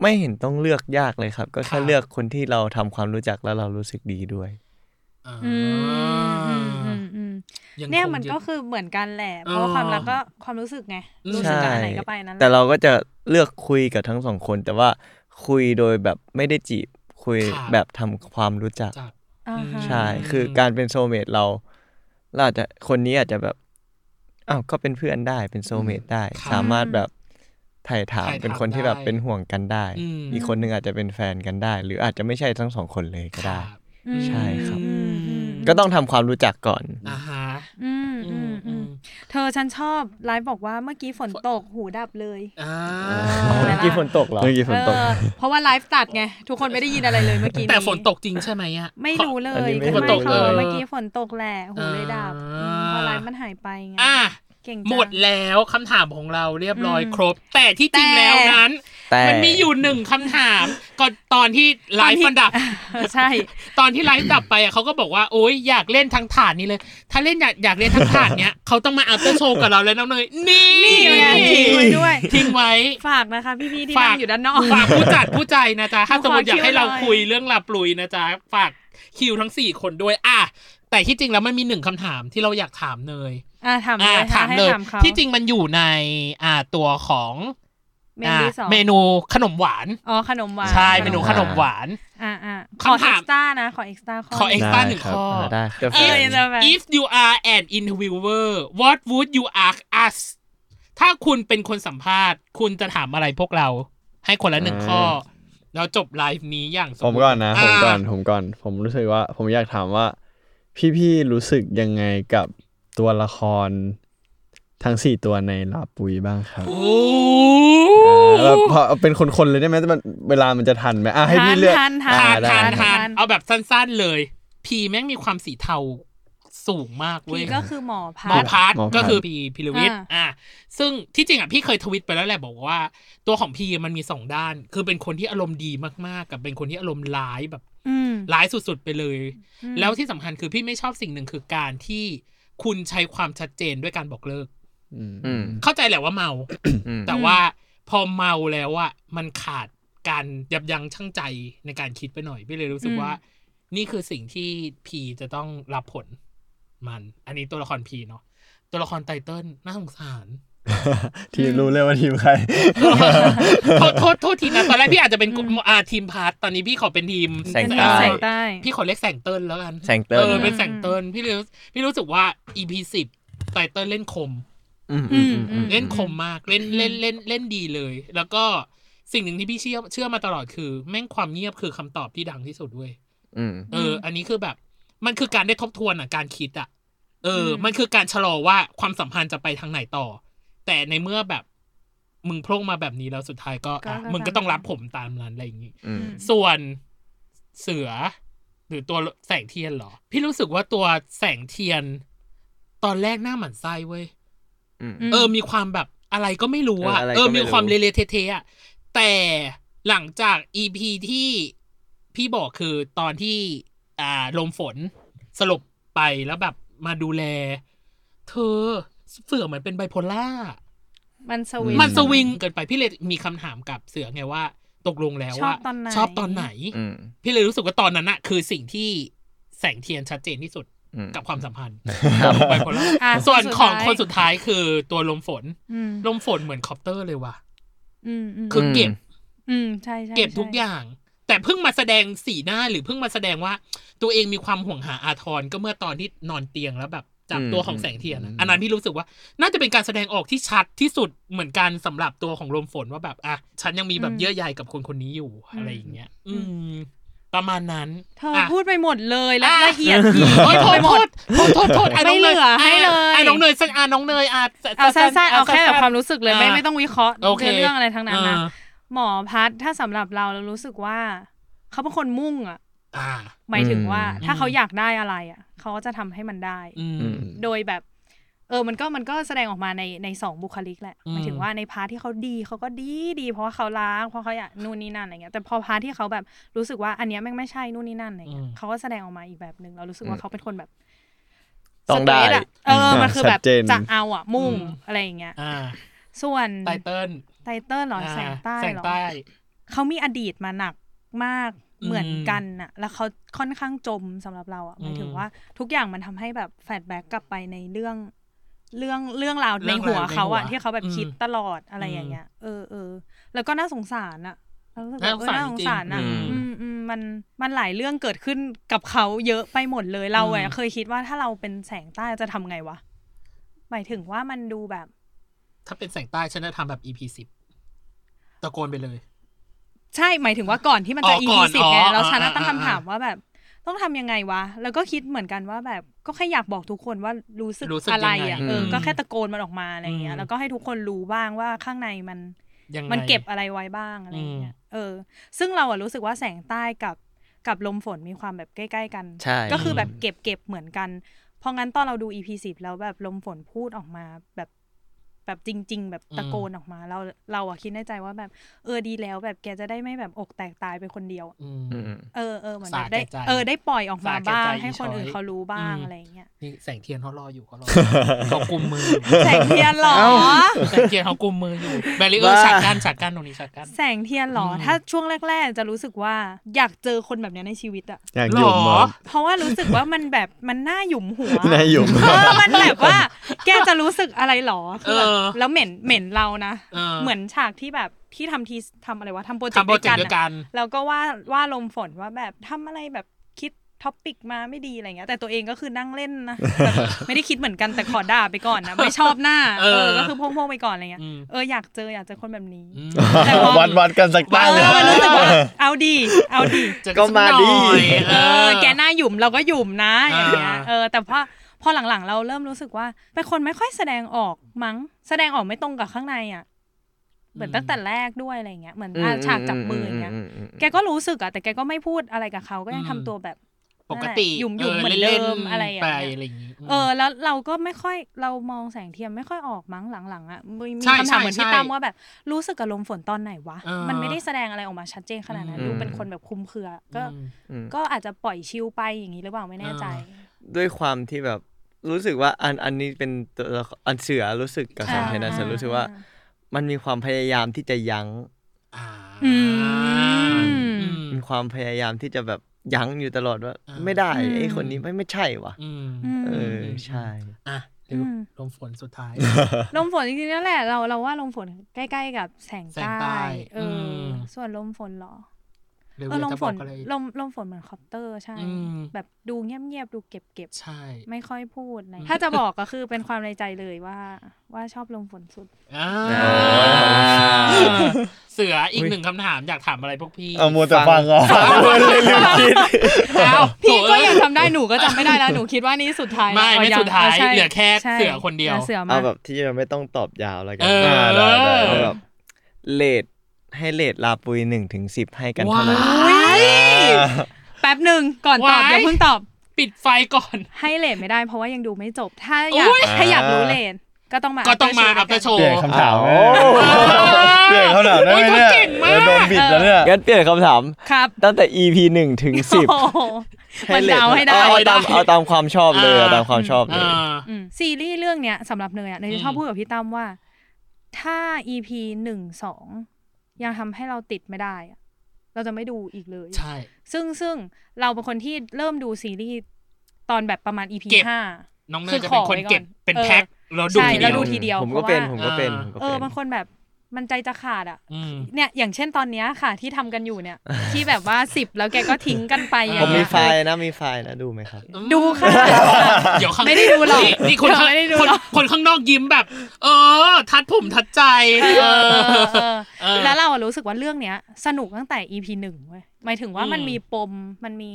D: ไม่เห็นต้องเลือกยากเลยครับ ก็
C: ครั
D: แค่
C: บ
D: เลือกคนที่เราทำความรู้จักแล้วเรารู้สึกดีด้วย
C: อ่า
F: อืมอืมอืมอืม
C: งคง
F: เนี่ยมันก็
C: ด
F: คือเหมือนกันแหละ
C: เออ
F: เพราะว่าความรักก็ความรู้สึกไง
C: อืม
F: รู้สึกกับอันไหนก็ไปอันนั้นแห
D: แต่
F: ละ
D: เราก็จะเลือกคุยกับทั้งสองคน แต่ว่าคุยโดยแบบไม่ได้จีบคุย
C: ครับ
D: แบบทำความรู้จัก
C: จับ
F: อ่าฮะ
D: ใช่
C: อืม
D: คือการเป็นโซลเมตเราเราอาจจะคนนี้อาจจะแบบอ้าวก็เป็นเพื่อนได้เป็นโซลเมตได้
C: ครับ
D: สามารถแบบถ่ายถาม
C: ถ่ายถาม
D: เป็นคนที่แบบ
C: ได้
D: เป็นห่วงกันได้
C: อืม
D: อีกคนหนึงอาจจะเป็นแฟนกันได้ หรืออาจจะไม่ใช่ทั้งสองคนเลยก็ได้
C: ครับ
F: อืม
D: ใช่ครับ
F: อืมอืม
D: ก็ต้องทำความรู้จักก่อน
C: อ่าฮะ
F: อืม
C: อื
F: อื
C: ม
F: ม
C: อื
F: อื
C: ม
F: มเธอฉันชอบไลฟ์บอกว่าเมื่อกี้ฝนตกหูดับเลย
C: อ่า
F: อ๋อ
D: เมื่อกี้ฝนตกเหรอ
E: เมื่อกี้ฝนตก
F: เออเพราะว่าไลฟ์ตัดไง ทุกคนไม่ได้ยินอะไรเลยเมื่อกี้
C: แต่ฝนตกจริงใช่ไหมอ่ะ
F: ไม่รู้เล
D: อัน
F: ย
D: นี้ไม่
C: ฝนตก
F: เขาบอก
C: เลย
F: เมื่อกี้ฝนตกแหละหูเลยดับ
C: อ่า
F: อืมเพราะไลฟ์มันหายไปไง
C: อ่ะ
F: เก่งจัง
C: หมดแล้วคำถามของเราเรียบร้อย
F: อืม
C: ครบ แต่ที่จริง
F: แต่
C: แล้วนั้น
D: แต่
C: มันมีอยู่หนึ่งคำถามก่อนตอนที่ไลฟ์มันดับ
F: ใช่
C: ตอนที่ไลฟ์ดับไปอ่ะเขาก็บอกว่าโอ๊ยอยากเล่นทั้งถาดนี้เลย ถ้าเล่นอยากอยากเล่นทั้งถาดเนี้ย เขาต้องมาอัพเตอร์โชว์กับเราแล้วน้องเนยนี่
F: นี่ไงทิ้งไว้ด้วย
C: ทิ้งไว้
F: ฝากนะคะ พี่ๆที่
C: ฝาก
F: นั่งอยู่ด้านนอก
C: ฝากผู้จัดผู้ใจนะจ๊ะถ้าสมมติ
F: ขอคิวย
C: อากให้เรา
F: หน่อย
C: คุยเรื่องลาปลุยนะจ๊ะฝากคิวทั้งสี่คนด้วยอ่ะแต่ที่จริงแล้วมันมีหนึ่งคำถามที่เราอยากถามเนย
F: อ่ะถามเล
C: อ่ะ
F: ยค่ะ
C: ถาม
F: ให้
C: เลย
F: ถามเขา
C: ที่จริงมันอยู่ในอ่าตัวของ
F: เมนูที่สอง
C: อ่ะเมนูขนมหวาน
F: อ๋อขนมหวาน
C: ใช่เมนูขนมหวาน
F: อ่าอ่าขอ
C: คำ
F: เอ็
C: ถาม
F: กซ์ต้านะขอเอ็กซ์ต้าข้อ
C: ขอ
F: หนึ่ง
C: extra
D: ได้
C: หนึ่ง
D: รับ
C: ข้ออ่
D: าได้ครับ
F: เอ้ย จะแบบ
C: if you are an interviewer what would you ask us ถ้าคุณเป็นคนสัมภาษณ์ คุณจะถามอะไรพวกเรา ให้คนละหนึ่งข้อ แล้วจบไลฟ์นี้อย่างส
E: ผมก่อนนะ
C: า
E: ผมก่อนผมก่อน ผมรู้สึกว่า ผมอยากถามว่า พี่ๆรู้สึกยังไงกับตัวละคร ทั้งสี่ตัวในลาปุยบ้างครับ
C: โอ้
E: เออพอเป็นคนๆเลยได้ไหมแต่มันเวลามันจะทันไหมอ่ะให้
F: ทา
E: พี่
F: น
E: เลือก
F: ทานทา
C: ทาน
F: น
E: อ่ะได้
C: ทาน
F: ทา
C: ทาน นเอาแบบสั้นๆเลย พีแม่งมีความสีเทาสูงมากเว้
F: พี่
C: ย
F: ก็คือหมอพั
C: หมอ
F: ด
C: พัด
E: หมอพัด
C: ก็คือพีพิรวิทย์
F: อ่า
C: อ่ะซึ่งที่จริงอ่ะพี่เคยทวิตไปแล้วแหละบอกว่า ตัวของพีมันมีสองด้าน คือเป็นคนที่อารมณ์ดีมากๆ กับเป็นคนที่อารมณ์ร้ายแบบ
F: อืม
C: ร้ายสุดๆไปเลย
F: อืม
C: แล้วที่สำคัญคือพี่ไม่ชอบสิ่งหนึ่งคือการที่คุณใช้ความชัดเจนด้วยการบอกเลิก
E: อืม
D: อืม
C: เข้าใจแหละว่าเมา
D: อืม
C: แต่ว่าพอเมาแล้วอะมันขาดการยับยั้งชั่งใจในการคิดไปหน่อยพี่เลยรู้สึกว่า นี่คือสิ่งที่พีจะต้องรับผลมัน อันนี้ตัวละครพีเนาะตัวละครไตเติ้ลน่าสงสาร
E: ทีมรู้เลยว่าทีมใคร
C: โทษโทษโทษทีนะตอนแรกพี่อาจจะเป็นกลุ่มอ่าทีมพาร์ตตอนนี้พี่ขอเป็นทีม
D: แสงใต้
F: แสงใต้
C: พี่ขอเรียกแสงเติ้ลแล้วกัน
D: แสงเติ้ล
C: ออเป็นแสงเติ้ลพี่รู้พี่รู้สึกว่า EP สิบไตเติ้ลเล่นคม
D: อืมอืมอืม
F: อื
D: อื
F: ม
D: ม
C: เล่นคมมากเล่นเล่นเล่นเล่นดีเลย แล้วก็สิ่งหนึ่งที่พี่เชื่อเชื่อมาตลอดคือ แม่งความเงียบคือคำตอบที่ดังที่สุดด้วย
D: อืม
C: เออ
F: ม
C: อันนี้คือแบบ มันคือการได้ทบทวนอ่ะการคิดอ่ะ เอออ
F: ม
C: มันคือการชะลอว่าความสัมพันธ์จะไปทางไหนต่อ แต่ในเมื่อแบบมึงโพร่งมาแบบนี้แล้วสุดท้ายก็อ่ะมึงก็ต้องรับผมตามนั้นอะไรอย่างงี้
D: อืม
C: ส่วนเสือ หรือตัวแสงเทียนเหรอ พี่รู้สึกว่าตัวแสงเทียน ตอนแรกหน้าหมันไส้เว้ย
D: อืม
F: ม
C: เออ มีความแบบอะไรก็ไม่รู้อะ
D: เอออะไร
C: เออ
D: ก็ไม่
C: มี
D: รู้
C: ความเละๆเทะๆอะแต่หลังจากอีพีที่พี่บอกคือตอนที่ อ่า ลมฝนสลบไปแล้วแบบมาดูแล เธอเสือเหมือนเป็นไบโพล่า
F: มันสวิง
C: มันสวิงเกินไปพี่เลยมีคำถามกับเสือไงว่า ตกลงแล้วว่า
F: ชอบตอนไหน
C: ชอบตอนไหน
D: อืม
C: พี่เลยรู้สึกว่าตอนนั้นอะคือสิ่งที่แสงเทียนชัดเจนที่สุด
D: อืม
C: กับความสัมพันธ์
D: ครับ
C: ไบโพ ล่า
F: อ่ะ
C: ส่วนของ
F: ท้าย
C: คนสุดท้ายคือตัวลมฝน
F: อืม
C: ลมฝนเหมือนคอปเตอร์เลยว่ะ
F: อืมอืม
C: คือเก็บ
F: อืมใช่ใช่
C: เก็บทุก
F: ใช่
C: อย่าง แต่เพิ่งมาแสดงสีหน้าหรือเพิ่งมาแสดงว่า ตัวเองมีความห่วงหาอาทรก็เมื่อตอนที่นอนเตียงแล้วแบบจับ
D: อืม
C: ตัวของแสงเทียนอะ
E: อืม
C: อันนั้นพี่รู้สึกว่า น่าจะเป็นการแสดงออกที่ชัดที่สุดเหมือนกันสำหรับตัวของลมฝนว่าแบบอ่ะฉันยังมีแบบ
F: อืม
C: เยื่อใยกับคนคนนี้อยู่อะไรอย่างเงี้ย อืม ประมาณนั้น
F: เธออะ พูดไปหมดเลยและ
C: อ่ะ
F: ละเอียด ยิบ
C: โอ้ยโท
F: ไป
C: ษ
F: หม
C: โท
F: ด
C: ษโทษโทษโทษอ่ะน้อง
F: ไม่เหลือให้เลย
C: อ่ะน้องเนยสักอ่ะน้องเนยอ่ะ
F: เอาสั้นๆเอาแค่แบบความรู้สึกเลยไม่
C: อ่ะ
F: ไม่ต้องวิเคราะห์
C: โอเค
F: เรื่องอะไรทั้งนั้นนะ
C: อ่า
F: หมอพัดถ้าสำหรับเราเรารู้สึกว่า เขาเป็นคนมุ่งอ่ะ
C: อ่า
F: หมายถึงว่า
C: อืม
F: ถ้าเขาอยากได้อะไรอ่ะ เขาก็จะทำให้มันได้
C: อืม
E: อืม
F: โดยแบบ เออ มันก็มันก็แสดงออกมาในในสองบุคลิกแหละ
C: อืม
F: หมายถึงว่าในพาร์ทที่เขาดีเขาก็ดีดี เพราะว่าเขาล้างเพราะเขาอยากนู่นนี่นั่นอะไรเงี้ย แต่พอพาร์ทที่เขาแบบรู้สึกว่าอันเนี้ยแม่งไม่ใช่นู่นนี่นั่นอะไรเงี้ยเขาก็แสดงออกมาอีกแบบหนึ่งเรารู้สึกว่าเขาเป็นคนแบบ
D: ต้องได้
F: สเตรทะเออ มันคือแบ
E: ชั
F: บ
E: ดเจน
F: จะเอาอ่ะมุ่งอะไรอย่างเงี้ย
C: อ่า
F: ส่วน
C: ไตเติ้ล
F: ไตเติ้ลเหรอ
C: อ่า
F: แสงใต้
C: แสง
F: เหรอ
C: ใต้
F: เขามีอดีตมาหนักมาก
C: อืม
F: เหมือนกันน่ะ แล้วเขาค่อนข้างจมสำหรับเราอ่ะหมายถึง
C: อืม
F: ว่าทุกอย่างมันทำให้แบบแฟลชแบ็กกลับไปในเรื่อง เรื่องเรื่องราว
C: เรื่
F: ใน
C: อง
F: หัว
C: ราวใน
F: เขาอ่ะ
C: หัว
F: ที่เขาแบบคิด
C: อืม
F: ตลอดอะไร
C: อืม
F: อย่างเงี้ยเออเออแล้วก็น่าสงสารอ่ะเรารู้สึกว่า
C: น่าสงสาร
F: เออน่าสงสารอ่ะ
C: จริงๆ
F: อืมอืมมันมันหลายเรื่องเกิดขึ้นกับเขาเยอะไปหมดเลยเรา
C: อื
F: อ่ะ
C: ม
F: เคยคิดว่าถ้าเราเป็นแสงใต้จะทำไงวะหมายถึงว่ามันดูแบบ
C: ถ้าเป็นแสงใต้ฉันจะทำแบบ EP สิบตะโกนไปเลย
F: ใช่ หมายถึงว่าก่อนที่มันจะ
C: อ๋อ
F: EP
C: ก่อน
F: สิบ
C: อ๋อ
F: ไงแล้วฉันน่ะ
C: อ่า
F: ตั้ง
C: อ่า
F: คำถามว่าแบบ ต้องทำยังไงวะ แล้วก็คิดเหมือนกันว่าแบบก็แค่อยากบอกทุกคนว่ารู้สึก
C: รู้สึก
F: อะไร
C: ยังง
F: อ่ะ
D: อืม
F: เออก็แค่ตะโกนมันออกมาอะไรอย่างเงี้
C: อื
F: ย
C: ม
F: แล้วก็ให้ทุกคนรู้บ้างว่าข้างในมัน
C: ยังไง
F: มันเก็บอะไรไว้บ้างอะไรอย่างเงี้ยเออ ซึ่งเราอะรู้สึกว่าแสงใต้กับกับลมฝนมีความแบบใกล้ ๆ กัน
D: ใช่
F: ก็คือแบบเก็บเก็บเหมือนกัน เพราะงั้นตอนเราดู EP สิบแล้วแบบลมฝนพูดออกมาแบบ แบบจริง ๆ แบบตะโกนออกมา เราเราอะคิดในใจว่าแบบเออดีแล้วแบบแกจะได้ไม่แบบอกแตกตายไปคนเดียวอะ
C: อืม
D: อืม
F: เออเออเหมือนแบบได้
C: สาแก่ใจ
F: เออได้ปล่อยออกมา
C: สาแก่
F: บ้า
C: ใจ
F: ง
C: อี
F: ให้คน
C: ช้อย
F: อื่นเขารู้บ้าง
C: อืม
F: อะไรอย่างเงี้ย
C: นี่แสงเทียนเขารออยู่เขารอเขากุมมือ
F: แสงเทียนเหรอ
C: แสงเทียนเขากุมมืออยู่แบรีเออร์
D: บ้า
C: ฉากกั้นฉากกั้นตรงนี้ฉากกั้น
F: แสงเทียนเหรอ
C: อืม
F: ถ้าช่วงแรก ๆ จะรู้สึกว่าอยากเจอคนแบบเนี้ยในชีวิตอะ
E: อยากหยุ่ม
C: หร
E: มั
C: อ
E: น
F: เพราะว่ารู้สึกว่ามันแบบมันน่าหยุมหัว
E: นายหยุ่ม
F: เออมันแบบว่า แกจะรู้สึกอะไรหรอคือแบบ
C: เออ
F: แล้วเหม็นเหม็นเรานะ
C: เออ
F: เหมือนฉากที่แบบที่ทำทีทำอะไรวะทำโปรเจก
C: ทำ
F: ต์
C: โปร
F: ด้วย
C: เจก
F: กัน
C: ต์ด้วย
F: อะ
C: กัน
F: แล้วก็ว่าว่าลมฝนว่าแบบทำอะไรแบบคิดท็อปิกมาไม่ดีอะไรเงี้ย แต่ตัวเองก็คือนั่งเล่นนะแบบไม่ได้คิดเหมือนกันแต่ขอด่าไปก่อนนะไม่ชอบหน้า
C: เอ
F: เอ
C: อ
F: อก็คือพงๆไปก่อนอะไรเงี้ย
C: อืม
F: เอออยากเจออยากเจอคนแบบนี้
C: อืม
F: แต่พอ
E: วัดวัดกันสัก
C: บ้
E: ตั้ง
F: เอ
C: ลย
F: อมันรู้สึกว่าเอาดีเอาดี
C: เจอ
D: ก็
C: นสั
D: มาดิ
C: หน่อย
F: เอ
C: เอ
F: อ
C: อ
F: แกหน้าหยุ่มเราก็หยุ่มนะอย่างเงี้ย
C: อ่า
F: เออแต่พอพอหลังๆ เราเริ่มรู้สึกว่าเป็นคนไม่ค่อยแสดงออกมั้ง แสดงออกไม่ตรงกับข้างในอ่ะเหมือนตั้งแต่แรกด้วยอะไรอย่างเงี้ยเหมือนอ่ะฉากจับมืออย่างเงี้ย
D: มอืมอืม
F: แกก็รู้สึกอ่ะแต่แกก็ไม่พูดอะไรกับเขาก็ยังทำตัวแบบ
C: ปกติ
F: หยุ่มๆเหมือนเดิมอะไรอย่างเงี้ย
C: ไปอะไรอย่างงี้
F: เออแล้วเราก็ไม่ค่อยเรามองแสงเทียมไม่ค่อยออกมั้งหลังๆอ่ะมีมี
C: ใช่
F: คำถามเหมือน
C: ใช่
F: พี่
C: ใช่
F: ตั้มว่าแบบรู้สึกกับลมฝนตอนไหนวะ
C: เออ
F: มันไม่ได้แสดงอะไรออกมาชัดเจนขนาดนั้น
C: อืม
F: ดูเป็นคนแบบคลุมเครือก็
C: อืม
D: อืม
F: ก็อาจจะปล่อยชิลไปอย่างนี้หรือเปล่าไม่แน่ใจ
C: อ่
D: ด้วยความที่แบบรู้สึกว่าอันอันนี้เป็นตัวละครอันเสือรู้สึกกับ
F: อ่า
D: สองเทนนัสรู้สึกว่า มันมีความพยายามที่จะยัง้ง
C: อ่า
F: อืม
C: อืม
D: มีความพยายามที่จะแบบยั้งอยู่ตลอดว่า
C: อ่า
D: ไม่ได้
F: อืม
D: ไอ้คนนี้ไม่ไม่ใช่วะ
C: อืม
F: อืม
D: เอออ
C: ม
D: ใช่
C: อ่ะเดี๋ยว
F: อืม
C: ลมฝนสุดท้าย
F: ลมฝนจริงๆนั่นแหละเราเราว่าลมฝนใกล้ๆกับแสง
C: แสงใต้
F: ใต้เอออ
C: ม
F: ส่วนลมฝนเหรอ
C: เร็ว
F: เออล
C: ๆ
F: ม
C: จะ
F: ฝ
C: บอก
F: น
C: อะไร
F: ลมลมฝนเหมือนคอปเตอร์ใช่
C: อืม
F: แบบดูเงียบๆดูเก็บ
C: ใช่
F: ๆไม่ค่อยพูดอะไร
C: อืม
F: ถ้าจะบอกก็คือเป็นความในใจเลยว่า ว่าชอบลมฝนสุด
C: อ่าเสืออีกหนึ่งคำถามอยากถามอะไรพวกพี่
E: เอามัวแต่ฟังอ่ะเลยลืมคิด
C: เอา
F: พี่ก็ยัง
C: โถ
F: จำได้หนูก็จำไม่ได้แล้วหนูคิดว่านี่สุดท้าย
C: เอ้ยไม่
F: แล้
C: ไม่
F: วง
C: สุดท้าย
F: ใช่
C: เหลือแค่
F: ใช่
C: เสือคนเดียว
F: หลือเสือมา
D: เอาแบบที่จะไม่ต้องตอบยาวแล้วกั
C: เอออ่
D: าได้ได้เอาแบบเลดให้เลดลาปุยหนึ่งถึงสิบให้กันเท่าไหร่
F: ว้ายแป๊บหนึ่งก่อนตอบ
C: ว้าย
F: อย่าเพิ่งตอบ
C: ปิดไฟก่อน
F: ให้เลทไม่ได้เพราะว่ายังดูไม่จบ ถ้าอยาก
C: อุ๊ย
F: ถ้าอยากรู้เลทก็ต้องมา
C: ก็ต้องมา
F: after
C: อัพเด
F: show
C: ทโช
E: เปลี่ยน
C: ว์
E: คำถาม
D: โอ้
E: เปลี่ยนคำถามได้ไหม
C: โอ้
E: เนี่ย
C: ยเขาเก่งมาก
E: เดี๋ยวโดนบิดแล้วเนี่ย
D: งั้นเปลี่ยนคำถาม
F: ครับ
D: ตั้งแต่ EP หนึ่งถึงสิบ
F: โอ้โหมัน
D: เล
F: เดา ให้ได้
D: เอาตามเอาตามความชอบเลย
C: อ่า
D: เอาตามความชอบเลย
C: อ่า
F: อืมซีรีส์เรื่องเนี้ยสำหรับเนยอะเนย
C: อืม
F: ชอบพูดกับพี่ตั้มว่า ถ้า EP หนึ่งสองยังทำให้เราติดไม่ได้อะเราจะไม่ดูอีกเลย
C: ใช่
F: ซึ่งซึ่งเราเป็นคนที่เริ่มดูซีรีส์ตอนแบบประมาณ EP
C: เก็บ
F: ห้า
C: น้องเน
F: คื
C: ย
F: อ
C: จะเป็นคน
F: ขอไว้ก่อน
C: เก็บเป็น
F: เออ
C: แพ็คแล้วดู
F: ใช่
C: ที
F: แล้ว
C: เดียว
F: ดูทีเดียว
D: ผมก็เป็น
F: พ
D: ผ
F: ราะ
D: ม
F: ว่า
D: ก็เป็น
C: อ่า
D: ผมก็
F: เอ
D: เป็
F: อน บางคนแบบมันใจจะขาดอ่ะ
C: อืม
F: เนี่ยอย่างเช่นตอนเนี้ยค่ะที่ทำกันอยู่เนี่ย ที่แบบว่าสิบแล้วแกก็ทิ้งกันไปอย่า
D: ผ
F: ง
D: ม
F: เงี้ย
D: มีไฟล์นะมีไฟล์นะดูไหมครับ
F: ดูค่ะ
C: เดี๋ยวข้าง
F: ไม่ได้ดูหรอก
C: นี่นี่คนข้าง
F: ไม่ได้ดู
C: ค
F: ห
C: น
F: รอก
C: คนข้างนอกยิ้มแบบ เออ ทัดผมทัดใจ
F: เอ
C: เอ
F: อเอ
C: อ
F: อเออ
C: เออ
F: แล้วเราอะรู้สึกว่าเรื่องเนี้ย สนุกตั้งแต่ EP หนึ่งเว้ยหมายถึงว่า
C: อืม
F: มันมีปมมันมี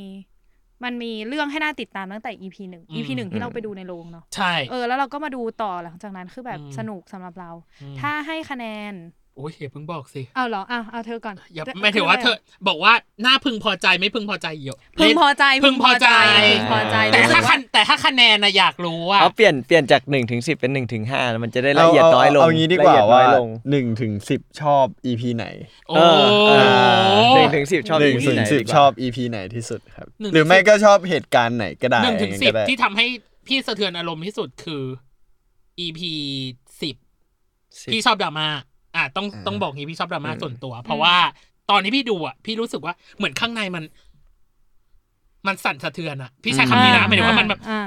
F: มันมีเรื่องให้น่าติดตามตั้งแต่ EP หนึ่ง EP
C: อืม
F: หนึ่งที่เราไปดูในโรงเนาะ
C: ใช่
F: เออแล้วเราก็มาดูต่อหลังจากนั้นคือแบบ
C: อืม
F: สนุกสำหรับเรา
C: อืม
F: ถ้าให้คะแนน
C: โอ้ยอย่าเพิ่งบอกสิ
F: เอาเหรออ่ะเอาเธอก่อน
C: อย่าไม่ถือว่าเธอบอกว่าหน้าพึงพอใจไม่พึงพอใจเยอะ
F: พึงพอใจ
C: พึงพอใจ
F: พึงพอใจ
C: แต่
F: รู้สึ
C: ถ้ากคะ
F: ว่า
C: แนนแต่ถ้าคะแนนนะอยากรู้ว่า
D: เอาเปลี่ยนเปลี่ยนจาก1นถึงสิเป็น1นถึงห้ามันจะได้ละเอียดน้อยลง
E: เอางี้ดีกว่า
D: ละเอียน้
E: ว่า
D: อยลง
E: หนึ่งถึงสิบชอบ EP ไหน
C: โอ้
D: หนึ่งถึงสิบชอบ
E: หนึ่ง
D: ที่
E: ถึง
D: ไหน
E: สิบ
D: ดีกว่า
E: ชอบ EP ไหนที่สุดครับ
C: หนึ่งถึง
E: หรือไม่ก็ชอบเหตุการณ์ไหนก็ได้
C: หนึ่งถึง
E: อย่า
C: สิบ
E: ก็ได้
C: ที่ทำให้พี่สะเทือนอารมณ์ที่สุดคือ EP สิบ
D: สิบ
C: พี่ชอบดราม่าอ่ะต้องต้องบอกงี้พี่ชอบดราม่า
D: อืม
C: ส่วนตัว เพราะว่าตอนที่พี่ดูอ่ะ พี่รู้สึกว่าเหมือนข้างในมัน มันสั่นสะเทือนอ่ะ พี่ใช้คำนี้นะหมายถึงว่ามันแบบ
F: อ่า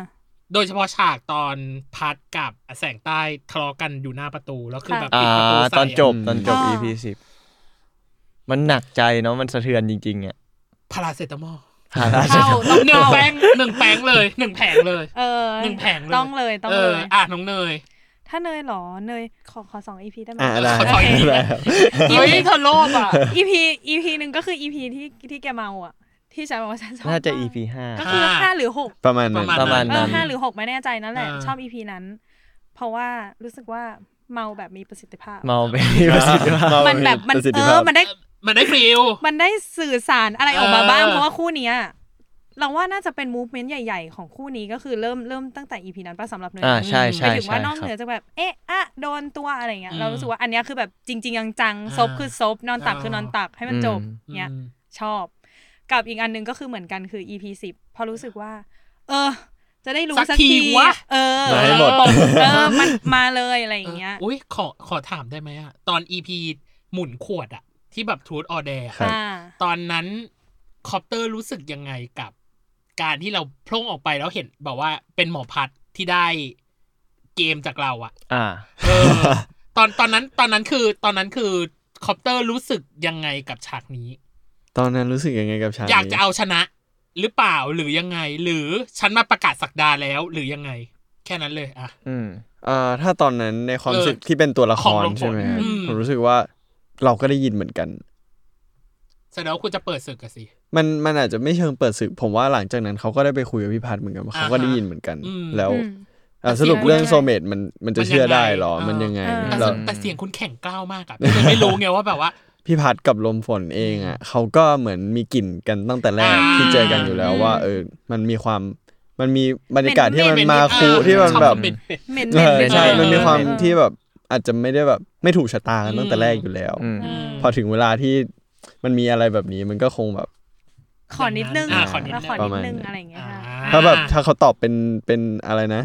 C: โดยเฉพาะฉากตอนพัดกับแสงใต้ทะเลาะกันอยู่หน้าประตูแล้วคือ
F: ค่ะ
C: แบบ
D: อ่า
C: ปิดประตูใส่
D: ตอนจบตอนจบ
F: อ่า
D: EP สิบมันหนักใจเนาะมันสะเทือนจริงๆอ่ะ
C: พาราเซตามอล
D: หาได้
F: เข้าต้อง
C: หนึ่ง
F: เข้า
C: แปงหนึ่งแปงเลยหนึ่งแผงเลย
F: เออ
C: หนึ่งแผงเลย
F: ต้องเลยต้อง
C: เอ
F: เล
C: อย อ่ะน้องเนย
F: ถ้าเนยเหรอเนยขอขอสองอีพีได้ไหม
E: อ่าได้
C: ขอถอยนิด
E: ได้ครับ
C: เฮ้ยเธอโลภอ่ะ
F: อีพีอีพีหนึ่งก็คืออีพีที่ที่แกเมาอ่ะ ที่ฉันบอกว่าฉันชอบ
D: น่าจะ
F: มก
D: EP ห้า
F: ก็คือ
C: ห้า
F: ห้าหรือหก
E: ประมาณนั้
C: ป
E: น
C: ระมาณ
D: ประ
F: เอ
D: ม
F: อ
D: ณ
F: ห้าหรือหกไม่แน่ใจนั่นแหละ
C: อ่า
F: ชอบอีพีนั้น เพราะว่ารู้สึกว่าเมาแบบมีประสิทธิภาพ
D: เมาไปที่ประสิทธิภาพ
F: มันแบบมัน
E: ประสิทธิ
F: เอ
E: ภาพ
F: อมันได้
C: มันได้ฟิล
F: มันได้สื่อสารอะไรออกมาบ้าง
C: เออ
F: เพราะว่าคู่เนี้ย เราว่าน่าจะเป็นมูฟเมนต์ใหญ่ ๆ ของคู่นี้ก็คือเริ่มเริ่มตั้งแต่อีพีนั้นป่ะสำหรับเนย
D: อ่าใช่
F: หมา
D: ใช่
F: ยถึง
D: ใช่
F: ว่านอก
D: ค
F: เห
D: รับ
F: นือจากแบบ เอ๊ะอะโดนตัวอะไรเงี้
C: อืม
F: ยเรารู้สึกว่าอันเนี้ยคือแบบจริง ๆ จัง
C: อ่า
F: ๆซบคือซบนอนตัก
C: อ่า
F: คือนอนตักให้มันจบ
C: อืม
F: เนี้ย ชอบ กับอีกอันหนึงก็คือเหมือนกันคือ EP สิบพอรู้สึกว่า เออ จะได้รู้
C: สัก
F: สัก
C: ที
F: ที
C: วะ
F: เออ
E: มาให้หมด
F: เออมันมาเลยอะไรอย่างเงี้ย
C: อุ้ยขอขอถามได้ไหมอะตอนอีพีหมุนขวดอะที่แบบทูตออเดร์
E: ครับ
F: อ่า
C: ตอนนั้นคอปเตอร์รู้สึกยังไงกับ การที่เราโพล่งออกไปแล้วเห็นแบบว่าเป็นหมอพัดที่ได้เกมจากเราอะ
D: อ่า
C: เออตอนตอนนั้นตอนนั้นคือตอนนั้นคือคอปเตอร์รู้สึกยังไงกับฉากนี้
E: ตอนนั้นรู้สึกยังไงกับฉาก
C: อยาก
E: นี้
C: จะเอาชนะ หรือเปล่าหรือยังไง หรือฉันมาประกาศสักดาแล้วหรือยังไง แค่นั้นเลยอ่ะ
D: อืม
E: อ่าถ้าตอนนั้นในความ
C: เออ
E: รู้สึกที่เป็นตัวละค
C: ของ
E: ร
C: ลง
E: ใช่ไห
C: ผ
E: ม
C: ล
E: ฮะ
C: อืม
E: ผมรู้สึกว่าเราก็ได้ยินเหมือนกัน
C: แสดงว่าคุณจะเปิดศึกกันสิ
E: มันมันอาจจะไม่เชิงเปิดศึก ผมว่าหลังจากนั้นเขาก็ได้ไปคุยกับพี่พัฒน์เหมือนกันว่าเขาก็ได้ยินเหมือนกัน
C: อืม
E: แล้ว
B: อืม
E: อ่ะสรุปเรื่องโซเมตมันมันจะเชื่อได้เหรอมันยังไง
B: เอ
C: แต่
B: อ
E: แล้ว
C: แต่เสียงคุณแข็งกล้าวมากอะพี่เลยไม่รู้ไงว่าแบบว่า
E: พี่พัดกับลมฝนเองอ่ะเขาก็เหมือนมีกลิ่นกันตั้งแต่แรก
C: อ่า
E: ที่เจอกันอยู่แล้วว่า เออ มันมีความมันมีบรรยากาศ
F: เป็น
E: ที่มัน
C: เป็น
E: มา
C: เป็น
E: คู
C: อ่า
E: ที่มัน
C: ชอบ
E: แบบ
C: เป็น
F: เหม็น
E: เออ
F: ๆ
E: ใช่
C: เป็น
E: มันมีความ
C: เป็น
E: ที่แบบอาจจะไม่ได้แบบไม่ถูกชะตากันตั้งแต่แรกอยู่แล้ว
D: อืม
F: เออ
E: พอถึงเวลาที่มันมีอะไรแบบนี้มันก็คงแบบ
F: ขอนิดนึง
C: อ่าขอนิดนึง
F: แล้วขอนิดนึงอะไรอย่างเงี้ย
C: อ่า
F: ค่ะ
E: ถ้าแบบถ้าเขาตอบเป็นเป็นอะไรนะ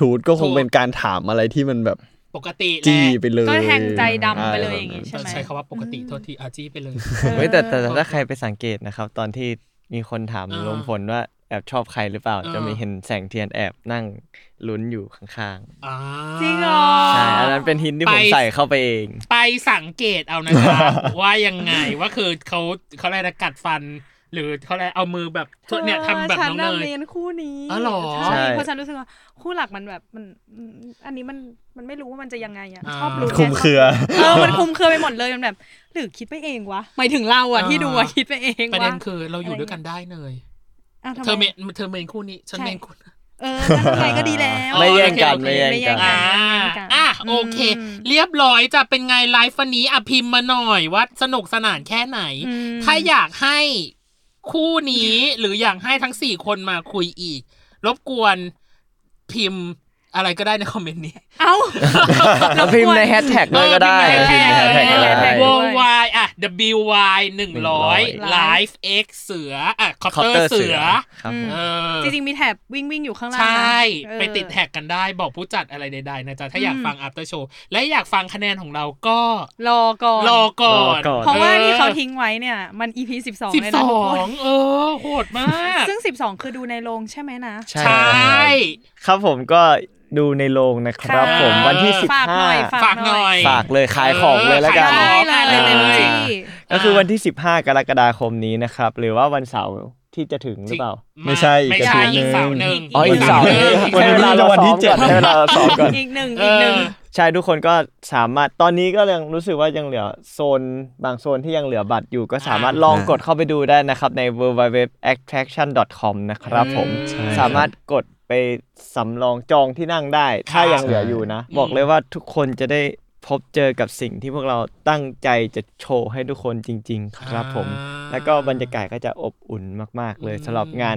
E: ทูตก็คงเป็นการถามอะไรที่มันแบบ
C: ปกติแหละ
E: จี้ไปเลย
F: ก็แทงใจดำไปเลยอย่างงี้
E: งี้
F: ใช่ไหม
C: ใช้คำว่าปกติโทษทีอาจี้ไปเลย
D: เว้ยแต่แต่แต่ถ้าใครไปสังเกตนะครับ ตอนที่มีคนถาม
C: อ่า
D: ลมฝนว่าแอบชอบใครหรือเปล่า
C: อ่า
D: จะมีเห็นแสงเทียนแอบนั่งลุ้นอยู่ข้าง
C: อ่า
F: จริงเหรอ
D: ๆใช่อันนั้นเป็นหินที่ผม
C: ไป
D: ใส่เข้าไปเอง
C: ไปสังเกตเอานะครับ ว่ายังไงว่าคือเขาเขาอะไรนะกัดฟัน หรือเขาอะไรเอามือแบบ
F: ธอ
C: เนี่ยทำแบบน้อง
F: ฉั
C: เนย
F: เรียนคู่นี้
C: อ๋อเหรอ
F: ใช่เพราะฉันรู้สึกว่าคู่หลักมันแบบมันอืมอันนี้มันมันไม่รู้ว่ามันจะยังไงอ่ะ
C: อ่า
F: ชอบรู้
E: คุมเครือ
F: เออมันคุมเครือไปหมดเลยมันแบบ หรือคิดไปเองวะหมายถึงเราอ่ะที่ดูอ่ะคิดไปเอง
C: ประ
F: วะ
C: เด็นคือเราอยู่ด้วยกันได้เนย
F: อ้าวทำไ
C: เธอเมนเธอเมนคู่นี้ฉันเมนคู่
F: เออนั่นไงก็ดีแล้ว
D: ไม่แย่งกัน
C: โอเค
D: ไม่แย่ง
F: ไม่แย่
D: กั
F: ง
D: น
F: กั
C: อ่าน อ่ะโอเค
F: อืม
C: เรียบร้อยจะเป็นไงไลฟ์วันนี้อ่ะพิมพ์มาหน่อยว่าสนุกสนานแค่ไหน
F: อืม
C: ถ้าอยากให้คู่นี้ หรืออยากให้ทั้งสี่คนมาคุยอีก รบกวนพิมพ์อะไรก็ได้ในคอมเมนต์นี้
F: เอ้า
D: แล้วพิมพ์ในแฮชแท็กเลยก็ได้
C: แฮช
D: พิมพ์ในแฮช
C: แท็
D: แท็
C: ก
D: กก็
C: เล
F: แฮช
D: ได้
F: แท็ก
C: วงวายอ่ะ W Y หนึ่งร้อย
D: 100
C: ไลฟ์เอ็กเสืออ่ะคอป
D: คอป
C: เตอ
D: เตอ
C: ร์
D: ร์
C: เสื
D: เสื
C: อ
D: อครับผม
C: เออ
F: จริงๆมีแถบวิ่งวิ่งอยู่ข้างล่าง
C: ใช
F: นะ
C: ่
F: เออ
C: ไปติดแท็กกันได้บอกผู้จัดอะไรใดๆนะจ๊ะ ถ้าอยาก
F: อืม
C: ฟัง after show และอยากฟังคะแนนของเราก็
F: รอก่อน
C: รอก่อ
D: รอน ก่อน
F: เพราะว่าที่เขาทิ้งไว้เนี่ย มัน EP สิบสอง
C: สิบ
F: เลย
C: ส
F: นะทุก
C: อ
F: ค
C: ง
F: น
C: เออ โหดมาก
F: ซึ่ง 12 คือดูในโรงใช่ไหมนะ
D: ใช่
C: ใช่
D: ครับผมก็ดูในโรงนะครับ
F: ค่ะ
D: ผมวันที่
C: เออ
D: 15
F: ฝากหน่อย
C: ฝากหน่อย
D: ฝากเลยขายของเลยแล้วกัน
C: ออ
F: ได้
C: ได้
F: เลย
C: เลย
F: เต็มที่
D: ก็คือวันที่ 15 กรกฎาคมนี้นะครับ หรือว่าวันเสาร์ที่จะถึงหรือเปล่า
E: ไม่ใช่อีก
C: ไม่ใช่อีก
E: อาทิตย์
C: เสาหนึ่ง
D: อ๋ออีกเสาร์หนึ่ง
C: อีกเสาห
D: ให้เว
C: นึ่ง
D: ลา
E: จะ
D: เรา
E: วันที่
D: ซ้อม
E: เจ็
D: ก่
E: ด
D: อนให้เวลาเราซ้อมก่อน
F: อีกหนึ่งอีกหนึ่ง
C: เออ
D: ใช่ทุกคนก็สามารถตอนนี้ก็ยังรู้สึกว่ายังเหลือโซนบางโซนที่ยังเหลือบัตรอยู่ก็สามารถลองกดเข้าไปดูได้นะครับ ใน w w w a t t r a c t i o n c o m นะครับผม
E: ใช่
D: สามารถกดไปสำรองจองที่นั่งได้ ถ้ายังเหลืออยู่นะ
C: อืม
D: บอกเลยว่าทุกคนจะได้พบเจอกับสิ่งที่พวกเราตั้งใจจะโชว์ให้ทุกคนจริง ๆ ครับผม แล้วก็บรรยากาศก็จะอบอุ่นมาก ๆ เลยสำหรับงาน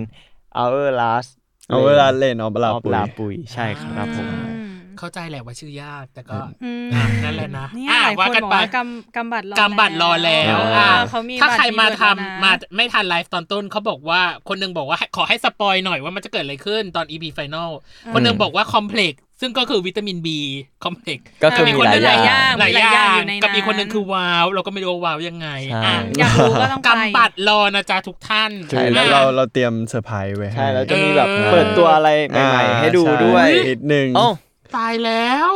D: Our Last
E: เอาเวลาเล่นเอาเวลา
D: of
E: ปุ๋ย
D: ลาปุยใช่ครับผม
C: เข้าใจแหละว่าชื่อยากแต่ก็
F: อืม
C: อ่ะนั่นแหละนะ
F: เนี่ย
C: อ่ะ
F: หลายคน
C: ว่ากัน
F: บอก
C: ไป
F: ว่ากำกำบัตรรอก
C: ำบัตรรอแล้ว
E: อ่า
C: อ่ะ
F: เขามี
C: ถ้าใครมาทำ
F: บัตรดีเวิร์ดแล้วนะ
C: มาไม่ทันไลฟ์ตอนต้นเขาบอกว่าคนหนึงบอกว่าขอให้สปอยหน่อยว่ามันจะเกิดอะไรขึ้นตอน EP Final คนหนึงบอกว่าคอมเพล็กซ์ซึ่งก็คือวิตามิน B คอมเพล็กซ์
D: ก็คือมีหลายอย่าง
C: หลายอย่า
F: หลายอย่าง
C: ง
F: อยู่ในนั้น
C: กับอีกคนหนึงคือว้าว เราก็ไม่รู้ว่าวาวยังไง
D: ใช่
C: อ่ะ
F: อยากรู้ก็ต้องไป
C: กำบัตรรอนะจ๊ะทุกท่าน
E: ใช่แล้วเราเราเตรียมเซอร์ไพรส์ไว้
D: ใช่
E: ให้
D: แล้วจะมีแบบ
C: เออ
D: เปิดตัวอะไรใหม่ๆให้ดูด้วย
E: ใช่นิดนึง
D: เอ้า
C: ตายแล้ว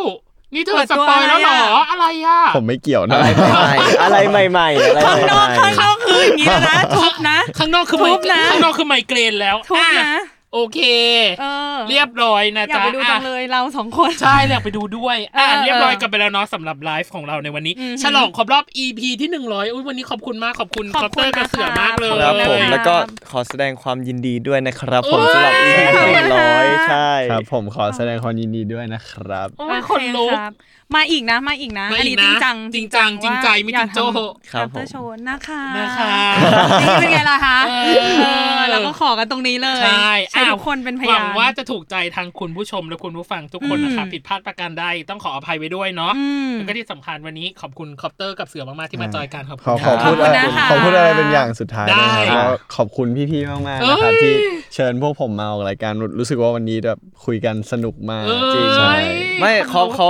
C: นี่เธอสปอยแล้วเหรออะไรอ่ะ
E: ผมไม่เกี่ยวนะ
D: อะไรใหม่ๆอะไรใหม่ๆอะไร
F: ข้างน
D: ให
F: อก
D: ม่
F: ข้างเขาคืออย่างนี้นะทุบนะ
C: ข้างนอกคือ
F: ทุ
C: ไม
F: บ
C: เกร
F: นะ
C: นข้างนอกคือไมเกรนแล้ว
F: ทุบ
C: อ่
F: นะ
C: โอเค
F: เออ
C: เรียบร้อยนะ
F: อยาก
C: จ๊ะ
F: ไปดูจัง
C: อ่ะ
F: เลยเราสองคน
C: ใช่อยากไปดูด้วย อ่ะ
F: เออ
C: เรียบร้อย
F: เออ
C: กันไปแล้วเนาะสำหรับไลฟ์ของเราในวันนี้
F: อือหือ
C: ฉลองครบรอบ EP ที่ 100อุ้ยวันนี้ขอบคุณมากขอบคุณคอปเตอร์กระเสือมากเลย
D: ๆครับผม
F: ขอบคุณนะคะ
D: แล้วก็ขอแสดงความยินดีด้วยนะครับ ผม
C: โอ้ย
D: สำหรับ EP หนึ่งร้อยใช่
E: ครับผมขอแสดงความยินดีด้วยนะครับ
C: โอ้ยคนลุก
F: โอเครับมาอีกนะมาอีกนะ
C: มาอีกนะ
F: อันนี้จริงจัง
C: จริงจังจริงใจไม่จริงโจ้
D: ครับผม
F: โชว์นะคะ
C: นะคะ
F: นี่เป็นไงล่ะคะ
C: เออ
F: เออ เราก็ขอกันตรงนี้เลย
C: ใช่
F: ให้
C: อ้าว
F: ทุกคนเป็นพ
C: ห
F: ยา
C: วัง
F: น
C: ว่าจะถูกใจทางคุณผู้ชมและคุณผู้ฟังทุกคนนะคะ
F: อืม
C: ผิดพลาดประการใดต้องขออภัยไว้ด้วยเนาะ
F: อืม
C: แล้วก็ที่สำคัญวันนี้ขอบคุณคอปเตอร์กับเสือมากๆที่มาจอยกันขอบ
E: ขอ
C: คุณ
E: ขอ
C: ค่ะ
E: พูด
F: ขอบคุณนะคะ
E: อะไรขอพูดอะไรเป็นอย่างสุดท้ายนะค
C: ได้
E: รับก็ขอบคุณพี่ๆมากๆนะครับ
C: เอ้ย
E: ที่เชิญพวกผมมาออกรายการรู้สึกว่าวันนี้แบบคุยกันสนุกมาก
C: เอ้ย
E: จริงใช่
D: ไม่
C: คนรู้
D: เขาเขา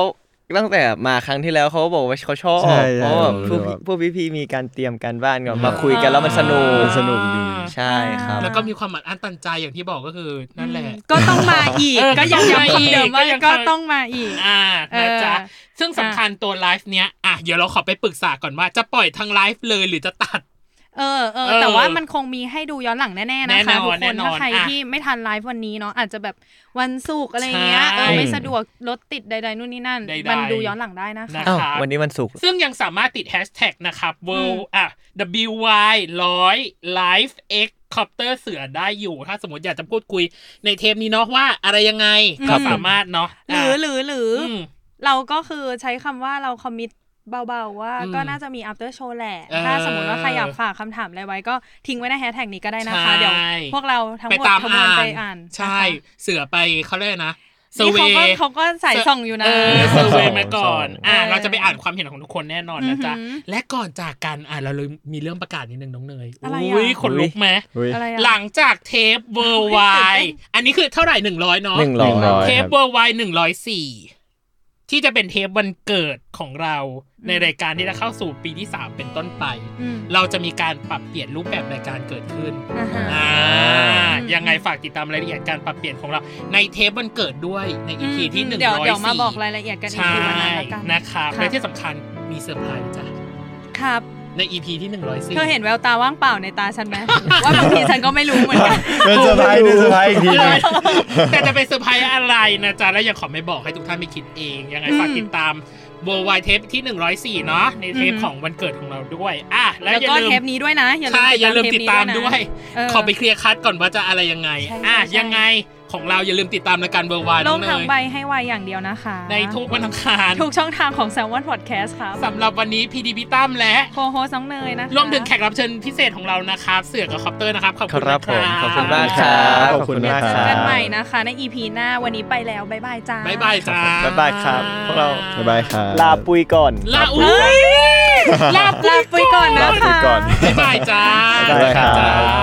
D: ตั้งแต่มาครั้งที่แล้วเขาบอกว่าเขาชอบ
E: ใช่
D: เพ
E: ใช่
D: ราะว่าพวก
E: ผมรู้ว่า
D: พวกพี่ๆมีการเตรียมการบ้านก่อนมาคุยกันแล้วมันสนุก
E: สนุกดี
D: ใช่ครับ
C: แล้วก็มีความอัดอั้นตันใจอย่างที่บอกก็คือนั่นแหละ
F: ก็ต้องมาอีก
C: เออ
F: ก็ยังย้ำคำเดิมว่า
C: ก็ยัง
F: ก็ต้องมาอีก
C: อ่านะจ๊ะ
F: เออ
C: ซึ่งสำคัญตัวไลฟ์เนี้ยอ่ะเดี๋ยวเราขอไปปรึกษาก่อนว่าจะปล่อยทางไลฟ์เลยหรือจะตัด
F: เออเออ
C: เออ
F: แต่ว่ามันคงมีให้ดูย้อนหลังแน่ๆ
C: แน่
F: นะคะ
C: นอน
F: ทุกค
C: แน่
F: น
C: นอน
F: ถ้าใคร
C: อ่ะ
F: ที่ไม่ทันไลฟ์วันนี้เนาะอาจจะแบบวันศุกร์อะไรอย่างเงี้ย
C: ใช่
F: เออไม่สะดวกรถติดใดๆนู่นนี่นั่น
C: ใดๆ
F: มันดูย้อนหลังได้นะคะ
C: นะ
D: อ้าว
C: ครับ
D: วันนี้วันศุกร์
C: ซึ่งยังสามารถติดแฮชแท็กนะครับ w
F: อืม
C: อ่ะ wy ร้อย life x copter เสือได้อยู่ ถ้าสมมติอยากจะพูดคุยในเทปนี้เนาะว่าอะไรยังไง
F: อืม
C: ก็สามารถเนาะ
F: หรื
C: ะ
F: อหรือหรืออ
C: ม
F: เราก็คือใช้คำว่าเราคอมมิตเบาๆ ว่า
C: อืม
F: ก็น่าจะมี after show แหละ
C: เออ
F: ถ้าสมมติว่าใครอยากฝากคำถามอะไรไว้ก็ทิ้งไว้ในแฮชแท็กนี้ก็ได้นะคะ
C: ใช่
F: เดี๋ยวพวกเราทั้ง
C: ไป
F: หมด
C: ตาม
F: ทั้งม
C: อ่าว
F: ลไป
C: น
F: อ่าน
C: ใช่ เสือไปเขาเรียกอะไรนะ
F: นะคะนี่เขาก็
C: survey
F: เขาก็สายส่องอยู่นะ
C: เออเซอร์เวย์มาก่อน
E: ส่อง
C: อ่ะ
F: เออ
C: เราจะไปอ่านความเห็นของทุกคนแน่นอนนะจ๊ะ
F: อือหือ
C: และก่อนจากกันอ่ะเราเลยมีเรื่องประกาศนิดนึงน้องเนย
F: อะไรอ่ะ
C: อุ้ยขนลุกไหม
E: อุ๊ย
F: อะไรอะ
C: หลังจากเทปเวอร์ไวอันนี้คือเท่าไหร่หนึ่งร้อยเนาะ
D: หนึ่งร้อย
E: หนึ่งร้อย
C: เทปเวอร์ไวหนึ่งร้อยสี่ที่จะเป็นเทปวันเกิดของเราในรายการที่จะเข้าสู่ปีที่ 3 เป็นต้นไป
F: อืม
C: เราจะมีการปรับเปลี่ยนรูปแบบรายการเกิดขึ้น
F: อ่าฮะ
C: อ่ายังไงฝากติดตามรายละเอียดการปรับเปลี่ยนของเรา ในเทปวันเกิดด้วยในอีพีที่หนึ่ง
F: เดี๋ยว
C: ร้อย
F: เดี๋ยว
C: สี่
F: มาบอกรายละเอียดกันอีก
C: ใช่
F: ทีวันนั้นละกัน
C: นะครับ
F: ค่ะ
C: และที่สำคัญมีเซอร์ไพรส์จ้ะ
F: ครับ
C: ใน EP ที่ 104
F: เธอเห็นแววตาว่างเปล่าในตาฉันไหม ว่าบางทีฉันก็ไม่รู้เหมือนกัน
E: เดินเซอร์ไพรส์เดินเซอร์ไพรส์อีกทีห
C: เล
E: นึง
C: ย แต่จะเป็นเซอร์ไพรส์อะไรนะจ๊ะ และยังขอไม่บอกให้ทุกท่านไปคิดเอง ยังไง
F: อืม
C: ฝากติดตามโบวายเทปที่ 104 เนาะในเทป
F: อืม
C: ของวันเกิดของเราด้วย อ่ะ และ
F: แล้ว
C: อย่า
F: ก็
C: ลืม
F: เทปนี้ด้วยนะ อย่าลืม
C: ใช่อย่าลืมติดตาม
F: เทปนี้
C: ด้วย
F: เ
C: ขอไปเคลียร์คัดก่อนว่าจะอะไรยังไง
F: ใช่
C: อ่ะ
F: ใช่
C: ยังไงของเราอย่าลืมติดตามรายการเบอร์วาย
F: ล
C: น้อง งเน
F: ทาง
C: ย
F: ใบให้ไวอย่างเดียวนะคะ
C: ในทุกวันอังคาร
F: ทุกช่องทางของ s ซ l m o n Podcast ครับ
C: สำหรับวันนี้พีดีพิตั้มและ
F: โคโฮสน้องเนยนะคะ
C: รวมถึงแขกรับเชิญพิเศษของเรานะครับ เสือกับคอปเตอร์นะครับ ขอบคุณ
D: ครับผม
C: นะ
D: ขอบคุณมากครับ
E: ขอบคุณมากค
F: เจ
E: รั
F: อบ กันใหม่นะคะใน EP หน้าวันนี้ไปแล้ว บ๊ายบายจ้า
C: บ๊ายบายจ้า
D: บ๊ายบายครับพวกเรา
E: บ๊ายบายครับ
D: ลาปุยก่อน
C: ลาอุ้ย
F: ลาไปก่อนนะ
E: ลา
F: คะ
E: ไปก่อน
C: บ๊ายบายจ้า
E: บ๊ายบายครับ
C: จ้า